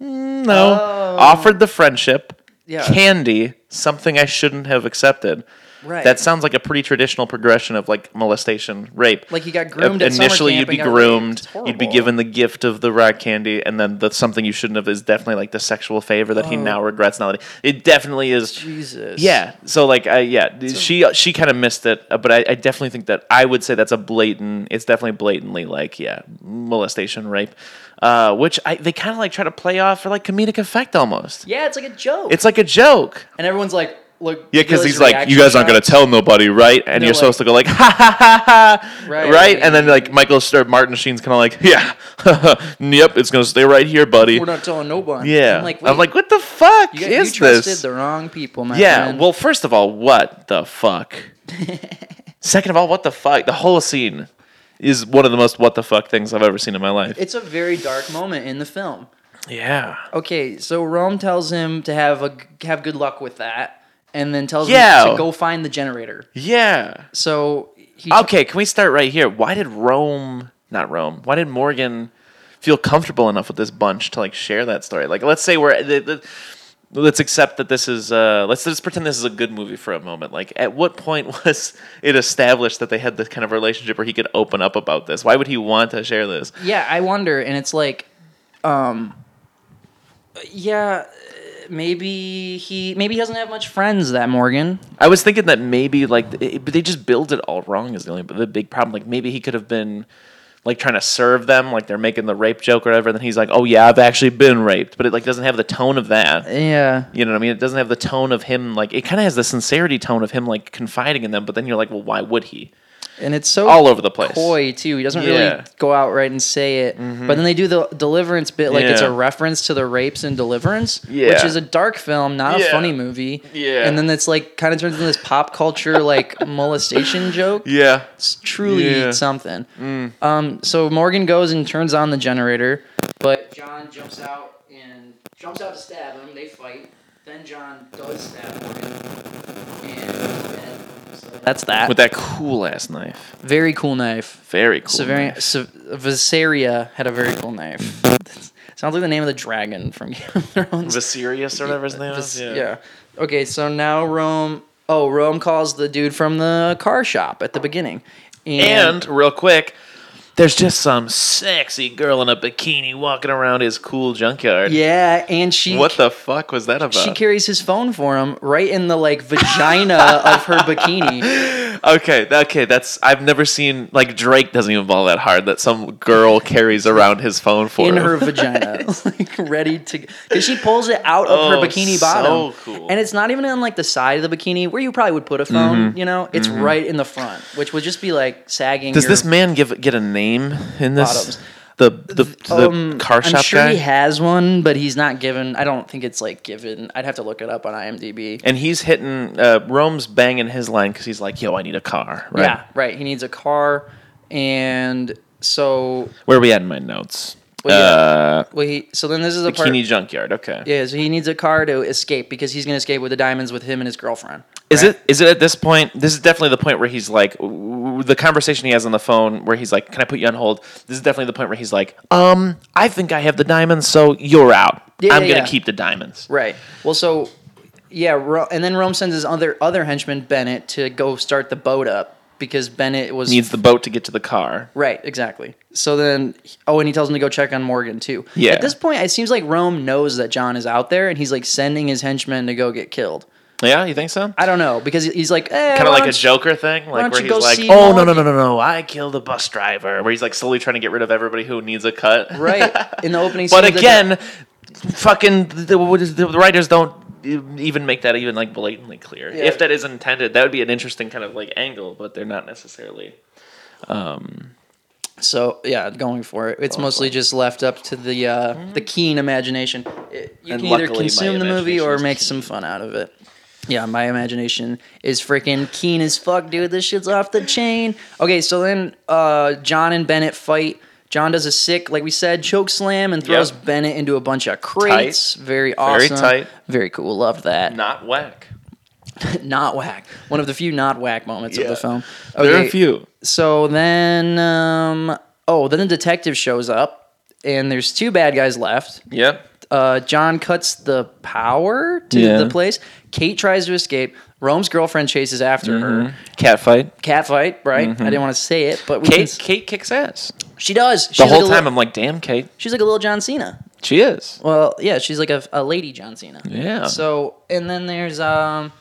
S4: "Mm, "No." Offered the friendship,
S3: Oh. Yeah.
S4: candy, something I shouldn't have accepted.
S3: Right.
S4: That sounds like a pretty traditional progression of like molestation, rape.
S3: Like he got groomed at summer
S4: Initially,
S3: camp
S4: you'd be
S3: and got raped.
S4: groomed.
S3: It's
S4: You'd be
S3: horrible.
S4: given the gift of the rock candy, and then the something you shouldn't have is definitely like the sexual favor that he
S3: Oh.
S4: now regrets. Now that he- it definitely is.
S3: Jesus.
S4: Yeah. So like, I yeah, she she kind of missed it, uh, but I, I definitely think that I would say that's a blatant. It's definitely blatantly like yeah, molestation, rape, uh, which I they kind of like try to play off for like comedic effect almost.
S3: Yeah, it's like a joke.
S4: It's like a joke.
S3: and everyone's like, look.
S4: Yeah,
S3: look at
S4: because
S3: his
S4: he's like, you
S3: reaction
S4: guys aren't going to
S3: shots."
S4: tell nobody, right? And,
S3: And
S4: you're
S3: they're
S4: supposed to go like, ha ha ha ha,
S3: Right.
S4: right? And then like Michael Stir Martin Sheen's kind of like, yeah, yep, it's going to stay right here, buddy.
S3: We're not telling nobody.
S4: Yeah.
S3: I'm like,
S4: I'm
S3: wait,
S4: like, what the fuck
S3: you, got,
S4: is
S3: you trusted
S4: this?
S3: the wrong people, man.
S4: yeah. Well, first of all, what the fuck? Second of all, what the fuck? The whole scene is one of the most what the fuck things I've ever seen in my life.
S3: it's Oh, a very dark moment in the film.
S4: Yeah.
S3: Okay, so Rome tells him to have a have good luck with that, and then tells him
S4: Yeah.
S3: to go find the generator.
S4: Yeah.
S3: So he
S4: Okay, can we start right here? Why did Rome not Rome? Why did Morgan feel comfortable enough with this bunch to like share that story? Like let's say we're the, the, let's accept that this is uh let's just pretend this is a good movie for a moment. Like at what point was it established that they had this kind of relationship where he could open up about this? Why would he want to share this?
S3: yeah, I wonder, and it's like, um, yeah, uh, maybe he maybe he doesn't have much friends that Morgan.
S4: I was thinking that maybe like th- it, but they just build it all wrong is the only the big problem. Like maybe he could have been like trying to serve them, like they're making the rape joke or whatever. Then he's like, "Oh yeah, I've actually been raped," but it like doesn't have the tone of that.
S3: Yeah.
S4: You know what I mean? It doesn't have the tone of him like it kind of has the sincerity tone of him like confiding in them. But then you're like, well, why would he?
S3: And it's so
S4: all over the place.
S3: Oh, Coy too. He doesn't
S4: Yeah. Mm-hmm.
S3: really go out right and say it. But then they do the deliverance bit like it's
S4: Yeah.
S3: a reference to the rapes in Deliverance, which
S4: Yeah.
S3: is a dark film, not a
S4: Yeah.
S3: funny movie.
S4: Yeah.
S3: And then it's like kind of turns into this pop culture like molestation joke.
S4: Yeah,
S3: It's truly
S4: Yeah.
S3: something.
S4: Mm.
S3: Um, so Morgan goes and turns on the generator, but John jumps out and jumps out to stab him. They fight. Then John does stab Morgan. And so that's that.
S4: with that cool ass knife.
S3: Very cool knife.
S4: Very cool.
S3: Severi-
S4: knife.
S3: Se- Viseria had a very cool knife. Sounds like the name of the dragon from Game of Thrones.
S4: Viserys or whatever his name is.
S3: Vis- yeah. Okay, so now Rome. Oh, Rome calls the dude from the car shop at the beginning.
S4: And real quick, there's just some sexy girl in a bikini walking around his cool junkyard.
S3: yeah, and she
S4: what the fuck was that about?
S3: she carries his phone for him right in the like vagina of her bikini.
S4: okay, th- okay, that's I've never seen like Drake doesn't even ball that hard that some girl carries around his phone for
S3: in
S4: him.
S3: her vagina, like ready to, because she pulls it out of
S4: Oh,
S3: her bikini
S4: so
S3: bottom,
S4: cool.
S3: and it's not even on like the side of the bikini where you probably would put a phone.
S4: Mhm.
S3: You know, it's
S4: Mhm.
S3: right in the front, which would just be like sagging.
S4: Does
S3: your-
S4: this man give get a name in this?
S3: Bottoms.
S4: The the, the
S3: Um,
S4: car shop
S3: I'm sure
S4: guy,
S3: he has one, but he's not given. I don't think it's like given. I'd have to look it up on IMDb.
S4: and he's hitting uh, Rome's banging his line because he's like, "Yo, I need a car." Right?
S3: Yeah, right. He needs a car, and so
S4: Where are we at in my notes?
S3: Well,
S4: Uh,
S3: well, he. So then this is a part.
S4: bikini junkyard. Okay.
S3: Yeah, so he needs a car to escape because he's gonna escape with the diamonds with him and his girlfriend.
S4: Is it is it at this point? This is definitely the point where he's like w- the conversation he has on the phone where he's like, "Can I put you on hold?" This is definitely the point where he's like, "Um, I think I have the diamonds, so you're out.
S3: Yeah,
S4: I'm
S3: yeah,
S4: gonna
S3: yeah.
S4: keep the diamonds."
S3: Right. Well, so yeah, Ro- and then Rome sends his other other henchman Bennett to go start the boat up because Bennett was
S4: Needs the boat to get to the car.
S3: right. Exactly. So then, oh, and he tells him to go check on Morgan too.
S4: Yeah.
S3: At this point, it seems like Rome knows that John is out there, and he's like sending his henchmen to go get killed.
S4: Yeah, you think so?
S3: I don't know because he's like, eh,
S4: Kind of
S3: why
S4: like a
S3: don't you-
S4: Joker thing, like
S3: why don't
S4: where
S3: you
S4: he's
S3: go
S4: like,
S3: see
S4: "Oh no,
S3: Morgan?"
S4: no, no, no, no! I killed the bus driver." Where he's like slowly trying to get rid of everybody who needs a cut.
S3: Right in the opening.
S4: but
S3: scene, the-
S4: again, fucking the, what is- the writers don't e- even make that even like blatantly clear.
S3: Yeah.
S4: If that is intended, that would be an interesting kind of like angle, but they're not necessarily. Um,
S3: So yeah, going for it. It's mostly just left up to the uh, the keen imagination. It- you
S4: Mm-hmm. And
S3: can
S4: luckily
S3: either
S4: my
S3: consume the movie
S4: imagination
S3: or
S4: is
S3: make some fun out of it. Yeah, my imagination is freaking keen as fuck, dude. This shit's off the chain. Okay, so then uh, John and Bennett fight. John does a sick, like we said, choke slam and throws
S4: Yep.
S3: Bennett into a bunch of crates. Very
S4: Very
S3: awesome.
S4: tight.
S3: Very cool. Loved that.
S4: not whack.
S3: not whack. One of the few not whack moments of
S4: Yeah.
S3: the film.
S4: There are a few.
S3: So then, um, oh, then the detective shows up, and there's two bad guys left.
S4: Yep.
S3: Uh, John cuts the power to
S4: Yeah.
S3: the place. Kate tries to escape. Rome's girlfriend chases after
S4: Mm-hmm.
S3: her.
S4: Cat fight.
S3: Cat fight, right?
S4: Mhm.
S3: I didn't want to say it, but we
S4: Kate
S3: can s-
S4: Kate kicks ass.
S3: she does.
S4: the
S3: like
S4: whole
S3: a li-
S4: time I'm like, damn, Kate.
S3: she's like a little John Cena.
S4: She is.
S3: Well, yeah, she's like a, a lady John Cena.
S4: Yeah.
S3: So, and then there's um,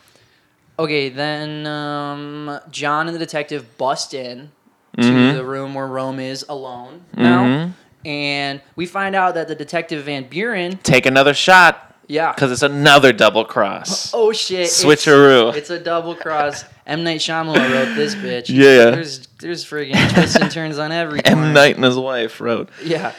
S3: okay, then um, John and the detective bust in to
S4: Mm-hmm.
S12: Mhm.
S3: the room where Rome is alone now,
S4: Mhm.
S3: and we find out that the detective Van Buren,
S4: Take another shot.
S3: Yeah.
S4: Because it's another double cross.
S3: oh shit, it's-
S4: Switcheroo.
S3: It's, a double cross. M Night Shyamalan wrote this bitch.
S4: Yeah.
S3: There's there's friggin' twists and turns on every. corner.
S4: M. Knight and his wife wrote.
S3: Yeah.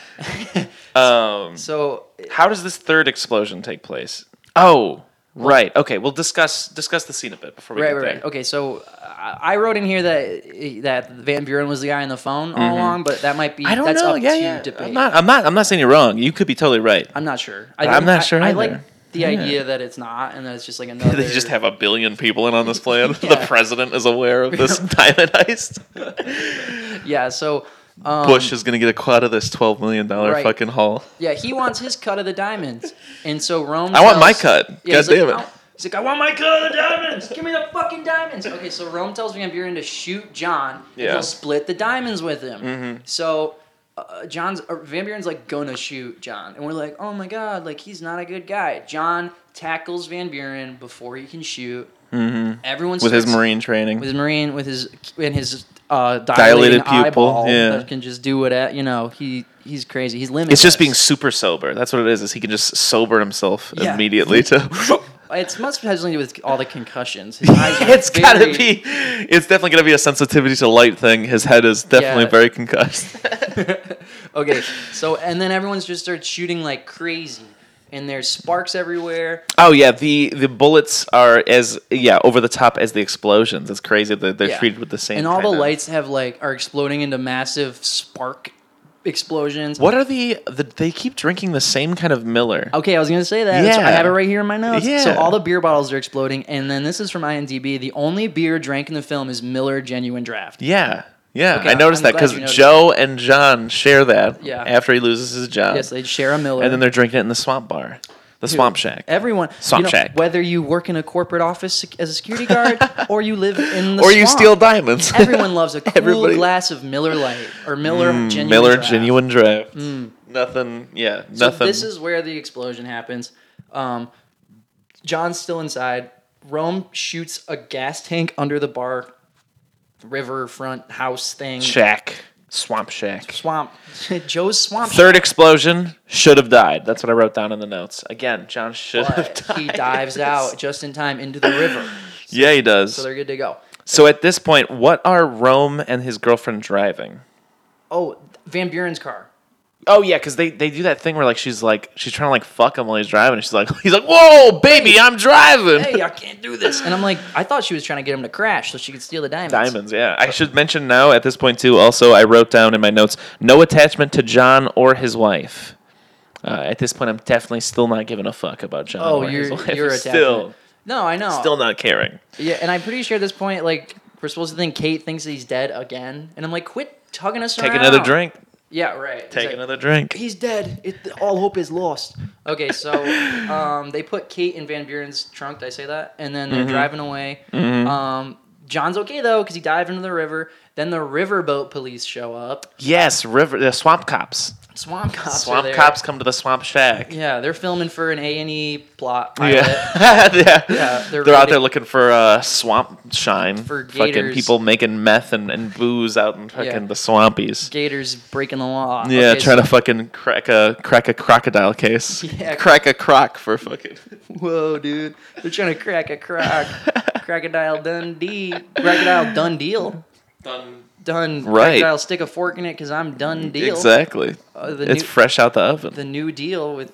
S4: Um,
S3: so,
S4: how does this third explosion take place? Oh, right. Okay, we'll discuss discuss the scene a bit before we
S3: Right,
S4: get
S3: right,
S4: there.
S3: right. Okay, so uh, I I wrote in here that that Van Buren was the guy on the phone all
S4: Mhm.
S3: along, but that might be
S4: I don't
S3: that's
S4: know.
S3: up
S4: Yeah,
S3: to
S4: yeah.
S3: debate.
S4: I'm not. I'm not. I'm not saying you're wrong. You could be totally right.
S3: I'm not sure.
S4: But I'm
S3: think-
S4: not sure
S3: I,
S4: either.
S3: like the
S4: Yeah.
S3: idea that it's not, and that it's just like another.
S4: They just have a billion people in on this plan. The president is aware of this diamond heist.
S3: yeah. So um,
S4: Bush is going to get a cut of this twelve million dollar
S3: right.
S4: fucking haul.
S3: Yeah, he wants his cut of the diamonds, and so Rome.
S4: I want my
S3: tells-
S4: cut.
S3: he's
S4: God
S3: like,
S4: damn it.
S3: "I want-" He's like, I want my cut of the diamonds. Give me the fucking diamonds. Okay, so Rome tells Van Buren to shoot John. and
S4: Yeah.
S3: He'll split the diamonds with him.
S4: Mhm.
S3: So uh, John's uh, Van Buren's like gonna shoot John, and we're like, oh my god, like he's not a good guy. John tackles Van Buren before he can shoot.
S4: Mm-hmm.
S3: Everyone
S4: with his
S3: starts-
S4: marine training.
S3: With his marine, with his and his uh,
S4: Dilated
S3: dilated, pupil,
S4: pupil, yeah.
S3: that can just do what at you know he he's crazy. He's limited.
S4: it's just being super sober. That's what it is. Is he can just sober himself
S3: Yeah.
S4: immediately to
S3: It must have something to do with all the concussions. His eyes are
S4: It's gotta
S3: very-
S4: be. It's definitely gonna be a sensitivity to light thing. His head is definitely
S3: Yeah.
S4: very concussed.
S3: Okay, so and then everyone's just starts shooting like crazy, and there's sparks everywhere.
S4: Oh yeah, the the bullets are as yeah over the top as the explosions. It's crazy that they're
S3: Yeah.
S4: treated with the same.
S3: and all the
S4: kind of-
S3: lights have like are exploding into massive spark explosions.
S4: What are the, the? They keep drinking the same kind of Miller.
S3: Okay, I was gonna say that. That's- I
S4: Yeah.
S3: have it right here in my notes. So
S4: Yeah.
S3: all the beer bottles are exploding, and then this is from IMDb. The only beer drank in the film is Miller Genuine Draft.
S4: Yeah, yeah.
S3: Okay,
S4: I noticed
S3: I'm
S4: that
S3: glad
S4: 'cause
S3: you
S4: that because
S3: noticed.
S4: Joe and John share that.
S3: Yeah.
S4: After he loses his job.
S3: Yes, they share a Miller.
S4: And then they're drinking it in the swamp bar, the
S3: Dude,
S4: swamp shack.
S3: Everyone,
S4: Swamp
S3: you know,
S4: shack.
S3: Whether you work in a corporate office sec- as a security guard, or you live in the
S4: Or you
S3: swamp.
S4: steal diamonds.
S3: Everyone loves a cool
S4: Everybody-
S3: glass of Miller Lite or Miller
S4: Mm,
S3: Genuine
S4: Miller
S3: Draft.
S4: genuine draft.
S3: Mm.
S4: Nothing. Yeah.
S3: So
S4: nothing.
S3: this is where the explosion happens. Um, John's still inside. Rome shoots a gas tank under the bar, river front house thing.
S4: shack. Swamp shack.
S3: Swamp. Joe's swamp.
S4: Third explosion should have died. That's what I wrote down in the notes. Again, John should have
S3: But he dives out just in time into the river.
S4: Yeah, he does.
S3: So they're good to go.
S4: So at this point, what are Rome and his girlfriend driving?
S3: Oh, Van Buren's car.
S4: Oh yeah, because they, they do that thing where like she's like she's trying to like fuck him while he's driving. And she's like he's like whoa baby I'm driving.
S3: Hey, I can't do this. And I'm like, I thought she was trying to get him to crash so she could steal the diamonds.
S4: Diamonds, yeah. I should mention now at this point too. Also, I wrote down in my notes no attachment to John or his wife. Uh, at this point, I'm definitely still not giving a fuck about John.
S3: Oh,
S4: or his
S3: you're
S4: wife.
S3: you're attachment.
S4: still
S3: No, I know.
S4: Still not caring.
S3: Yeah, and I'm pretty sure at this point, like, we're supposed to think Kate thinks that he's dead again, and I'm like, quit tugging us
S4: Take
S3: around.
S4: another drink.
S3: Yeah, right.
S4: Take
S3: Exact-
S4: another drink.
S3: He's dead. It, all hope is lost. Okay, so um, they put Kate in Van Buren's trunk. Did I say that? And then they're
S4: Mhm.
S3: driving away.
S4: Mhm.
S3: Um, John's okay though because he dived into the river. Then the riverboat police show up.
S4: Yes, river the swamp cops.
S3: Swamp cops. Oh, are
S4: swamp
S3: there.
S4: cops come to the swamp shack.
S3: Yeah, they're filming for an A and E plot. Pilot.
S4: Yeah. yeah.
S3: Yeah,
S4: They're,
S3: they're
S4: out
S3: raiding-
S4: there looking for uh, swamp shine.
S3: For
S4: fucking
S3: gators.
S4: people making meth and, and booze out in fucking
S3: Yeah.
S4: the swampies.
S3: Gators breaking the law.
S4: yeah,
S3: Okay,
S4: trying
S3: so-
S4: to fucking crack a crack a crocodile case.
S3: Yeah.
S4: Crack a croc for fucking
S3: Whoa, dude. They're trying to crack a croc. Crocodile Dundee. Crocodile done deal.
S4: Done.
S3: Done.
S4: Right.
S3: Crocodile stick a fork in it because I'm done deal.
S4: Exactly.
S3: Uh, the
S4: it's
S3: new-
S4: fresh out the oven.
S3: The new deal with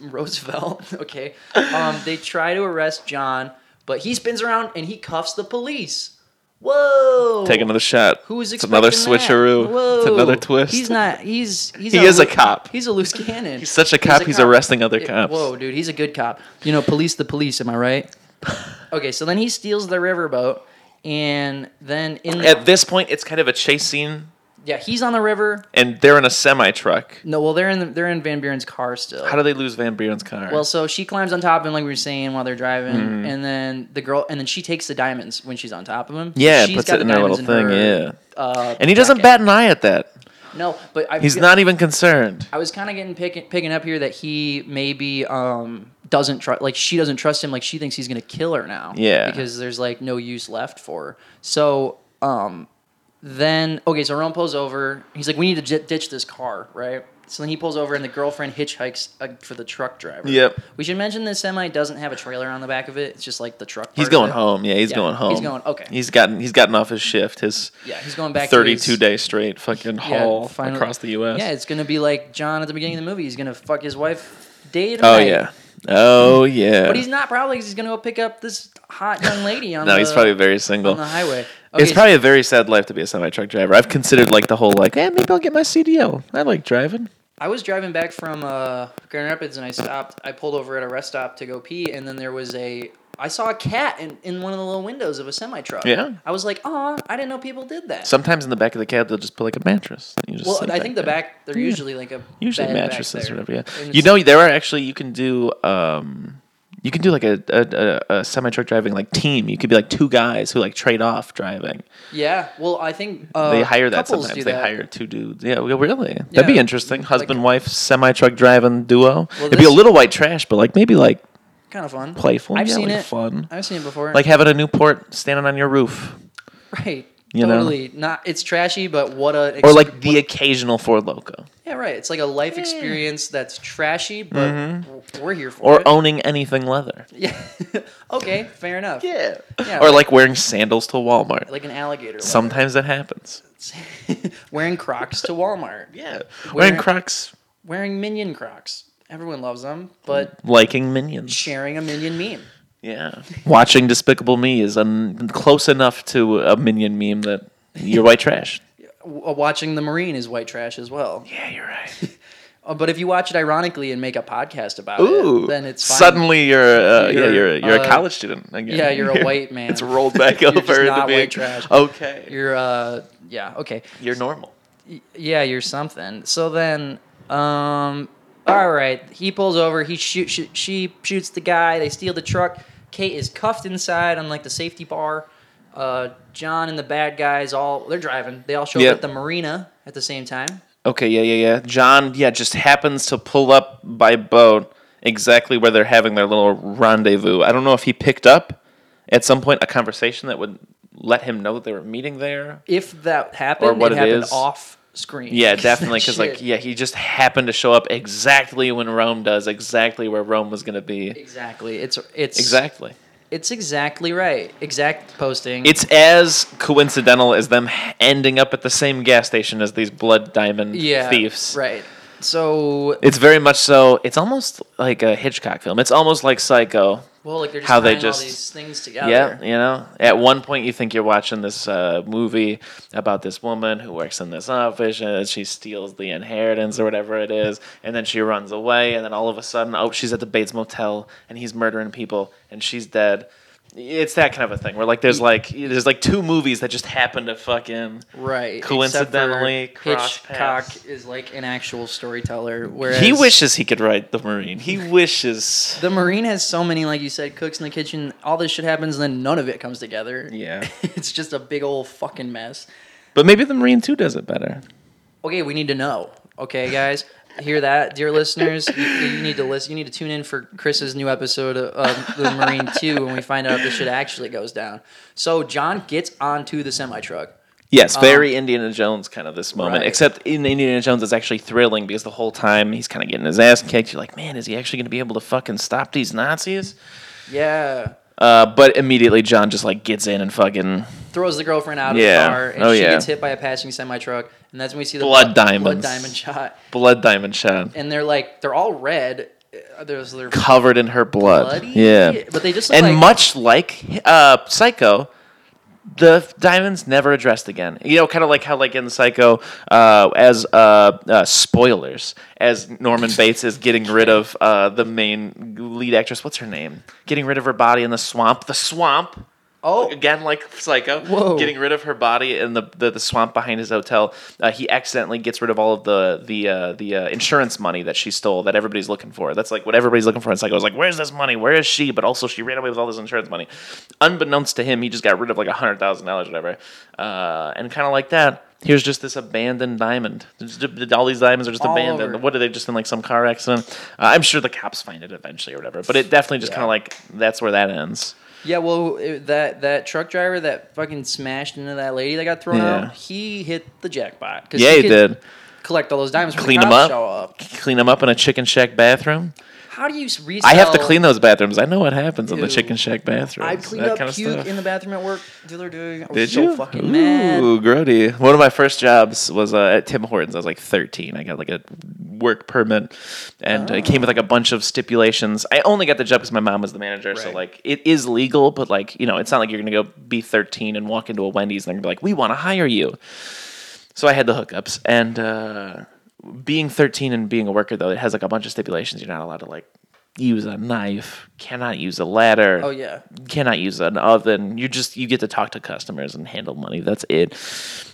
S3: Roosevelt. Okay. Um, they try to arrest John, but he spins around and he cuffs the police. Whoa.
S4: Take another shot.
S3: Who was
S4: It's another
S3: expecting that?
S4: switcheroo. It's another
S3: Whoa.
S4: twist.
S3: He's not. He's he's.
S4: He is a cop.
S3: He's a loose cannon.
S4: He's such a cop, he's arresting other cops.
S3: Whoa, dude, he's a good cop. You know, police the police. Am I right? okay, so then he steals the riverboat, and then in the,
S4: At this point, it's kind of a chase scene,
S3: yeah, he's on the river.
S4: and they're in a semi truck.
S3: No, well, they're in the, they're in Van Buren's car still.
S4: How do they lose Van Buren's car?
S3: Well, so she climbs on top of him, like we were saying, while they're driving,
S4: Mhm.
S3: and then the girl, and then she takes the diamonds when she's on top of him.
S4: yeah,
S3: She's
S4: puts
S3: got
S4: it
S3: the
S4: in their little
S3: diamonds
S4: thing.
S3: her,
S4: yeah,
S3: uh,
S4: and he doesn't bat an eye at that.
S3: No, but I
S4: He's
S3: feel-
S4: not even concerned.
S3: I was kind of getting pick, picking up here that he maybe um, doesn't trust, like she doesn't trust him, like she thinks he's gonna kill her now.
S4: Yeah.
S3: because there's like no use left for her. So um, then okay, so Ron pulls over. He's like, we need to j- ditch this car, right? So then he pulls over, and the girlfriend hitchhikes uh, for the truck driver.
S4: Yep.
S3: We should mention this semi doesn't have a trailer on the back of it. It's just like the truck.
S4: He's
S3: part of
S4: going
S3: it.
S4: home. Yeah, he's going home.
S3: He's going. Okay.
S4: He's gotten he's gotten off his shift. His
S3: Yeah, he's going back to
S4: Thirty-two
S3: his-
S4: day straight fucking haul across the U.S.
S3: Yeah, it's gonna be like John at the beginning of the movie. He's gonna fuck his wife day to
S4: oh
S3: night.
S4: yeah. Oh yeah.
S3: But he's not probably 'cause he's going to go pick up this hot young lady on
S4: no,
S3: the
S4: he's probably very single.
S3: on the highway.
S4: it's
S3: Okay,
S4: probably a very sad life to be a semi truck driver. I've considered like the whole like, eh, maybe I'll get my CDL. I like driving.
S3: I was driving back from uh, Grand Rapids and I stopped. I pulled over at a rest stop to go pee, and then there was a. I saw a cat in, in one of the little windows of a semi truck.
S4: Yeah.
S3: I was like, oh, I didn't know people did that.
S4: Sometimes in the back of the cab they'll just put like a mattress. You just
S3: well,
S4: sit
S3: I think the
S4: there.
S3: back they're
S4: Yeah.
S3: usually like a
S4: usually
S3: bed back
S4: mattresses or
S3: there.
S4: whatever. Yeah,
S3: And
S4: you
S3: it's-
S4: know there are actually you can do um you can do like a a, a, a semi truck driving like team. You could be like two guys who like trade off driving.
S3: Yeah. Well, I think uh,
S4: they hire that
S3: couples
S4: sometimes.
S3: do
S4: They
S3: that.
S4: hire two dudes. Yeah, well, really,
S3: Yeah,
S4: that'd be interesting. Husband wife semi truck driving duo. It'd be a
S3: this-
S4: little white trash, but like maybe like
S3: Kind of fun.
S4: playful.
S3: I've
S4: yeah,
S3: seen
S4: like
S3: it.
S4: Fun.
S3: I've seen it before.
S4: Like having a Newport standing on your roof.
S3: right.
S4: you know.
S3: totally not. It's trashy, but what a
S4: Or like the occasional Ford Loco,
S3: Yeah, right. It's like a life experience that's trashy, but
S4: Mhm.
S3: w- we're here for
S4: or
S3: it.
S4: owning anything leather,
S3: yeah. okay, fair enough. Yeah. yeah
S4: or like wearing sandals to Walmart.
S3: like an alligator. leather.
S4: Sometimes that happens.
S3: wearing Crocs to Walmart.
S4: Yeah. Wearing Crocs.
S3: Wearing Minion Crocs. Everyone loves them, but
S4: Mm. Liking minions.
S3: sharing a Minion meme.
S4: Yeah. Watching Despicable Me is un- close enough to a minion meme that you're white trash.
S3: W- uh, Watching the Marine is white trash as well. Yeah, you're right. but if you watch it ironically and make a podcast about
S4: Ooh.
S3: it, then it's fine.
S4: Suddenly you're, uh, yeah,
S3: You're,
S4: you're, you're a
S3: uh,
S4: college student. Again.
S3: Yeah, you're a white man.
S4: It's rolled back
S3: You're
S4: over
S3: just
S4: into
S3: not
S4: being
S3: white trash.
S4: Okay.
S3: You're uh yeah, okay.
S4: You're normal.
S3: Y- yeah, you're something. So then, um, all right, he pulls over. He shoot, sh- she shoots the guy. They steal the truck. Kate is cuffed inside on like the safety bar. Uh, John and the bad guys all they're driving. They all show
S4: Yep.
S3: up at the marina at the same time.
S4: Okay, yeah, yeah, yeah. John, yeah, just happens to pull up by boat exactly where they're having their little rendezvous. I don't know if he picked up at some point a conversation that would let him know that they were meeting there
S3: If that happened,
S4: Or what
S3: it
S4: it
S3: happened
S4: is.
S3: off screen.
S4: Yeah,
S3: that
S4: definitely. Because like,
S3: shit-
S4: yeah, he just happened to show up exactly when Rome does, exactly where Rome was gonna be.
S3: exactly. It's it's
S4: Exactly.
S3: It's exactly right. Exact posting.
S4: It's as coincidental as them h- ending up at the same gas station as these blood diamond
S3: yeah
S4: thieves.
S3: right. So
S4: It's very much so. It's almost like a Hitchcock film. It's almost like Psycho,
S3: Well, like they're just
S4: how they
S3: tying all
S4: just
S3: these things together.
S4: Yeah, you know, at one point you think you're watching this uh, movie about this woman who works in this office and she steals the inheritance or whatever it is, and then she runs away, and then all of a sudden, oh, she's at the Bates Motel and he's murdering people and she's dead. It's that kind of a thing where like there's like there's like two movies that just happen to fucking
S3: Right. except for
S4: coincidentally cross
S3: Hitchcock
S4: paths.
S3: is like an actual storyteller. Whereas
S4: He wishes he could write the Marine. He wishes.
S3: the Marine has so many, like you said, cooks in the kitchen. All this shit happens, and then none of it comes together.
S4: Yeah.
S3: it's just a big old fucking mess.
S4: But maybe the Marine too does it better.
S3: Okay, we need to know. Okay, guys, hear that, dear listeners. You, you need to listen. You need to tune in for Chris's new episode of The Marine Two when we find out if this shit actually goes down. So John gets onto the semi truck.
S4: Yes,
S3: Um,
S4: very Indiana Jones kind of this moment.
S3: Right.
S4: Except in Indiana Jones, it's actually thrilling because the whole time he's kind of getting his ass kicked. You're like, man, is he actually going to be able to fucking stop these Nazis?
S3: Yeah.
S4: Uh, but immediately, John just like gets in and fucking
S3: throws the girlfriend out of
S4: Yeah.
S3: the car, and
S4: Oh,
S3: she
S4: yeah.
S3: gets hit by a passing semi truck, and that's when we see the
S4: Blood diamonds.
S3: blood diamond shot,
S4: blood diamond shot,
S3: and they're like they're all red. Uh, There's they're
S4: covered in her blood.
S3: Bloody?
S4: Yeah,
S3: But they just look
S4: and
S3: like-
S4: much like uh, Psycho. The diamonds never addressed again. You know, kind of like how, like in Psycho, uh, as uh, uh, spoilers, as Norman Bates is getting rid of uh, the main lead actress. What's her name? Getting rid of her body in the swamp. The swamp.
S3: Oh,
S4: again, like Psycho,
S3: Whoa.
S4: getting rid of her body in the the, the swamp behind his hotel. Uh, he accidentally gets rid of all of the the uh, the uh, insurance money that she stole that everybody's looking for. That's like what everybody's looking for. in Psycho. It's like, where's this money? Where is she? But also, she ran away with all this insurance money. Unbeknownst to him, he just got rid of like a hundred thousand dollars, whatever. Uh, and kind of like that. Here's just this abandoned diamond. Just- All these diamonds are just
S3: All
S4: abandoned.
S3: over.
S4: What are they just in like some car accident? Uh, I'm sure the cops find it eventually or whatever. But it definitely just
S3: Yeah.
S4: kind of like that's where that ends.
S3: yeah. Well, it- that that truck driver that fucking smashed into that lady that got thrown
S4: Yeah.
S3: out, he hit the jackpot. 'cause
S4: Yeah, he
S3: could
S4: did.
S3: Collect all those diamonds. when the
S4: clean them
S3: cops
S4: up,
S3: show up.
S4: clean them up in a chicken shack bathroom.
S3: How do you s- resell?
S4: I have to clean those bathrooms. I know what happens in the
S3: Ew.
S4: chicken shack bathroom.
S3: I cleaned up puke in the bathroom at work the other day. I was
S4: Did
S3: so
S4: you?
S3: fucking
S4: Ooh,
S3: mad.
S4: grody. One of my first jobs was uh, at Tim Hortons. I was like 13. I got like a work permit, and it came with like a bunch of stipulations. I only got the job because my mom was the manager, so
S3: Right.
S4: like it is legal, but like you know, it's not like you're gonna go be 13 and walk into a Wendy's and they're gonna be like, "We want to hire you." So I had the hookups, and uh, being 13 and being a worker though, it has like a bunch of stipulations. You're not allowed to like use a knife, cannot use a ladder.
S3: Oh, yeah.
S4: cannot use an oven. You just you get to talk to customers and handle money. That's it.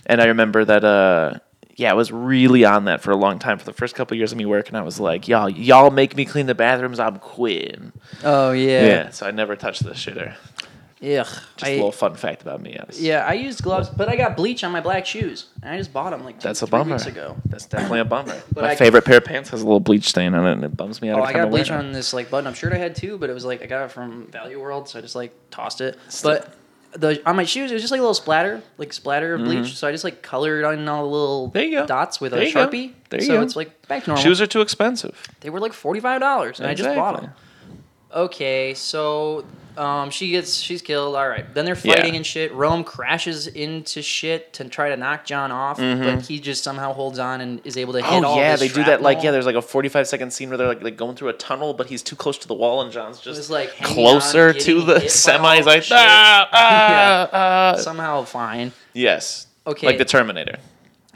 S4: And I remember that. uh yeah, I was really on that for a long time. For the first couple years of me working, I was like, "Y'all, y'all make me clean the bathrooms. I'm quitting."
S3: Oh yeah.
S4: So I never touched the shitter.
S3: Yeah.
S4: Just a little fun fact about me. I was-
S3: Yeah, I used gloves, but I got bleach on my black shoes, and I just bought them like two,
S4: That's a
S3: three
S4: bummer.
S3: weeks ago.
S4: That's definitely a bummer.
S3: But
S4: My
S3: I-
S4: favorite pair of pants has a little bleach stain on it, and it bums me out.
S3: Oh,
S4: every
S3: I
S4: time
S3: got
S4: wear
S3: bleach
S4: it.
S3: on this like button-up shirt I had too, but it was like I got it from Value World, so I just like tossed it. But the on my shoes, it was just like a little splatter, like splatter of bleach.
S4: Mhm.
S3: So I just like colored on all the little
S4: There you go.
S3: dots with
S4: There
S3: a
S4: you go.
S3: sharpie.
S4: There you
S3: so
S4: go.
S3: it's like back to normal.
S4: Shoes are too expensive.
S3: They were like forty five dollars, and I just bought them.
S4: Exactly.
S3: Okay, so um, she gets she's killed. All right, then they're
S4: Yeah.
S3: fighting and shit. Rome crashes into shit to try to knock John off,
S4: Mhm.
S3: but he just somehow holds on and is able to hit
S4: Oh
S3: all.
S4: yeah,
S3: this
S4: they do that. Like
S3: shrapnel.
S4: yeah, there's like a 45 second scene where they're like, like going through a tunnel, but he's too close to the wall, and John's just
S3: was, like, hanging
S4: closer
S3: on,
S4: to
S3: getting
S4: the
S3: hit by
S4: semi.
S3: all
S4: He's like,
S3: the shit.
S4: ah, ah,
S3: Yeah.
S4: ah.
S3: somehow fine.
S4: Yes.
S3: Okay.
S4: Like the Terminator.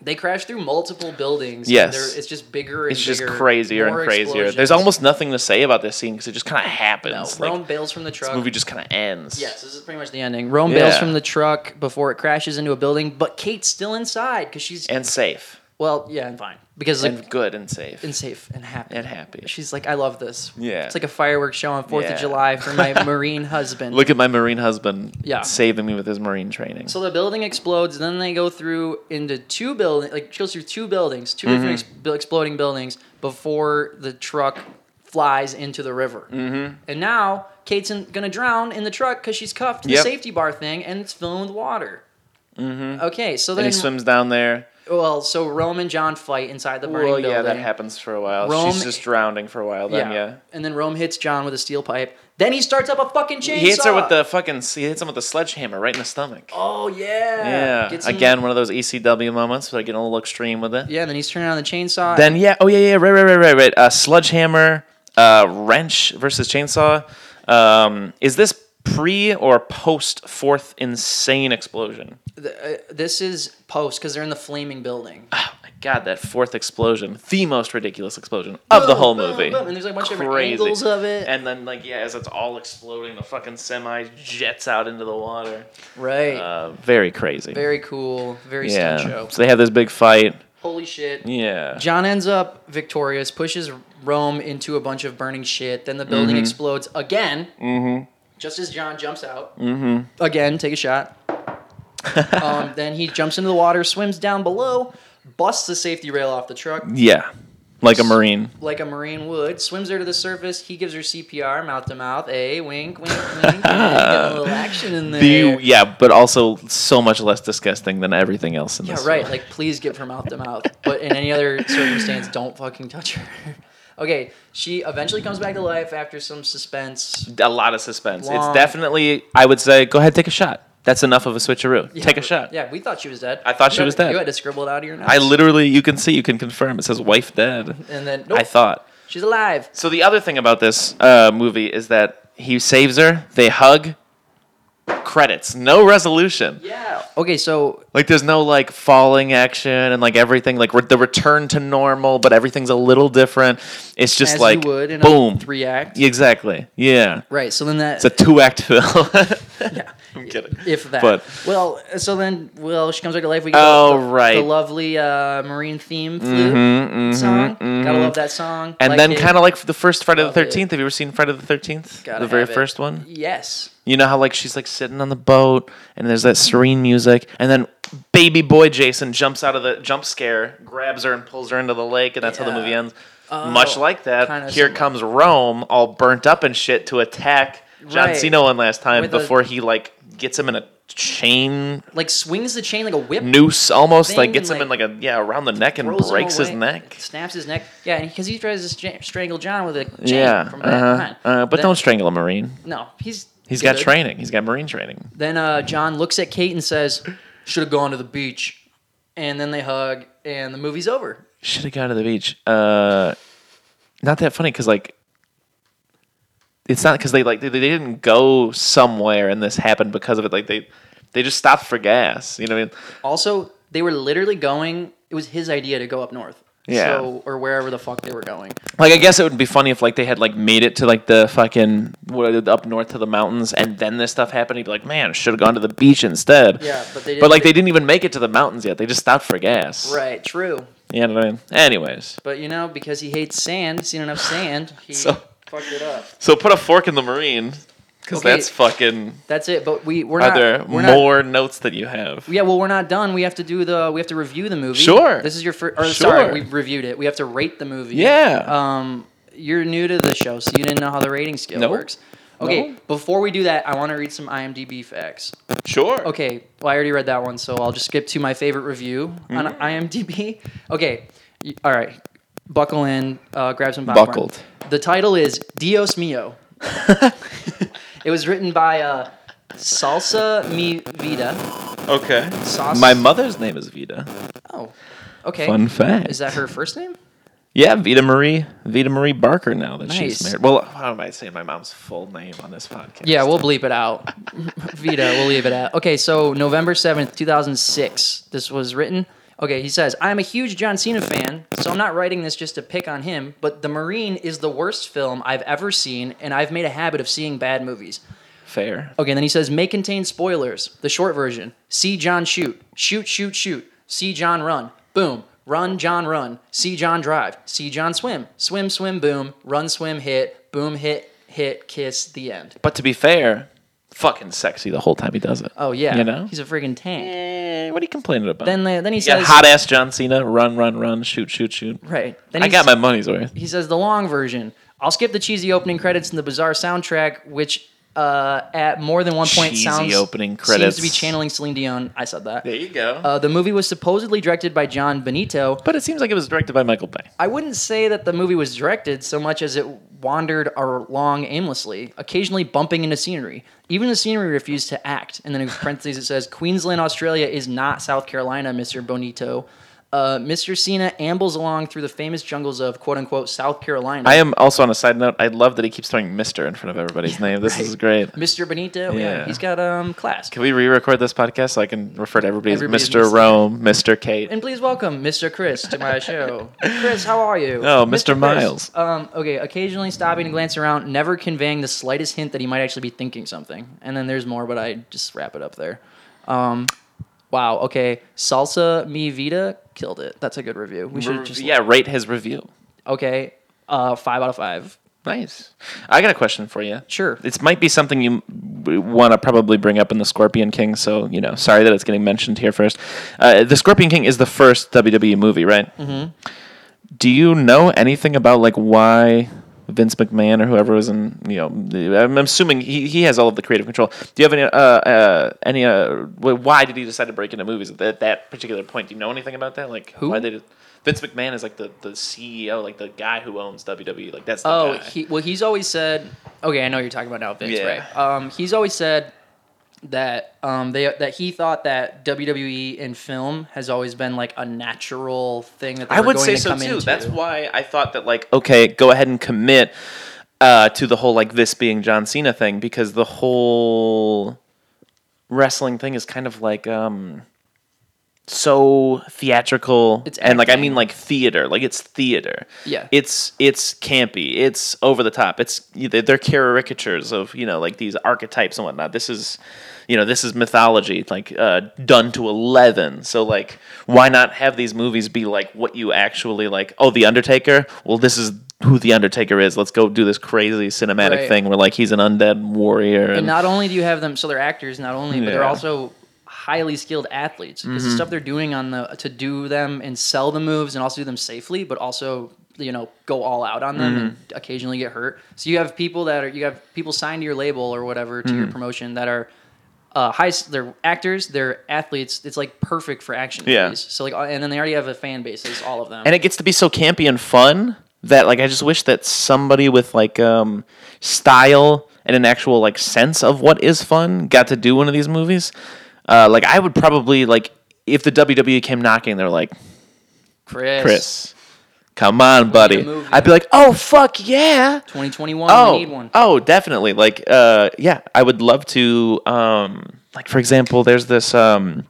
S3: They crash through multiple buildings. and
S4: Yes.
S3: they're- it's just bigger. And
S4: It's just
S3: bigger,
S4: crazier
S3: more
S4: and crazier.
S3: explosions.
S4: There's almost nothing to say about this scene because it just kind of
S3: no,
S4: happens.
S3: Rome
S4: like,
S3: bails from the truck.
S4: this movie just kind of ends.
S3: Yes, this is pretty much the ending. Rome bails
S4: Yeah.
S3: from the truck before it crashes into a building, but Kate's still inside because she's
S4: And safe.
S3: well, yeah, and fine because like
S4: and good and safe.
S3: and safe and happy
S4: And happy.
S3: She's like, I love this.
S4: Yeah.
S3: it's like a fireworks show on Fourth
S4: Yeah.
S3: of July for my Marine husband.
S4: Look at my Marine husband
S3: Yeah.
S4: saving me with his Marine training.
S3: So the building explodes, then they go through into two building, like she goes through two buildings, 2 different ex-
S4: Mm-hmm.
S3: bu- exploding buildings before the truck flies into the river.
S4: Mhm.
S3: And now Kate's in, gonna drown in the truck because she's cuffed to the
S4: Yep.
S3: safety bar thing, and it's filling with water.
S4: mm-hmm.
S3: Okay, so
S4: and
S3: then
S4: he swims down there.
S3: well, so Rome and John fight inside the burning
S4: Well,
S3: building.
S4: yeah, that happens for a while.
S3: Rome-
S4: She's just drowning for a while. Then yeah,
S3: And then Rome hits John with a steel pipe. Then he starts up a fucking chainsaw.
S4: he hits her with the fucking. He hits him with the sledgehammer right in the stomach.
S3: Oh yeah.
S4: yeah,
S3: Gets him-
S4: again one of those ECW moments where they get a little extreme with it.
S3: Yeah, and then he's turning on the chainsaw.
S4: Then yeah, oh yeah, yeah, right, right, right, right, right. Uh, sledgehammer, uh, wrench versus chainsaw. Um, is this pre or post fourth insane explosion?
S3: The, uh, this is post because they're in the flaming building.
S4: Oh, My God, that fourth explosion, the most ridiculous explosion of the whole
S3: Boom, boom,
S4: movie.
S3: boom, and there's, like, a bunch of different
S4: Crazy.
S3: angles of it.
S4: And then like yeah, as it's all exploding, the fucking semi jets out into the water.
S3: Right.
S4: Uh, very crazy.
S3: Very cool. Very
S4: yeah.
S3: stunt show.
S4: So they have this big fight.
S3: Holy shit.
S4: Yeah.
S3: John ends up victorious, pushes Rome into a bunch of burning shit. Then the building
S4: Mhm.
S3: explodes again,
S4: Mm-hmm.
S3: just as John jumps out.
S4: Mm-hmm.
S3: Again, take a shot. um, then he jumps into the water, swims down below, busts the safety rail off the truck.
S4: Yeah. Like a marine.
S3: Like a Marine would, swims her to the surface. He gives her CPR, mouth to mouth. A wink, wink, wink. Getting a little action in there.
S4: The, yeah, but also so much less disgusting than everything else in
S3: Yeah,
S4: this.
S3: right. Like, please give her mouth to mouth. But in any other circumstance, don't fucking touch her. okay, she eventually comes back to life after some suspense.
S4: A lot of suspense.
S3: Long-
S4: It's definitely, I would say, go ahead, take a shot. That's enough of a switcheroo.
S3: Yeah,
S4: take a
S3: but-
S4: shot.
S3: Yeah, we thought she was dead.
S4: I thought she
S3: You
S4: was
S3: had-
S4: dead.
S3: You had to scribble it out of your notes.
S4: I literally, you can see, you can confirm. It says wife dead.
S3: And then,
S4: I
S3: nope,
S4: thought.
S3: she's alive.
S4: So the other thing about this uh, movie is that he saves her, they hug, credits, no resolution.
S3: Yeah. Okay, so
S4: Like there's no like falling action and like everything like re- the return to normal, but everything's a little different. It's just
S3: As you
S4: like
S3: would in a
S4: boom,
S3: three-act.
S4: Exactly. Yeah.
S3: Right, so then that-
S4: it's a two act film. yeah, I'm kidding.
S3: if that.
S4: But
S3: well, so then, well, she comes back to life. We get
S4: Oh,
S3: the,
S4: right.
S3: the lovely uh, Marine theme flute
S4: Mhm, mhm,
S3: song. Gotta
S4: mhm.
S3: love that song.
S4: And
S3: Like
S4: then
S3: it.
S4: kind of like the first Friday the
S3: Love it.
S4: Thirteenth. Have you ever seen Friday the Thirteenth?
S3: Gotta
S4: The very
S3: have it.
S4: first one.
S3: Yes.
S4: You know how like she's like sitting on the boat and there's that serene music and then baby boy Jason jumps out of the jump scare, grabs her and pulls her into the lake and that's how the movie ends. Much
S3: Oh,
S4: like that,
S3: kinda
S4: here
S3: similar.
S4: comes Rome all burnt up and shit to attack John
S3: Right.
S4: Cena one last time
S3: With a-
S4: before he like gets him in a chain
S3: Like swings the chain like a whip.
S4: noose almost
S3: thing
S4: like gets
S3: and,
S4: him in like a yeah around the neck and
S3: throws him
S4: breaks his
S3: away,
S4: neck.
S3: snaps his neck. Yeah, because he tries to stra- strangle John with a chain
S4: Yeah,
S3: from that
S4: uh-huh.
S3: behind.
S4: uh, but
S3: Then-
S4: don't strangle a marine.
S3: No, he's
S4: He's got
S3: good.
S4: training. He's got marine training.
S3: Then uh, John looks at Kate and says, "Should have gone to the beach." And then they hug, and the movie's over.
S4: Should have gone to the beach. Uh, not that funny because like, it's not because they like they, they didn't go somewhere and this happened because of it. Like they they just stopped for gas. You know what I mean?
S3: Also, they were literally going. It was his idea to go up north.
S4: Yeah.
S3: So, or wherever the fuck they were going.
S4: Like I guess it would be funny if like they had like made it to like the fucking what, up north to the mountains and then this stuff happened. He'd be like, man, should have gone to the beach instead.
S3: Yeah, but
S4: But
S3: they didn't-
S4: like they didn't even make it to the mountains yet. They just stopped for gas.
S3: Right. True.
S4: You know what I mean? Anyways,
S3: But you know, because he hates sand, he's seen enough sand. He
S4: So-
S3: fucked it up.
S4: so put a fork in the marine because
S3: Okay.
S4: that's fucking.
S3: That's it. But we we're
S4: Are
S3: not.
S4: there
S3: we're not-
S4: more notes that you have?
S3: Yeah, well, we're not done. We have to do the. We have to review the movie.
S4: Sure.
S3: This is your first. Or, Sorry,
S4: Sure.
S3: we've reviewed it. We have to rate the movie.
S4: Yeah.
S3: Um, you're new to the show, so you didn't know how the rating scale
S4: Nope.
S3: works. Okay.
S4: Nope.
S3: Before we do that, I want to read some IMDb facts.
S4: Sure.
S3: Okay. Well, I already read that one, so I'll just skip to my favorite review on
S4: Mhm.
S3: IMDb. Okay. y- All right. Buckle in. Uh, grab some popcorn.
S4: Buckled.
S3: The title is Dios Mio. it was written by uh, Salsa Mi Vida.
S4: Okay.
S3: Sauce.
S4: My mother's name is Vita.
S3: Oh, okay.
S4: Fun fact.
S3: Is that her first name?
S4: Yeah, Vita Marie, Vita Marie Barker. Now that
S3: Nice.
S4: she's married. Well, how am I saying my mom's full name on this podcast?
S3: Yeah, we'll bleep it out. Vita, we'll leave it out. Okay, so November 7th, 2006, this was written. Okay, he says, I'm a huge John Cena fan, so I'm not writing this just to pick on him, but The Marine is the worst film I've ever seen, and I've made a habit of seeing bad movies.
S4: Fair.
S3: Okay, and then he says, may contain spoilers. The short version see John shoot, shoot, shoot, shoot, see John run, boom, run, John run, see John drive, see John swim, swim, swim, boom, run, swim, hit, boom, hit, hit, kiss, the end.
S4: But to be fair, fucking sexy the whole time he does it.
S3: Oh, yeah.
S4: You know.
S3: He's a friggin' tank.
S4: what are you complaining about?
S3: Then, the- then he
S4: You got
S3: says,
S4: hot ass John Cena. Run, run, run. Shoot, shoot, shoot.
S3: Right.
S4: I
S3: he
S4: got
S3: s-
S4: my money's worth.
S3: He says the long version. I'll skip the cheesy opening credits and the bizarre soundtrack, which uh, at more than one point
S4: Cheesy
S3: sounds
S4: opening
S3: seems to be
S4: credits.
S3: channeling Celine Dion. I said that.
S4: There you go.
S3: Uh, the movie was supposedly directed by John Benito,
S4: but it seems like it was directed by Michael Bay.
S3: I wouldn't say that the movie was directed so much as it wandered along aimlessly, occasionally bumping into scenery. Even the scenery refused to act. And then in parentheses it says, Queensland, Australia is not South Carolina, Mr. Bonito. Uh, Mr. Cena ambles along through the famous jungles of quote unquote South Carolina.
S4: I am also on a side note. I love that he keeps throwing Mister in front of everybody's name. This is great.
S3: Mr. Benito. Yeah.
S4: Yeah.
S3: he's got um class.
S4: Can we re-record this podcast so I can refer to everybody as
S3: Everybody's
S4: Mister
S3: Mr..
S4: Rome, Mister Kate?
S3: And please welcome Mr. Chris to my show. Chris, how are you?
S4: Oh, Mr.
S3: Chris,
S4: Miles.
S3: Um, okay, occasionally stopping and glancing around, never conveying the slightest hint that he might actually be thinking something. And then there's more, but I just wrap it up there. Um, wow, okay. Salsa Mi Vida killed it. That's a good review. We should
S4: Re-
S3: just.
S4: yeah, rate his review.
S3: Okay, uh, five out of five.
S4: Nice. I got a question for you.
S3: Sure.
S4: This might be something you want to probably bring up in the Scorpion King, so you know, sorry that it's getting mentioned here first. Uh, the Scorpion King is the first WWE movie, right?
S3: Mhm.
S4: Do you know anything about like why Vince McMahon or whoever was in? You know, the- I'm assuming he, he has all of the creative control. Do you have any uh, uh any uh wh- why did he decide to break into movies at that, that particular point? Do you know anything about that? Like
S3: Who?
S4: why they did? Vince McMahon is like the, the CEO, like the guy who owns WWE. Like that's the
S3: Oh,
S4: guy.
S3: he, well, he's always said. Okay, I know what you're talking about now, Vince.
S4: Yeah.
S3: Right. Um, he's always said that um, they that he thought that WWE in film has always been like a natural thing that they
S4: I
S3: were
S4: would
S3: going
S4: say
S3: to
S4: so
S3: come
S4: too.
S3: into.
S4: That's why I thought that like okay, go ahead and commit uh, to the whole like this being John Cena thing because the whole wrestling thing is kind of like um so theatrical
S3: It's
S4: and like I
S3: acting.
S4: mean like theater, like it's theater.
S3: Yeah.
S4: It's it's campy. It's over the top. It's they're caricatures of, you know, like these archetypes and whatnot. This is you know, this is mythology, like uh, done to eleven. So like, why not have these movies be like what you actually like? Oh, the Undertaker. Well, this is who the Undertaker is. Let's go do this crazy cinematic
S3: Right.
S4: thing where like he's an undead warrior.
S3: And
S4: And,
S3: not only do you have them, so they're actors, not only, but they're
S4: Yeah.
S3: also highly skilled athletes. Because the
S4: Mhm.
S3: stuff they're doing on the to do them and sell the moves and also do them safely, but also you know go all out on them and
S4: Mm-hmm.
S3: occasionally get hurt. So you have people that are you have people signed to your label or whatever to your
S4: Mhm.
S3: promotion that are. Uh, high, s- they're actors, they're athletes. It's like perfect for action
S4: Yeah.
S3: movies. So like, uh, and then they already have a fan base. It's all of them.
S4: and it gets to be so campy and fun that like I just wish that somebody with like um style and an actual like sense of what is fun got to do one of these movies. Uh, like I would probably like if the WWE came knocking, they're like.
S3: Chris,
S4: Chris. Come on, buddy.
S3: movie.
S4: I'd be like, oh fuck yeah.
S3: 2021,
S4: Oh,
S3: we need one.
S4: oh, definitely. Like, uh, yeah, I would love to. Um, like, for example, there's this. Um,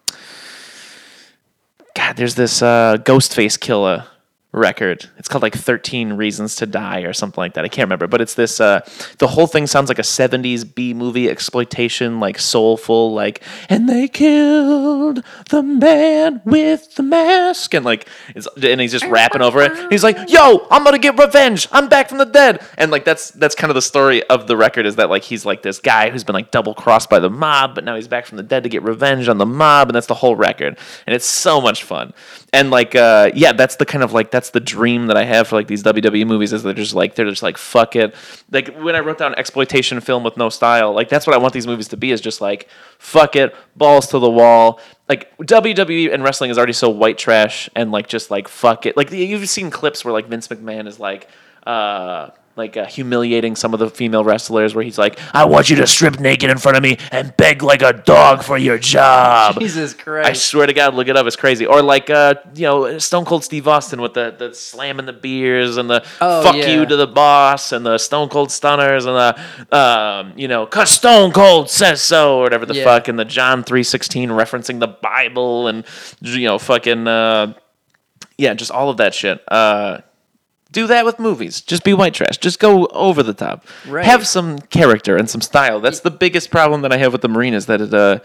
S4: God, there's this uh, Ghostface Killer record. It's called like 13 Reasons to Die or something like that. I can't remember, but it's this. Uh, the whole thing sounds like a 70s B movie exploitation, like soulful, like and they killed the man with the mask, and like it's and he's just rapping over it. He's like, "Yo, I'm gonna get revenge. I'm back from the dead." And like that's that's kind of the story of the record is that like he's like this guy who's been like double crossed by the mob, but now he's back from the dead to get revenge on the mob, and that's the whole record. And it's so much fun. And like, uh, yeah, that's the kind of like that's the dream that I have for like these WWE movies is they're just like they're just like fuck it. Like when I wrote down exploitation film with no style, like that's what I want these movies to be is just like fuck it, balls to the wall. Like WWE and wrestling is already so white trash and like just like fuck it. Like you've seen clips where like Vince McMahon is like uh like uh, humiliating some of the female wrestlers where he's like I want you to strip naked in front of me and beg like a dog for your job.
S3: Jesus Christ.
S4: Oh. I swear to God, look it up. It's crazy. Or like, uh, you know, Stone Cold Steve Austin with the, the slamming the beers and the
S3: Oh,
S4: fuck
S3: yeah.
S4: you to the boss and the Stone Cold Stunners and the, um, you know, cause Stone Cold says so or whatever the
S3: Yeah.
S4: fuck and the John three sixteen referencing the Bible and you know fucking uh, yeah, just all of that shit. Uh, do that with movies. Just be white trash. Just go over the top.
S3: Right.
S4: Have some character and some style. That's the biggest problem that I have with the Marine is that it uh,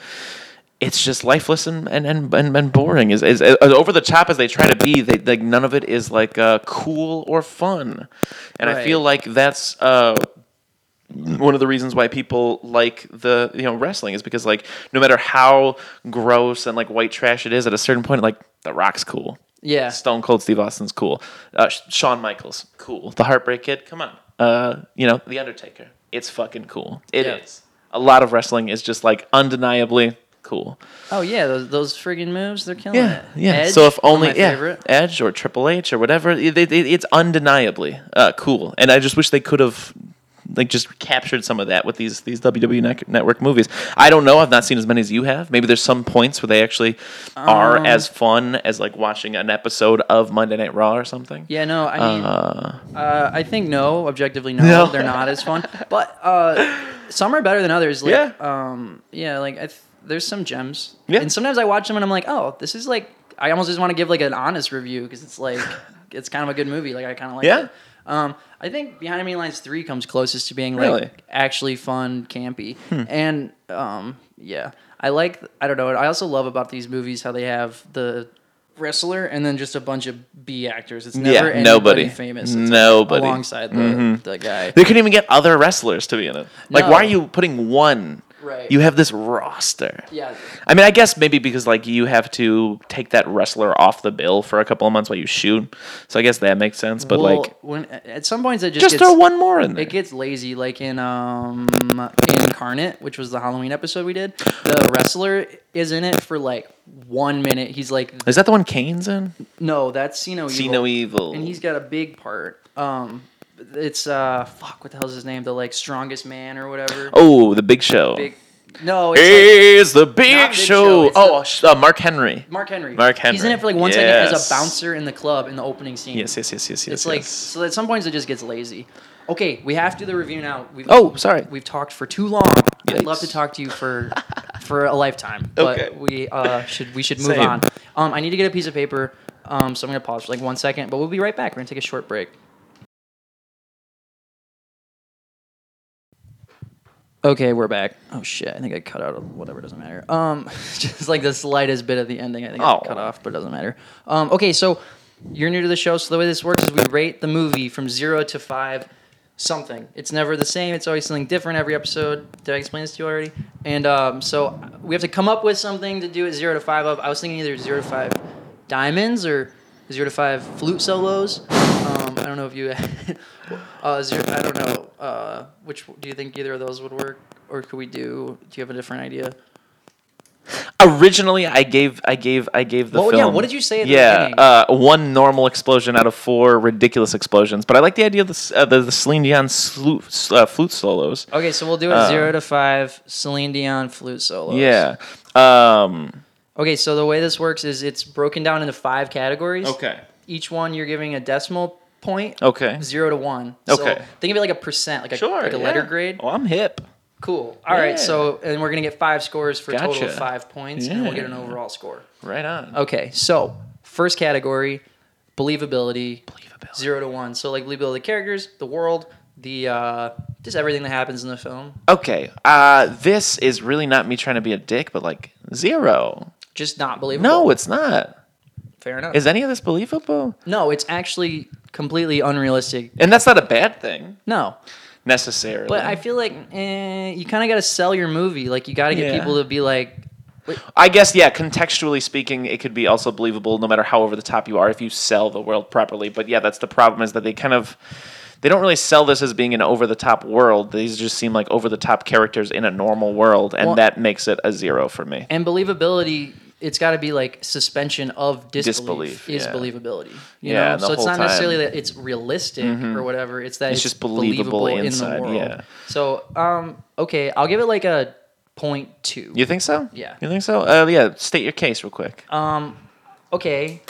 S4: it's just lifeless and and and, and, and boring. Is is as over the top as they try to be. They like none of it is like uh, cool or fun, and I
S3: Right.
S4: feel like that's. Uh, one of the reasons why people like the you know wrestling is because like no matter how gross and like white trash it is at a certain point like the rock's cool
S3: Yeah.
S4: stone cold steve austin's cool uh, Sh- shawn michaels cool the heartbreak kid come on uh you know the undertaker it's fucking cool It is
S3: Yeah.
S4: a lot of wrestling is just like undeniably cool
S3: Oh yeah, those, those friggin' moves, they're killing
S4: yeah
S3: it.
S4: yeah
S3: Edge,
S4: so if
S3: one of
S4: only
S3: my
S4: yeah
S3: favorite.
S4: edge or triple h or whatever it, it, it's undeniably uh cool and i just wish they could have like just captured some of that with these these WWE nec- network movies. I don't know. I've not seen as many as you have. Maybe there's some points where they actually are
S3: Um.
S4: as fun as like watching an episode of Monday Night Raw or something.
S3: Yeah, no, I mean,
S4: Uh,
S3: uh, I think no, objectively no,
S4: No.
S3: they're not as fun. But uh, some are better than others. Like,
S4: Yeah.
S3: um, yeah, like I th- there's some gems.
S4: Yeah.
S3: and sometimes I watch them and I'm like, oh, this is like, I almost just want to give like an honest review because it's like, it's kind of a good movie. Like I kind of like
S4: Yeah.
S3: it. Um, I think Behind Enemy Lines three comes closest to being like
S4: Really?
S3: actually fun, campy,
S4: Hmm.
S3: and um, yeah, I like. I don't know. what I also love about these movies how they have the wrestler and then just a bunch of B actors. It's never anybody
S4: nobody
S3: famous. It's
S4: nobody
S3: alongside the,
S4: Mhm.
S3: the guy.
S4: They couldn't even get other wrestlers to be in it. Like,
S3: No.
S4: why are you putting one?
S3: Right.
S4: You have this roster.
S3: Yeah.
S4: I mean, I guess maybe because like you have to take that wrestler off the bill for a couple of months while you shoot. So I guess that makes sense. But
S3: Well,
S4: like,
S3: when at some points it just
S4: Just
S3: gets,
S4: throw one more in there.
S3: It gets lazy, like in um Incarnate, which was the Halloween episode we did. The wrestler is in it for like one minute. He's like,
S4: is that the one Kane's in?
S3: no, that's Sino
S4: See
S3: Evil.
S4: no evil.
S3: and he's got a big part. Um, it's uh, fuck, what the hell's his name? The like strongest man or whatever.
S4: Oh, the Big Show.
S3: Big, no, it's
S4: He's the
S3: like-
S4: big,
S3: not
S4: show.
S3: it's
S4: Oh, sh- uh, Mark Henry.
S3: Mark Henry.
S4: Mark Henry.
S3: He's in it for like one second as
S4: Yes.
S3: a bouncer in the club in the opening scene.
S4: Yes, yes, yes, yes, yes.
S3: it's like
S4: yes.
S3: so at some points it just gets lazy. Okay, we have to do the review now. We've,
S4: Oh, sorry.
S3: We've talked for too long. I'd love to talk to you for for a lifetime, but
S4: Okay.
S3: we uh, should we should move
S4: Same.
S3: on. Um, I need to get a piece of paper, um, so I'm gonna pause for like one second, but we'll be right back. We're gonna take a short break. Okay, we're back. Oh shit! I think I cut out a- whatever. Doesn't matter. Um, just like the slightest bit of the ending, I think I
S4: Oh.
S3: cut off, but it doesn't matter. Um, okay, so you're new to the show, so the way this works is we rate the movie from zero to five something. It's never the same. It's always something different every episode. Did I explain this to you already? And um, so we have to come up with something to do at zero to five of. I was thinking either zero to five diamonds or zero to five flute solos. Um, I don't know if you, uh, zero, I don't know uh, which. Do you think either of those would work, or could we do? Do you have a different idea?
S4: Originally, I gave, I gave, I gave the
S3: Well, yeah,
S4: film.
S3: what did you say at the
S4: yeah,
S3: beginning?
S4: uh, one normal explosion out of four ridiculous explosions. But I like the idea of the s- uh, the, the Celine Dion slute, uh, flute solos.
S3: Okay, so we'll do a
S4: Uh,
S3: zero to five Celine Dion flute solos.
S4: Yeah. Um,
S3: Okay, so the way this works is it's broken down into five categories.
S4: Okay.
S3: Each one you're giving a decimal point.
S4: Okay.
S3: Zero to one.
S4: Okay.
S3: So think of it like a percent, like a,
S4: Sure,
S3: like a letter
S4: yeah.
S3: grade.
S4: Oh, I'm hip.
S3: Cool. All right.
S4: Yeah.
S3: So and we're gonna get five scores for a total
S4: Gotcha.
S3: of five points, and we'll get an
S4: Yeah.
S3: overall score.
S4: right on.
S3: Okay, so first category, believability. Believability. Zero to one. So like believability of the characters, the world, the uh, just everything that happens in the film.
S4: Okay. Uh, this is really not me trying to be a dick, but like zero.
S3: Just not believable.
S4: No, it's not.
S3: Fair enough.
S4: Is any of this believable?
S3: No, it's actually completely unrealistic.
S4: And that's not a bad thing
S3: No,
S4: necessarily.
S3: but I feel like eh, you kind of got to sell your movie. Like you got to get
S4: Yeah.
S3: people to be like,
S4: I guess yeah. Contextually speaking, it could be also believable, no matter how over the top you are, if you sell the world properly. But yeah, that's the problem is that they kind of they don't really sell this as being an over the top world. These just seem like over the top characters in a normal world, and
S3: Well-
S4: that makes it a zero for me.
S3: and believability. It's got to be like suspension of disbelief,
S4: Disbelief,
S3: is
S4: yeah.
S3: believability. You
S4: Yeah,
S3: know?
S4: the
S3: so it's
S4: whole
S3: not necessarily
S4: time.
S3: that it's realistic
S4: Mhm.
S3: or whatever. It's that
S4: It's
S3: it's,
S4: just believable inside,
S3: in the world.
S4: yeah.
S3: So um, okay, I'll give it like a point two.
S4: You think so?
S3: Yeah.
S4: You think so? Uh, yeah. State your case real quick.
S3: Um, okay.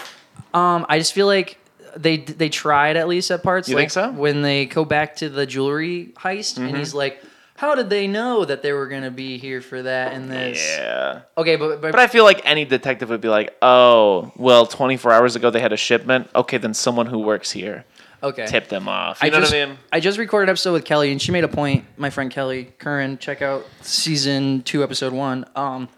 S3: Um, I just feel like they they tried at least at parts.
S4: You
S3: like
S4: think so?
S3: When they go back to the jewelry heist, and
S4: Mhm.
S3: he's like, "How did they know that they were gonna be here for that and this?"
S4: Yeah.
S3: Okay, but but,
S4: But I feel like any detective would be like, "Oh, well, 24 hours ago they had a shipment. Okay, then someone who works here,
S3: Okay.
S4: tipped them off. You know
S3: just,
S4: what I mean?
S3: I just recorded an episode with Kelly, and she made a point. My friend Kelly Curran, check out season two, episode one, um,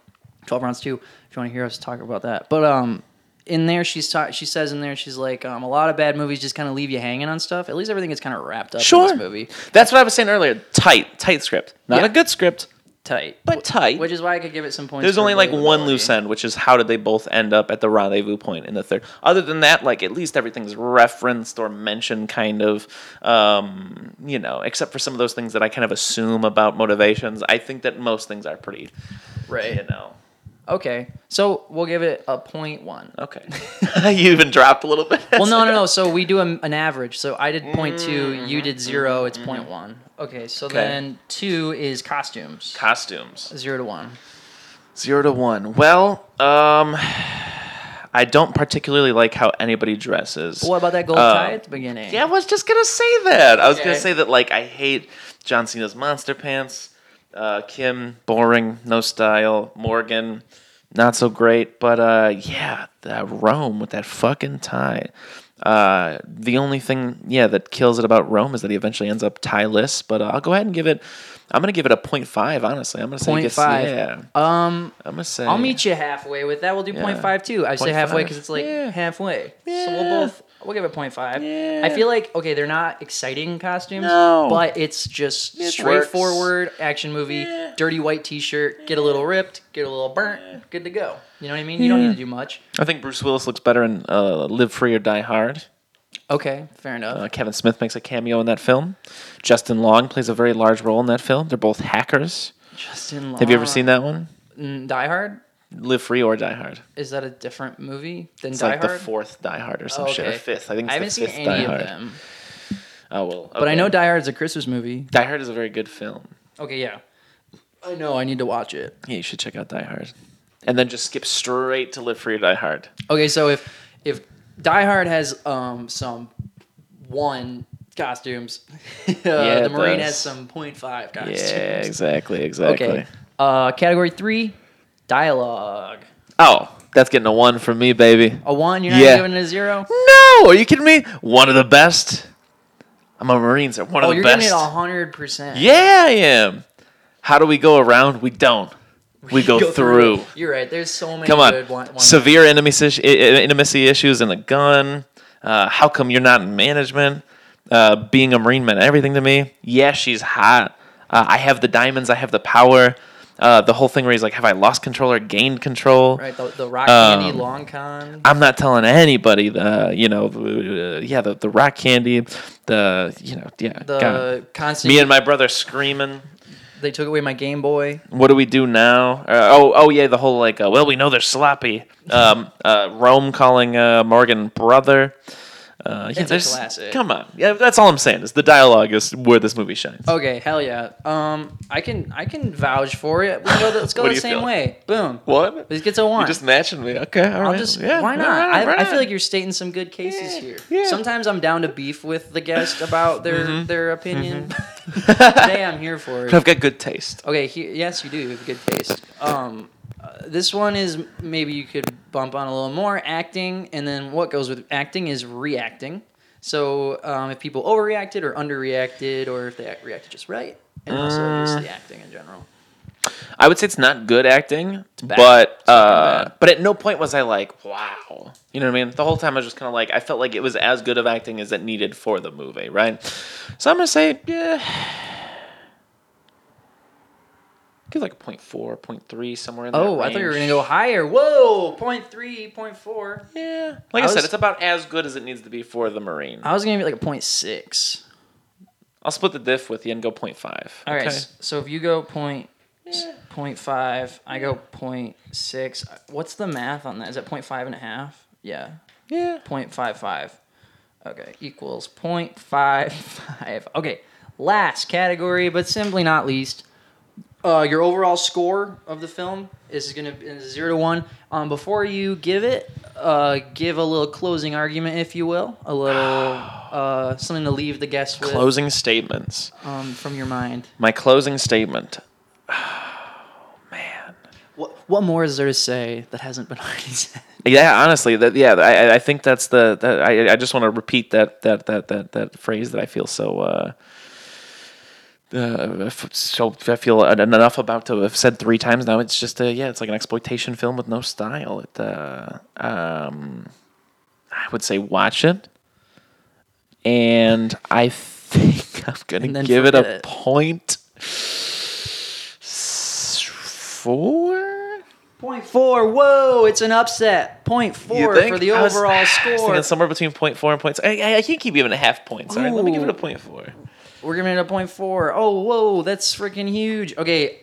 S3: twelve rounds two. If you want to hear us talk about that, but um, in there she's ta- she says in there she's like um, a lot of bad movies just kind of leave you hanging on stuff. At least everything is kind of wrapped up. in
S4: Sure.
S3: this movie.
S4: That's what I was saying earlier. Tight, tight script. Not
S3: Yeah.
S4: a good script,
S3: tight,
S4: but tight.
S3: which is why I could give it some points.
S4: There's
S3: for
S4: only like
S3: believability.
S4: one loose end, which is how did they both end up at the rendezvous point in the third. Other than that, like at least everything's referenced or mentioned, kind of, um, you know, except for some of those things that I kind of assume about motivations. I think that most things are pretty,
S3: right?
S4: You know,
S3: Okay, so we'll give it a point one.
S4: Okay. you even dropped a little bit.
S3: well, no, no, no. So we do a, an average. So I did point two, you did zero. It's point one. Okay, so
S4: Mm-hmm. Okay.
S3: then two is costumes.
S4: Costumes.
S3: Zero to one.
S4: Zero to one. Well, um, I don't particularly like how anybody dresses.
S3: What about that gold
S4: Uh,
S3: tie at the beginning?
S4: Yeah, I was just gonna say that. I was gonna
S3: Okay.
S4: say that like I hate John Cena's monster pants. Uh, Kim boring, no style. Morgan not so great, but uh, yeah, that Rome with that fucking tie. Uh, the only thing yeah that kills it about Rome is that he eventually ends up tieless. But uh, I'll go ahead and give it. I'm gonna give it a point five. Honestly, I'm gonna say it
S3: Point
S4: gets-
S3: five.
S4: Yeah,
S3: Um,
S4: I'm gonna say
S3: I'll meet you halfway with that. We'll do
S4: Yeah.
S3: point five too. I say
S4: Point
S3: halfway
S4: five.
S3: because it's like halfway. So we'll both we'll give it point five.
S4: Yeah.
S3: I feel like okay, they're not exciting costumes,
S4: No.
S3: but it's just
S4: It
S3: straightforward action movie. Dirty white T-shirt, get a little ripped, get a little burnt, good to go. You know what I mean? You don't
S4: Yeah.
S3: need to do much.
S4: I think Bruce Willis looks better in uh, Live Free or Die Hard.
S3: Okay, fair enough.
S4: Uh, Kevin Smith makes a cameo in that film. Justin Long plays a very large role in that film. They're both hackers.
S3: Justin
S4: Have you ever seen that one?
S3: Mm, Die Hard?
S4: Live Free or Die Hard.
S3: Is that a different movie than
S4: It's
S3: Die
S4: like the
S3: Hard?
S4: fourth Die Hard or some
S3: Oh,
S4: shit.
S3: okay.
S4: Or fifth. I think it's
S3: I haven't
S4: the
S3: seen
S4: fifth
S3: any
S4: Die
S3: of
S4: Hard.
S3: them.
S4: Oh well.
S3: But I
S4: okay.
S3: know Die Hard's a Christmas movie.
S4: Die Hard is a very good film.
S3: Okay, yeah. I know. I need to watch it.
S4: Yeah, you should check out Die Hard. And then just skip straight to Live Free or Die Hard.
S3: Okay, so if if Die Hard has um some one costumes, uh,
S4: Yeah,
S3: the
S4: it
S3: Marine
S4: does.
S3: has some point five costumes.
S4: Yeah, exactly, exactly.
S3: Okay. Uh, category three, dialogue.
S4: Oh, that's getting a one from me, baby.
S3: A one, you're not
S4: Yeah.
S3: giving it a zero.
S4: No, are you kidding me? One of the best. I'm a Marine, sir. One
S3: oh,
S4: of the
S3: you're
S4: best.
S3: giving it hundred percent.
S4: Yeah, I am. How do we go around? We don't. We go, through.
S3: You're right. There's so many.
S4: Come on.
S3: Good one, one-
S4: Severe intimacy, i- i- intimacy issues and a gun. Uh, how come you're not in management? Uh, being a Marine meant everything to me. Yeah, she's hot. Uh, I have the diamonds. I have the power. Uh, the whole thing where he's like, have I lost control or gained control?
S3: Right. The, the rock candy
S4: Um,
S3: long con.
S4: I'm not telling anybody the you know uh, yeah the, the rock candy the you know yeah
S3: The
S4: God.
S3: constant-
S4: me and my brother screaming
S3: They took away my Game Boy.
S4: what do we do now uh, oh oh yeah the whole like uh, well we know they're sloppy um uh Rome calling uh, Morgan brother uh yeah
S3: It's a
S4: there's-
S3: classic.
S4: come on yeah that's all I'm saying is the dialogue is where this movie shines
S3: Okay, hell yeah. Um, I can I can vouch for it. We'll go the, let's go
S4: What do
S3: the
S4: you
S3: same
S4: feel?
S3: way. Boom.
S4: what
S3: Let's get to one.
S4: you're just matching me okay all
S3: I'll
S4: right,
S3: just
S4: yeah,
S3: why not?
S4: all right,
S3: I,
S4: all
S3: I feel
S4: right.
S3: like you're stating some good cases here. Sometimes I'm down to beef with the guest about their
S4: Mhm.
S3: their opinion.
S4: Mm-hmm.
S3: Today I'm here for it.
S4: I've got good taste
S3: Okay, he, yes, you do. You have good taste. Um, uh, this one is maybe you could bump on a little more acting, and then what goes with acting is reacting. So um, if people overreacted or underreacted, or if they act- reacted just right, and also just
S4: Mm.
S3: the acting in general.
S4: I would say it's not good acting,
S3: bad.
S4: but uh, but at no point was I like, wow. You know what I mean? The whole time I was just kind of like, I felt like it was as good of acting as it needed for the movie, right? So I'm gonna say, yeah, give like a point four, point three, somewhere in there.
S3: Oh, I thought you were gonna go higher. Whoa, point three, point four.
S4: Yeah. Like I, said, it's about as good as it needs to be for the Marine.
S3: I was gonna be like a point six.
S4: I'll split the diff with you and go point five.
S3: All right. s- So if you go point, s- point 0.5, I go point 0.6. What's the math on that? Is that point five and a half? Yeah.
S4: Yeah.
S3: Point five five. Okay. Equals point five five. Okay. Last category, but simply not least. Uh, your overall score of the film is going to be zero to one. Um, before you give it, uh, give a little closing argument, if you will, a little uh, something to leave the guests with
S4: Closing statements.
S3: um, from your mind.
S4: My closing statement.
S3: What, what more is there to say that hasn't been already said?
S4: Yeah, honestly, that yeah, I, I- I think that's the that, I I just want to repeat that that that that that phrase that I feel so uh, uh f- so I feel en- enough about to have said three times now. It's just uh yeah, it's like an exploitation film with no style. It uh um I would say watch it, and I think I'm
S3: And
S4: gonna
S3: then
S4: give it
S3: forget
S4: a
S3: it.
S4: point s- four.
S3: Point four. Whoa, it's an upset. Point
S4: You
S3: four
S4: think?
S3: for the
S4: I was-
S3: overall
S4: I was
S3: score.
S4: thinking somewhere between point four and points. I, I, I can't keep giving it half points. All right, let me give it a
S3: Ooh.
S4: point four.
S3: We're giving it a point four. Oh, whoa, that's freaking huge. Okay,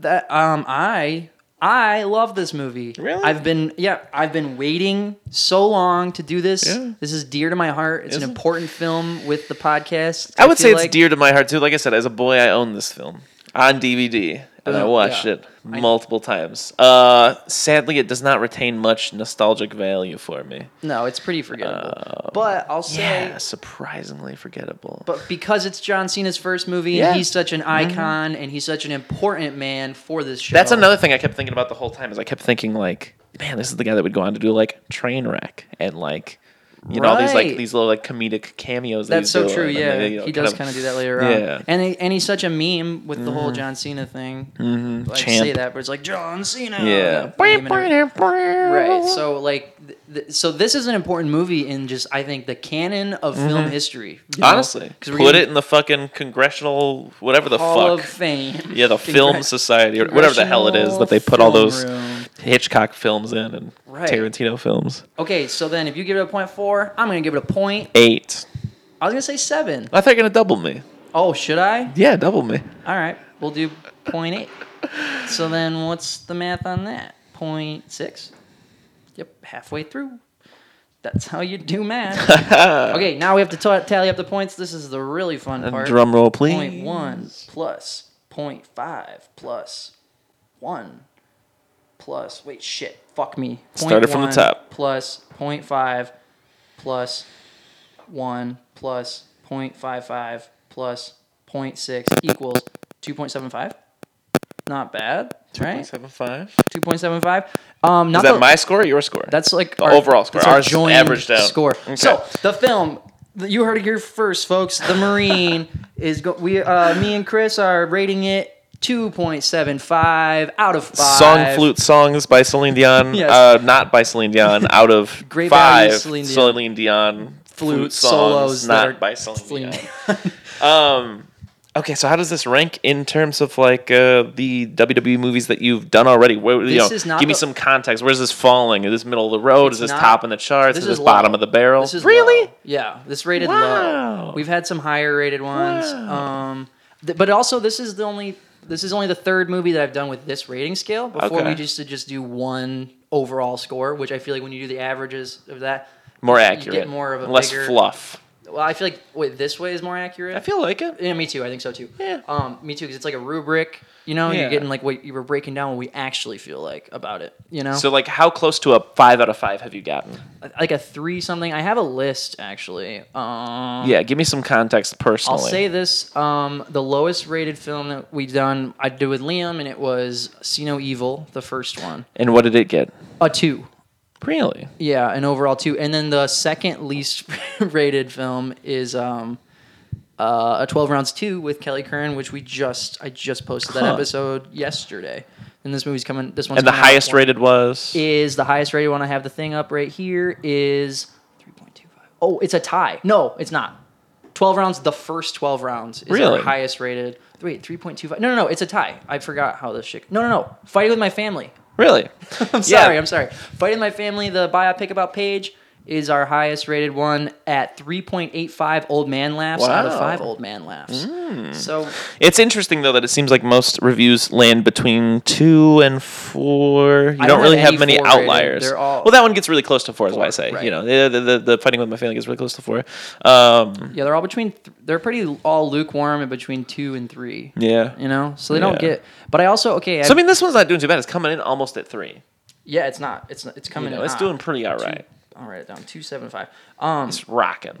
S3: that um, I I love this movie. Really? I've been yeah, I've been waiting so long to do this. This is dear to my heart. It's
S4: Is
S3: an
S4: it?
S3: important film with the podcast.
S4: I would say
S3: feel
S4: it's
S3: like-
S4: dear to my heart too. Like I said, as a boy, I own this film on DVD, and I
S3: Uh,
S4: watched
S3: yeah.
S4: it multiple times. Uh, sadly, it does not retain much nostalgic value for me.
S3: No, it's pretty forgettable. but I'll say
S4: Yeah, surprisingly forgettable.
S3: But because it's John Cena's first movie
S4: Yeah. Mm-hmm.
S3: and he's such an icon and he's such an important man for this show.
S4: That's another thing I kept thinking about the whole time. Is I kept thinking like, man, this is the guy that would go on to do like Trainwreck and like, you know, all these
S3: Right.
S4: like these little like comedic cameos. that
S3: That's
S4: he's
S3: so
S4: doing,
S3: true.
S4: and
S3: Yeah,
S4: they, you know,
S3: he does kind of do that later on.
S4: Yeah.
S3: and he, and he's such a meme with the whole
S4: Mhm.
S3: John Cena thing.
S4: Mhm.
S3: Like
S4: Champ.
S3: say that, but it's like John Cena.
S4: Yeah.
S3: Name and everything. right. So like, th- th- so this is an important movie in just I think the canon of film
S4: Mhm.
S3: history.
S4: Honestly, put it in the fucking congressional whatever the
S3: Hall
S4: fuck
S3: of Fame.
S4: Yeah, the
S3: Congre-
S4: Film Society or whatever the hell it is that they put all those Hitchcock films in and
S3: Right.
S4: Tarantino films.
S3: Okay, so then if you give it a point four, I'm gonna give it a point.
S4: Eight.
S3: I was gonna say seven.
S4: I thought you were gonna double me.
S3: Oh, should I?
S4: Yeah, double me.
S3: All right, we'll do point eight. so then, what's the math on that? Point six. Yep, halfway through. That's how you do math. okay, now we have to ta- tally up the points. This is the really fun
S4: And
S3: part.
S4: Uh, drum roll,
S3: Point
S4: please.
S3: one plus point five plus one plus. Wait, shit. Fuck me. Point
S4: Started from the
S3: one
S4: top.
S3: Plus point five plus one plus point five five plus point six equals two point seven five. Not bad, right?
S4: 2.75.
S3: 2.75. Um, not
S4: is that
S3: the-
S4: my score or your score?
S3: That's like
S4: the overall score.
S3: that's our
S4: Ours
S3: joined
S4: averaged out.
S3: score.
S4: Okay.
S3: So the film th- you heard it here first, folks. The Marine is go- we uh, me and Chris are rating it two point seven five out of five.
S4: Song Flute Songs by Celine Dion.
S3: Yes.
S4: Uh, not by Celine Dion. Out of
S3: Great value,
S4: five,
S3: Celine
S4: Celine
S3: Dion.
S4: Dion,
S3: Flute
S4: songs,
S3: solos that
S4: Not
S3: are
S4: by Celine Dion. um, okay, so how does this rank in terms of like uh, the WWE movies that you've done already? Where, you
S3: This
S4: know,
S3: is not
S4: give me
S3: the-
S4: some context. Where's this falling? Is this middle of the road?
S3: It's
S4: Is this
S3: not-
S4: top in the charts?
S3: this
S4: Is,
S3: is
S4: this bottom
S3: low.
S4: of the barrel?
S3: This is
S4: really?
S3: low. Yeah, this rated low.
S4: Wow.
S3: We've had some higher rated ones. Um, th- but also this is the only this is only the third movie that I've done with this rating scale. Before
S4: Okay.
S3: we used to just do one overall score, which I feel like when you do the averages of that,
S4: More
S3: you
S4: accurate.
S3: get more of a
S4: less
S3: bigger-
S4: fluff.
S3: Well, I feel like wait, this way is more accurate. I
S4: feel like it.
S3: Yeah, me too. I think so too. Yeah. Um, me too, because it's like a rubric. You know,
S4: Yeah.
S3: you're getting like what you were breaking down what we actually feel like about it. You know,
S4: So like, how close to a five out of five have you gotten?
S3: like a three something. I have a list actually. Um,
S4: yeah, give me some context
S3: I'll
S4: personally.
S3: say this: um, the lowest rated film that we done, I did with Liam, and it was See No Evil, the first one.
S4: and what did it get?
S3: A two.
S4: Really?
S3: Yeah, an overall two. And then the second least rated film is um, uh, a Twelve Rounds Two with Kelly Curran, which we just I just posted that
S4: Huh.
S3: episode yesterday. And this movie's coming. This one's
S4: And the
S3: coming out
S4: highest
S3: tomorrow.
S4: rated was
S3: is the highest rated one. I have the thing up right here is 3.25. Oh, it's a tie. No, it's not. 12 rounds, the first 12 rounds is our
S4: Really?
S3: highest rated. Wait, 3.25. No, no, no, it's a tie. I forgot how this shit. No, no, no. Fighting with My Family.
S4: really.
S3: I'm
S4: Yeah.
S3: sorry, I'm sorry. Fighting with My Family, the biopic about Paige, is our highest rated one at 3.85 old man laughs out of
S4: Wow. Mm.
S3: 5 old man laughs. So
S4: It's interesting though that it seems like most reviews land between two and four. You don't,
S3: I don't
S4: really
S3: have
S4: have, many
S3: any four rated.
S4: outliers.
S3: They're all-
S4: well, that one gets really close to four, is why I say. You know, the, the, the, the fighting with my family gets really close to four. Um,
S3: Yeah, they're all between. Th- they're pretty all lukewarm and between two and three.
S4: Yeah.
S3: you know, so they don't
S4: Yeah.
S3: get. But I also okay.
S4: so I mean, this one's not doing too bad. It's coming in almost at three.
S3: yeah, it's not. It's not, it's coming.
S4: You
S3: in
S4: know, it's
S3: hot.
S4: doing pretty all right.
S3: Two, I'll write it down. Two seven five. Um.
S4: It's rocking.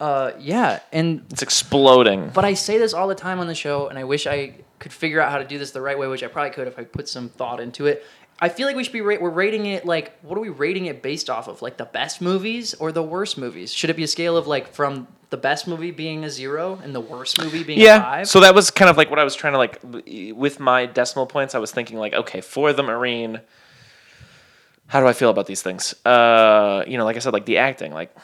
S3: Uh. Yeah. And
S4: It's exploding.
S3: but I say this all the time on the show, and I wish I could figure out how to do this the right way, which I probably could if I put some thought into it. I feel like we should be ra- we're rating it like what are we rating it based off of like the best movies or the worst movies? Should it be a scale of like from the best movie being a zero and the worst movie being a
S4: yeah.
S3: five?
S4: So that was kind of like what I was trying to like w- e, with my decimal points. I was thinking like, okay, for the Marine, how do I feel about these things? Uh, you know, like I said, like the acting, like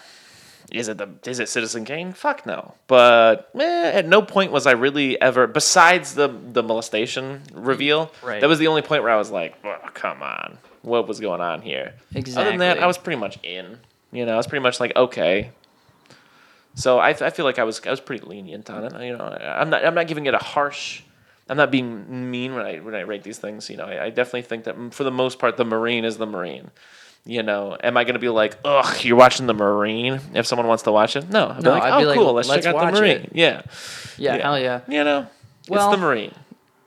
S4: is it the is it Citizen Kane? Fuck no. But eh, at no point was I really ever besides the the molestation reveal.
S3: Right.
S4: That was the only point where I was like, oh, come on, what was going on here? Other than that,
S3: Exactly.
S4: I was pretty much in. You know, I was pretty much like, okay. So I, I feel like I was I was pretty lenient on it. You know, I'm not I'm not giving it a harsh. I'm not being mean when I when I rate these things. You know, I, I definitely think that mm, for the most part, the Marine is the Marine. You know, am I going to be like, ugh, you're watching the Marine? If someone wants to watch it, no, I'd be
S3: No,
S4: like,
S3: I'd
S4: oh,
S3: be like,
S4: cool, let's,
S3: "Let's
S4: check out
S3: watch
S4: the Marine.
S3: it.
S4: Yeah,
S3: Yeah, hell yeah.
S4: You know,
S3: Well,
S4: it's the Marine.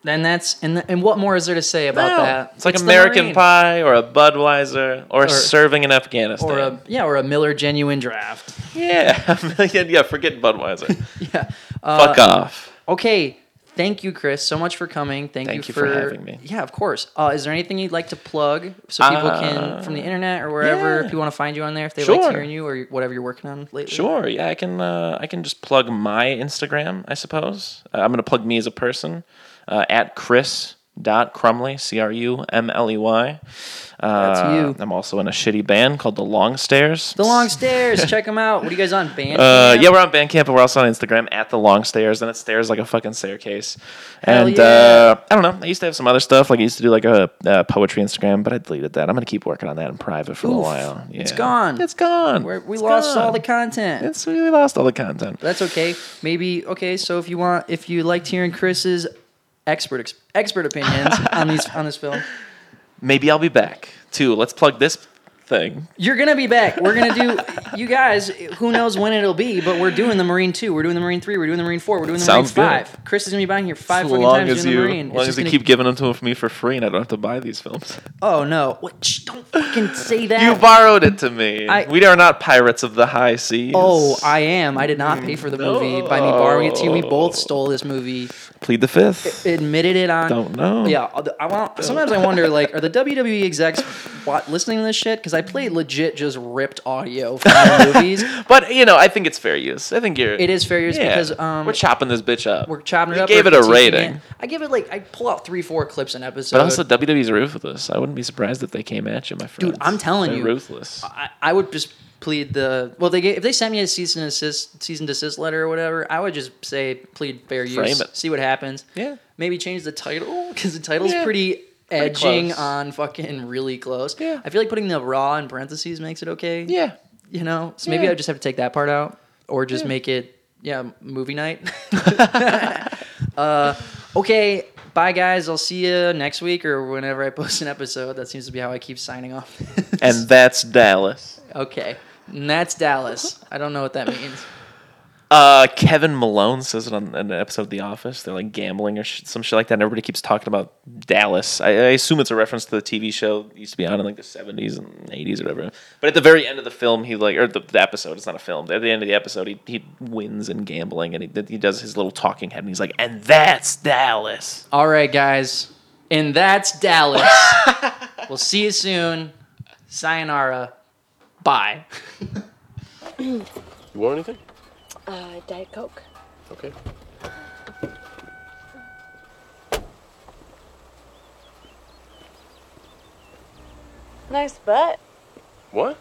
S3: Then that's and th- and what more is there to say about
S4: No,
S3: that?
S4: It's like
S3: the
S4: American
S3: Marine.
S4: Pie or a Budweiser or,
S3: Or-
S4: serving in Afghanistan.
S3: or a yeah, or a Miller genuine draft.
S4: yeah, yeah, yeah, forget Budweiser.
S3: yeah.
S4: Fuck off.
S3: Okay. Thank you, Chris, so much for coming. Thank,
S4: Thank
S3: you
S4: you
S3: for,
S4: for having me.
S3: Yeah, of course. Uh, is there anything you'd like to plug so people
S4: Uh,
S3: can from the internet or wherever
S4: yeah.
S3: people want to find you on there if they
S4: Sure.
S3: like hearing you or whatever you're working on lately?
S4: Sure. Yeah, I can. Uh, I can just plug my Instagram, I suppose. Uh, I'm gonna plug me as a person uh, at Chris dot crumley c r u m l e y. Uh,
S3: That's you.
S4: I'm also in a shitty band called the Long Stairs.
S3: The Long Stairs. check them out. What are you guys on? Bandcamp.
S4: Uh, yeah, we're on Bandcamp, but we're also on Instagram at the Long Stairs, and it stairs like a fucking staircase.
S3: Hell
S4: and
S3: yeah.
S4: uh, I don't know. I used to have some other stuff, like I used to do like a, uh poetry Instagram, but I deleted that. I'm gonna keep working on that in private for a
S3: Oof.
S4: while. Yeah.
S3: It's gone.
S4: It's gone.
S3: We're, we
S4: It's
S3: lost all
S4: gone.
S3: the content.
S4: It's we lost all the content.
S3: But that's okay. Maybe okay. So if you want, if you liked hearing Chris's expert ex- expert opinions on these on this film,
S4: Maybe I'll be back too. Let's plug this thing.
S3: you're gonna be back. We're gonna do. You guys, who knows when it'll be? But we're doing the Marine two. We're doing the Marine three. We're doing the Marine four. We're doing the
S4: Sounds
S3: Marine
S4: good.
S3: five. Chris is gonna be buying here five
S4: As
S3: fucking
S4: long
S3: times
S4: as
S3: doing
S4: you,
S3: the Marine.
S4: as
S3: It's
S4: long as
S3: just
S4: you
S3: gonna-
S4: keep giving them to me for free, and I don't have to buy these films.
S3: Oh no! What? Shh, don't fucking say that.
S4: You borrowed it to me.
S3: I-
S4: we are not pirates of the high seas.
S3: Oh, I am. I did not pay for the movie by me borrowing it to you. We
S4: Oh.
S3: both stole this movie.
S4: plead the fifth.
S3: admitted it on.
S4: Don't know.
S3: Yeah, uh, I want. Sometimes I wonder, like, are the WWE execs wa- listening to this shit? Because I play legit just ripped audio from the movies.
S4: But you know, I think it's fair use. I think you're.
S3: It is fair use because, um,
S4: we're chopping this bitch up.
S3: We're chopping it
S4: We
S3: up.
S4: gave
S3: or
S4: it a
S3: critiquing
S4: rating.
S3: I give it like I pull out three, four clips an episode.
S4: but also, WWE's ruthless. I wouldn't be surprised if they came at you, my friend.
S3: Dude, I'm telling
S4: They're
S3: you,
S4: ruthless.
S3: I, I would just plead the well. They gave, if they sent me a cease and desist, cease and desist letter or whatever, I would just say plead fair
S4: Frame
S3: use.
S4: it.
S3: See what happens.
S4: Yeah.
S3: Maybe change the title because the title's
S4: Yeah.
S3: pretty
S4: Pretty
S3: edging
S4: close.
S3: on fucking really close. Yeah. I feel like putting the raw in parentheses makes it okay.
S4: Yeah.
S3: You know, so maybe
S4: Yeah.
S3: I just have to take that part out or just make it yeah movie night. uh, okay. Bye, guys. I'll see you next week or whenever I post an episode. That seems to be how I keep signing off.
S4: and that's Dallas.
S3: Okay. And that's Dallas. I don't know what that means.
S4: Uh, Kevin Malone says it on an episode of The Office. They're like gambling or sh- some shit like that. And everybody keeps talking about Dallas. I, I assume it's a reference to the TV show that used to be on in like the seventies and eighties or whatever. But at the very end of the film, he like or the, the episode. It's not a film. At the end of the episode, he, he wins in gambling and he he does his little talking head and he's like, and that's Dallas.
S3: All right, guys. And that's Dallas. we'll see you soon. Sayonara. Bye.
S6: You want anything?
S12: Uh, Diet Coke.
S6: Okay.
S12: Nice butt.
S6: What?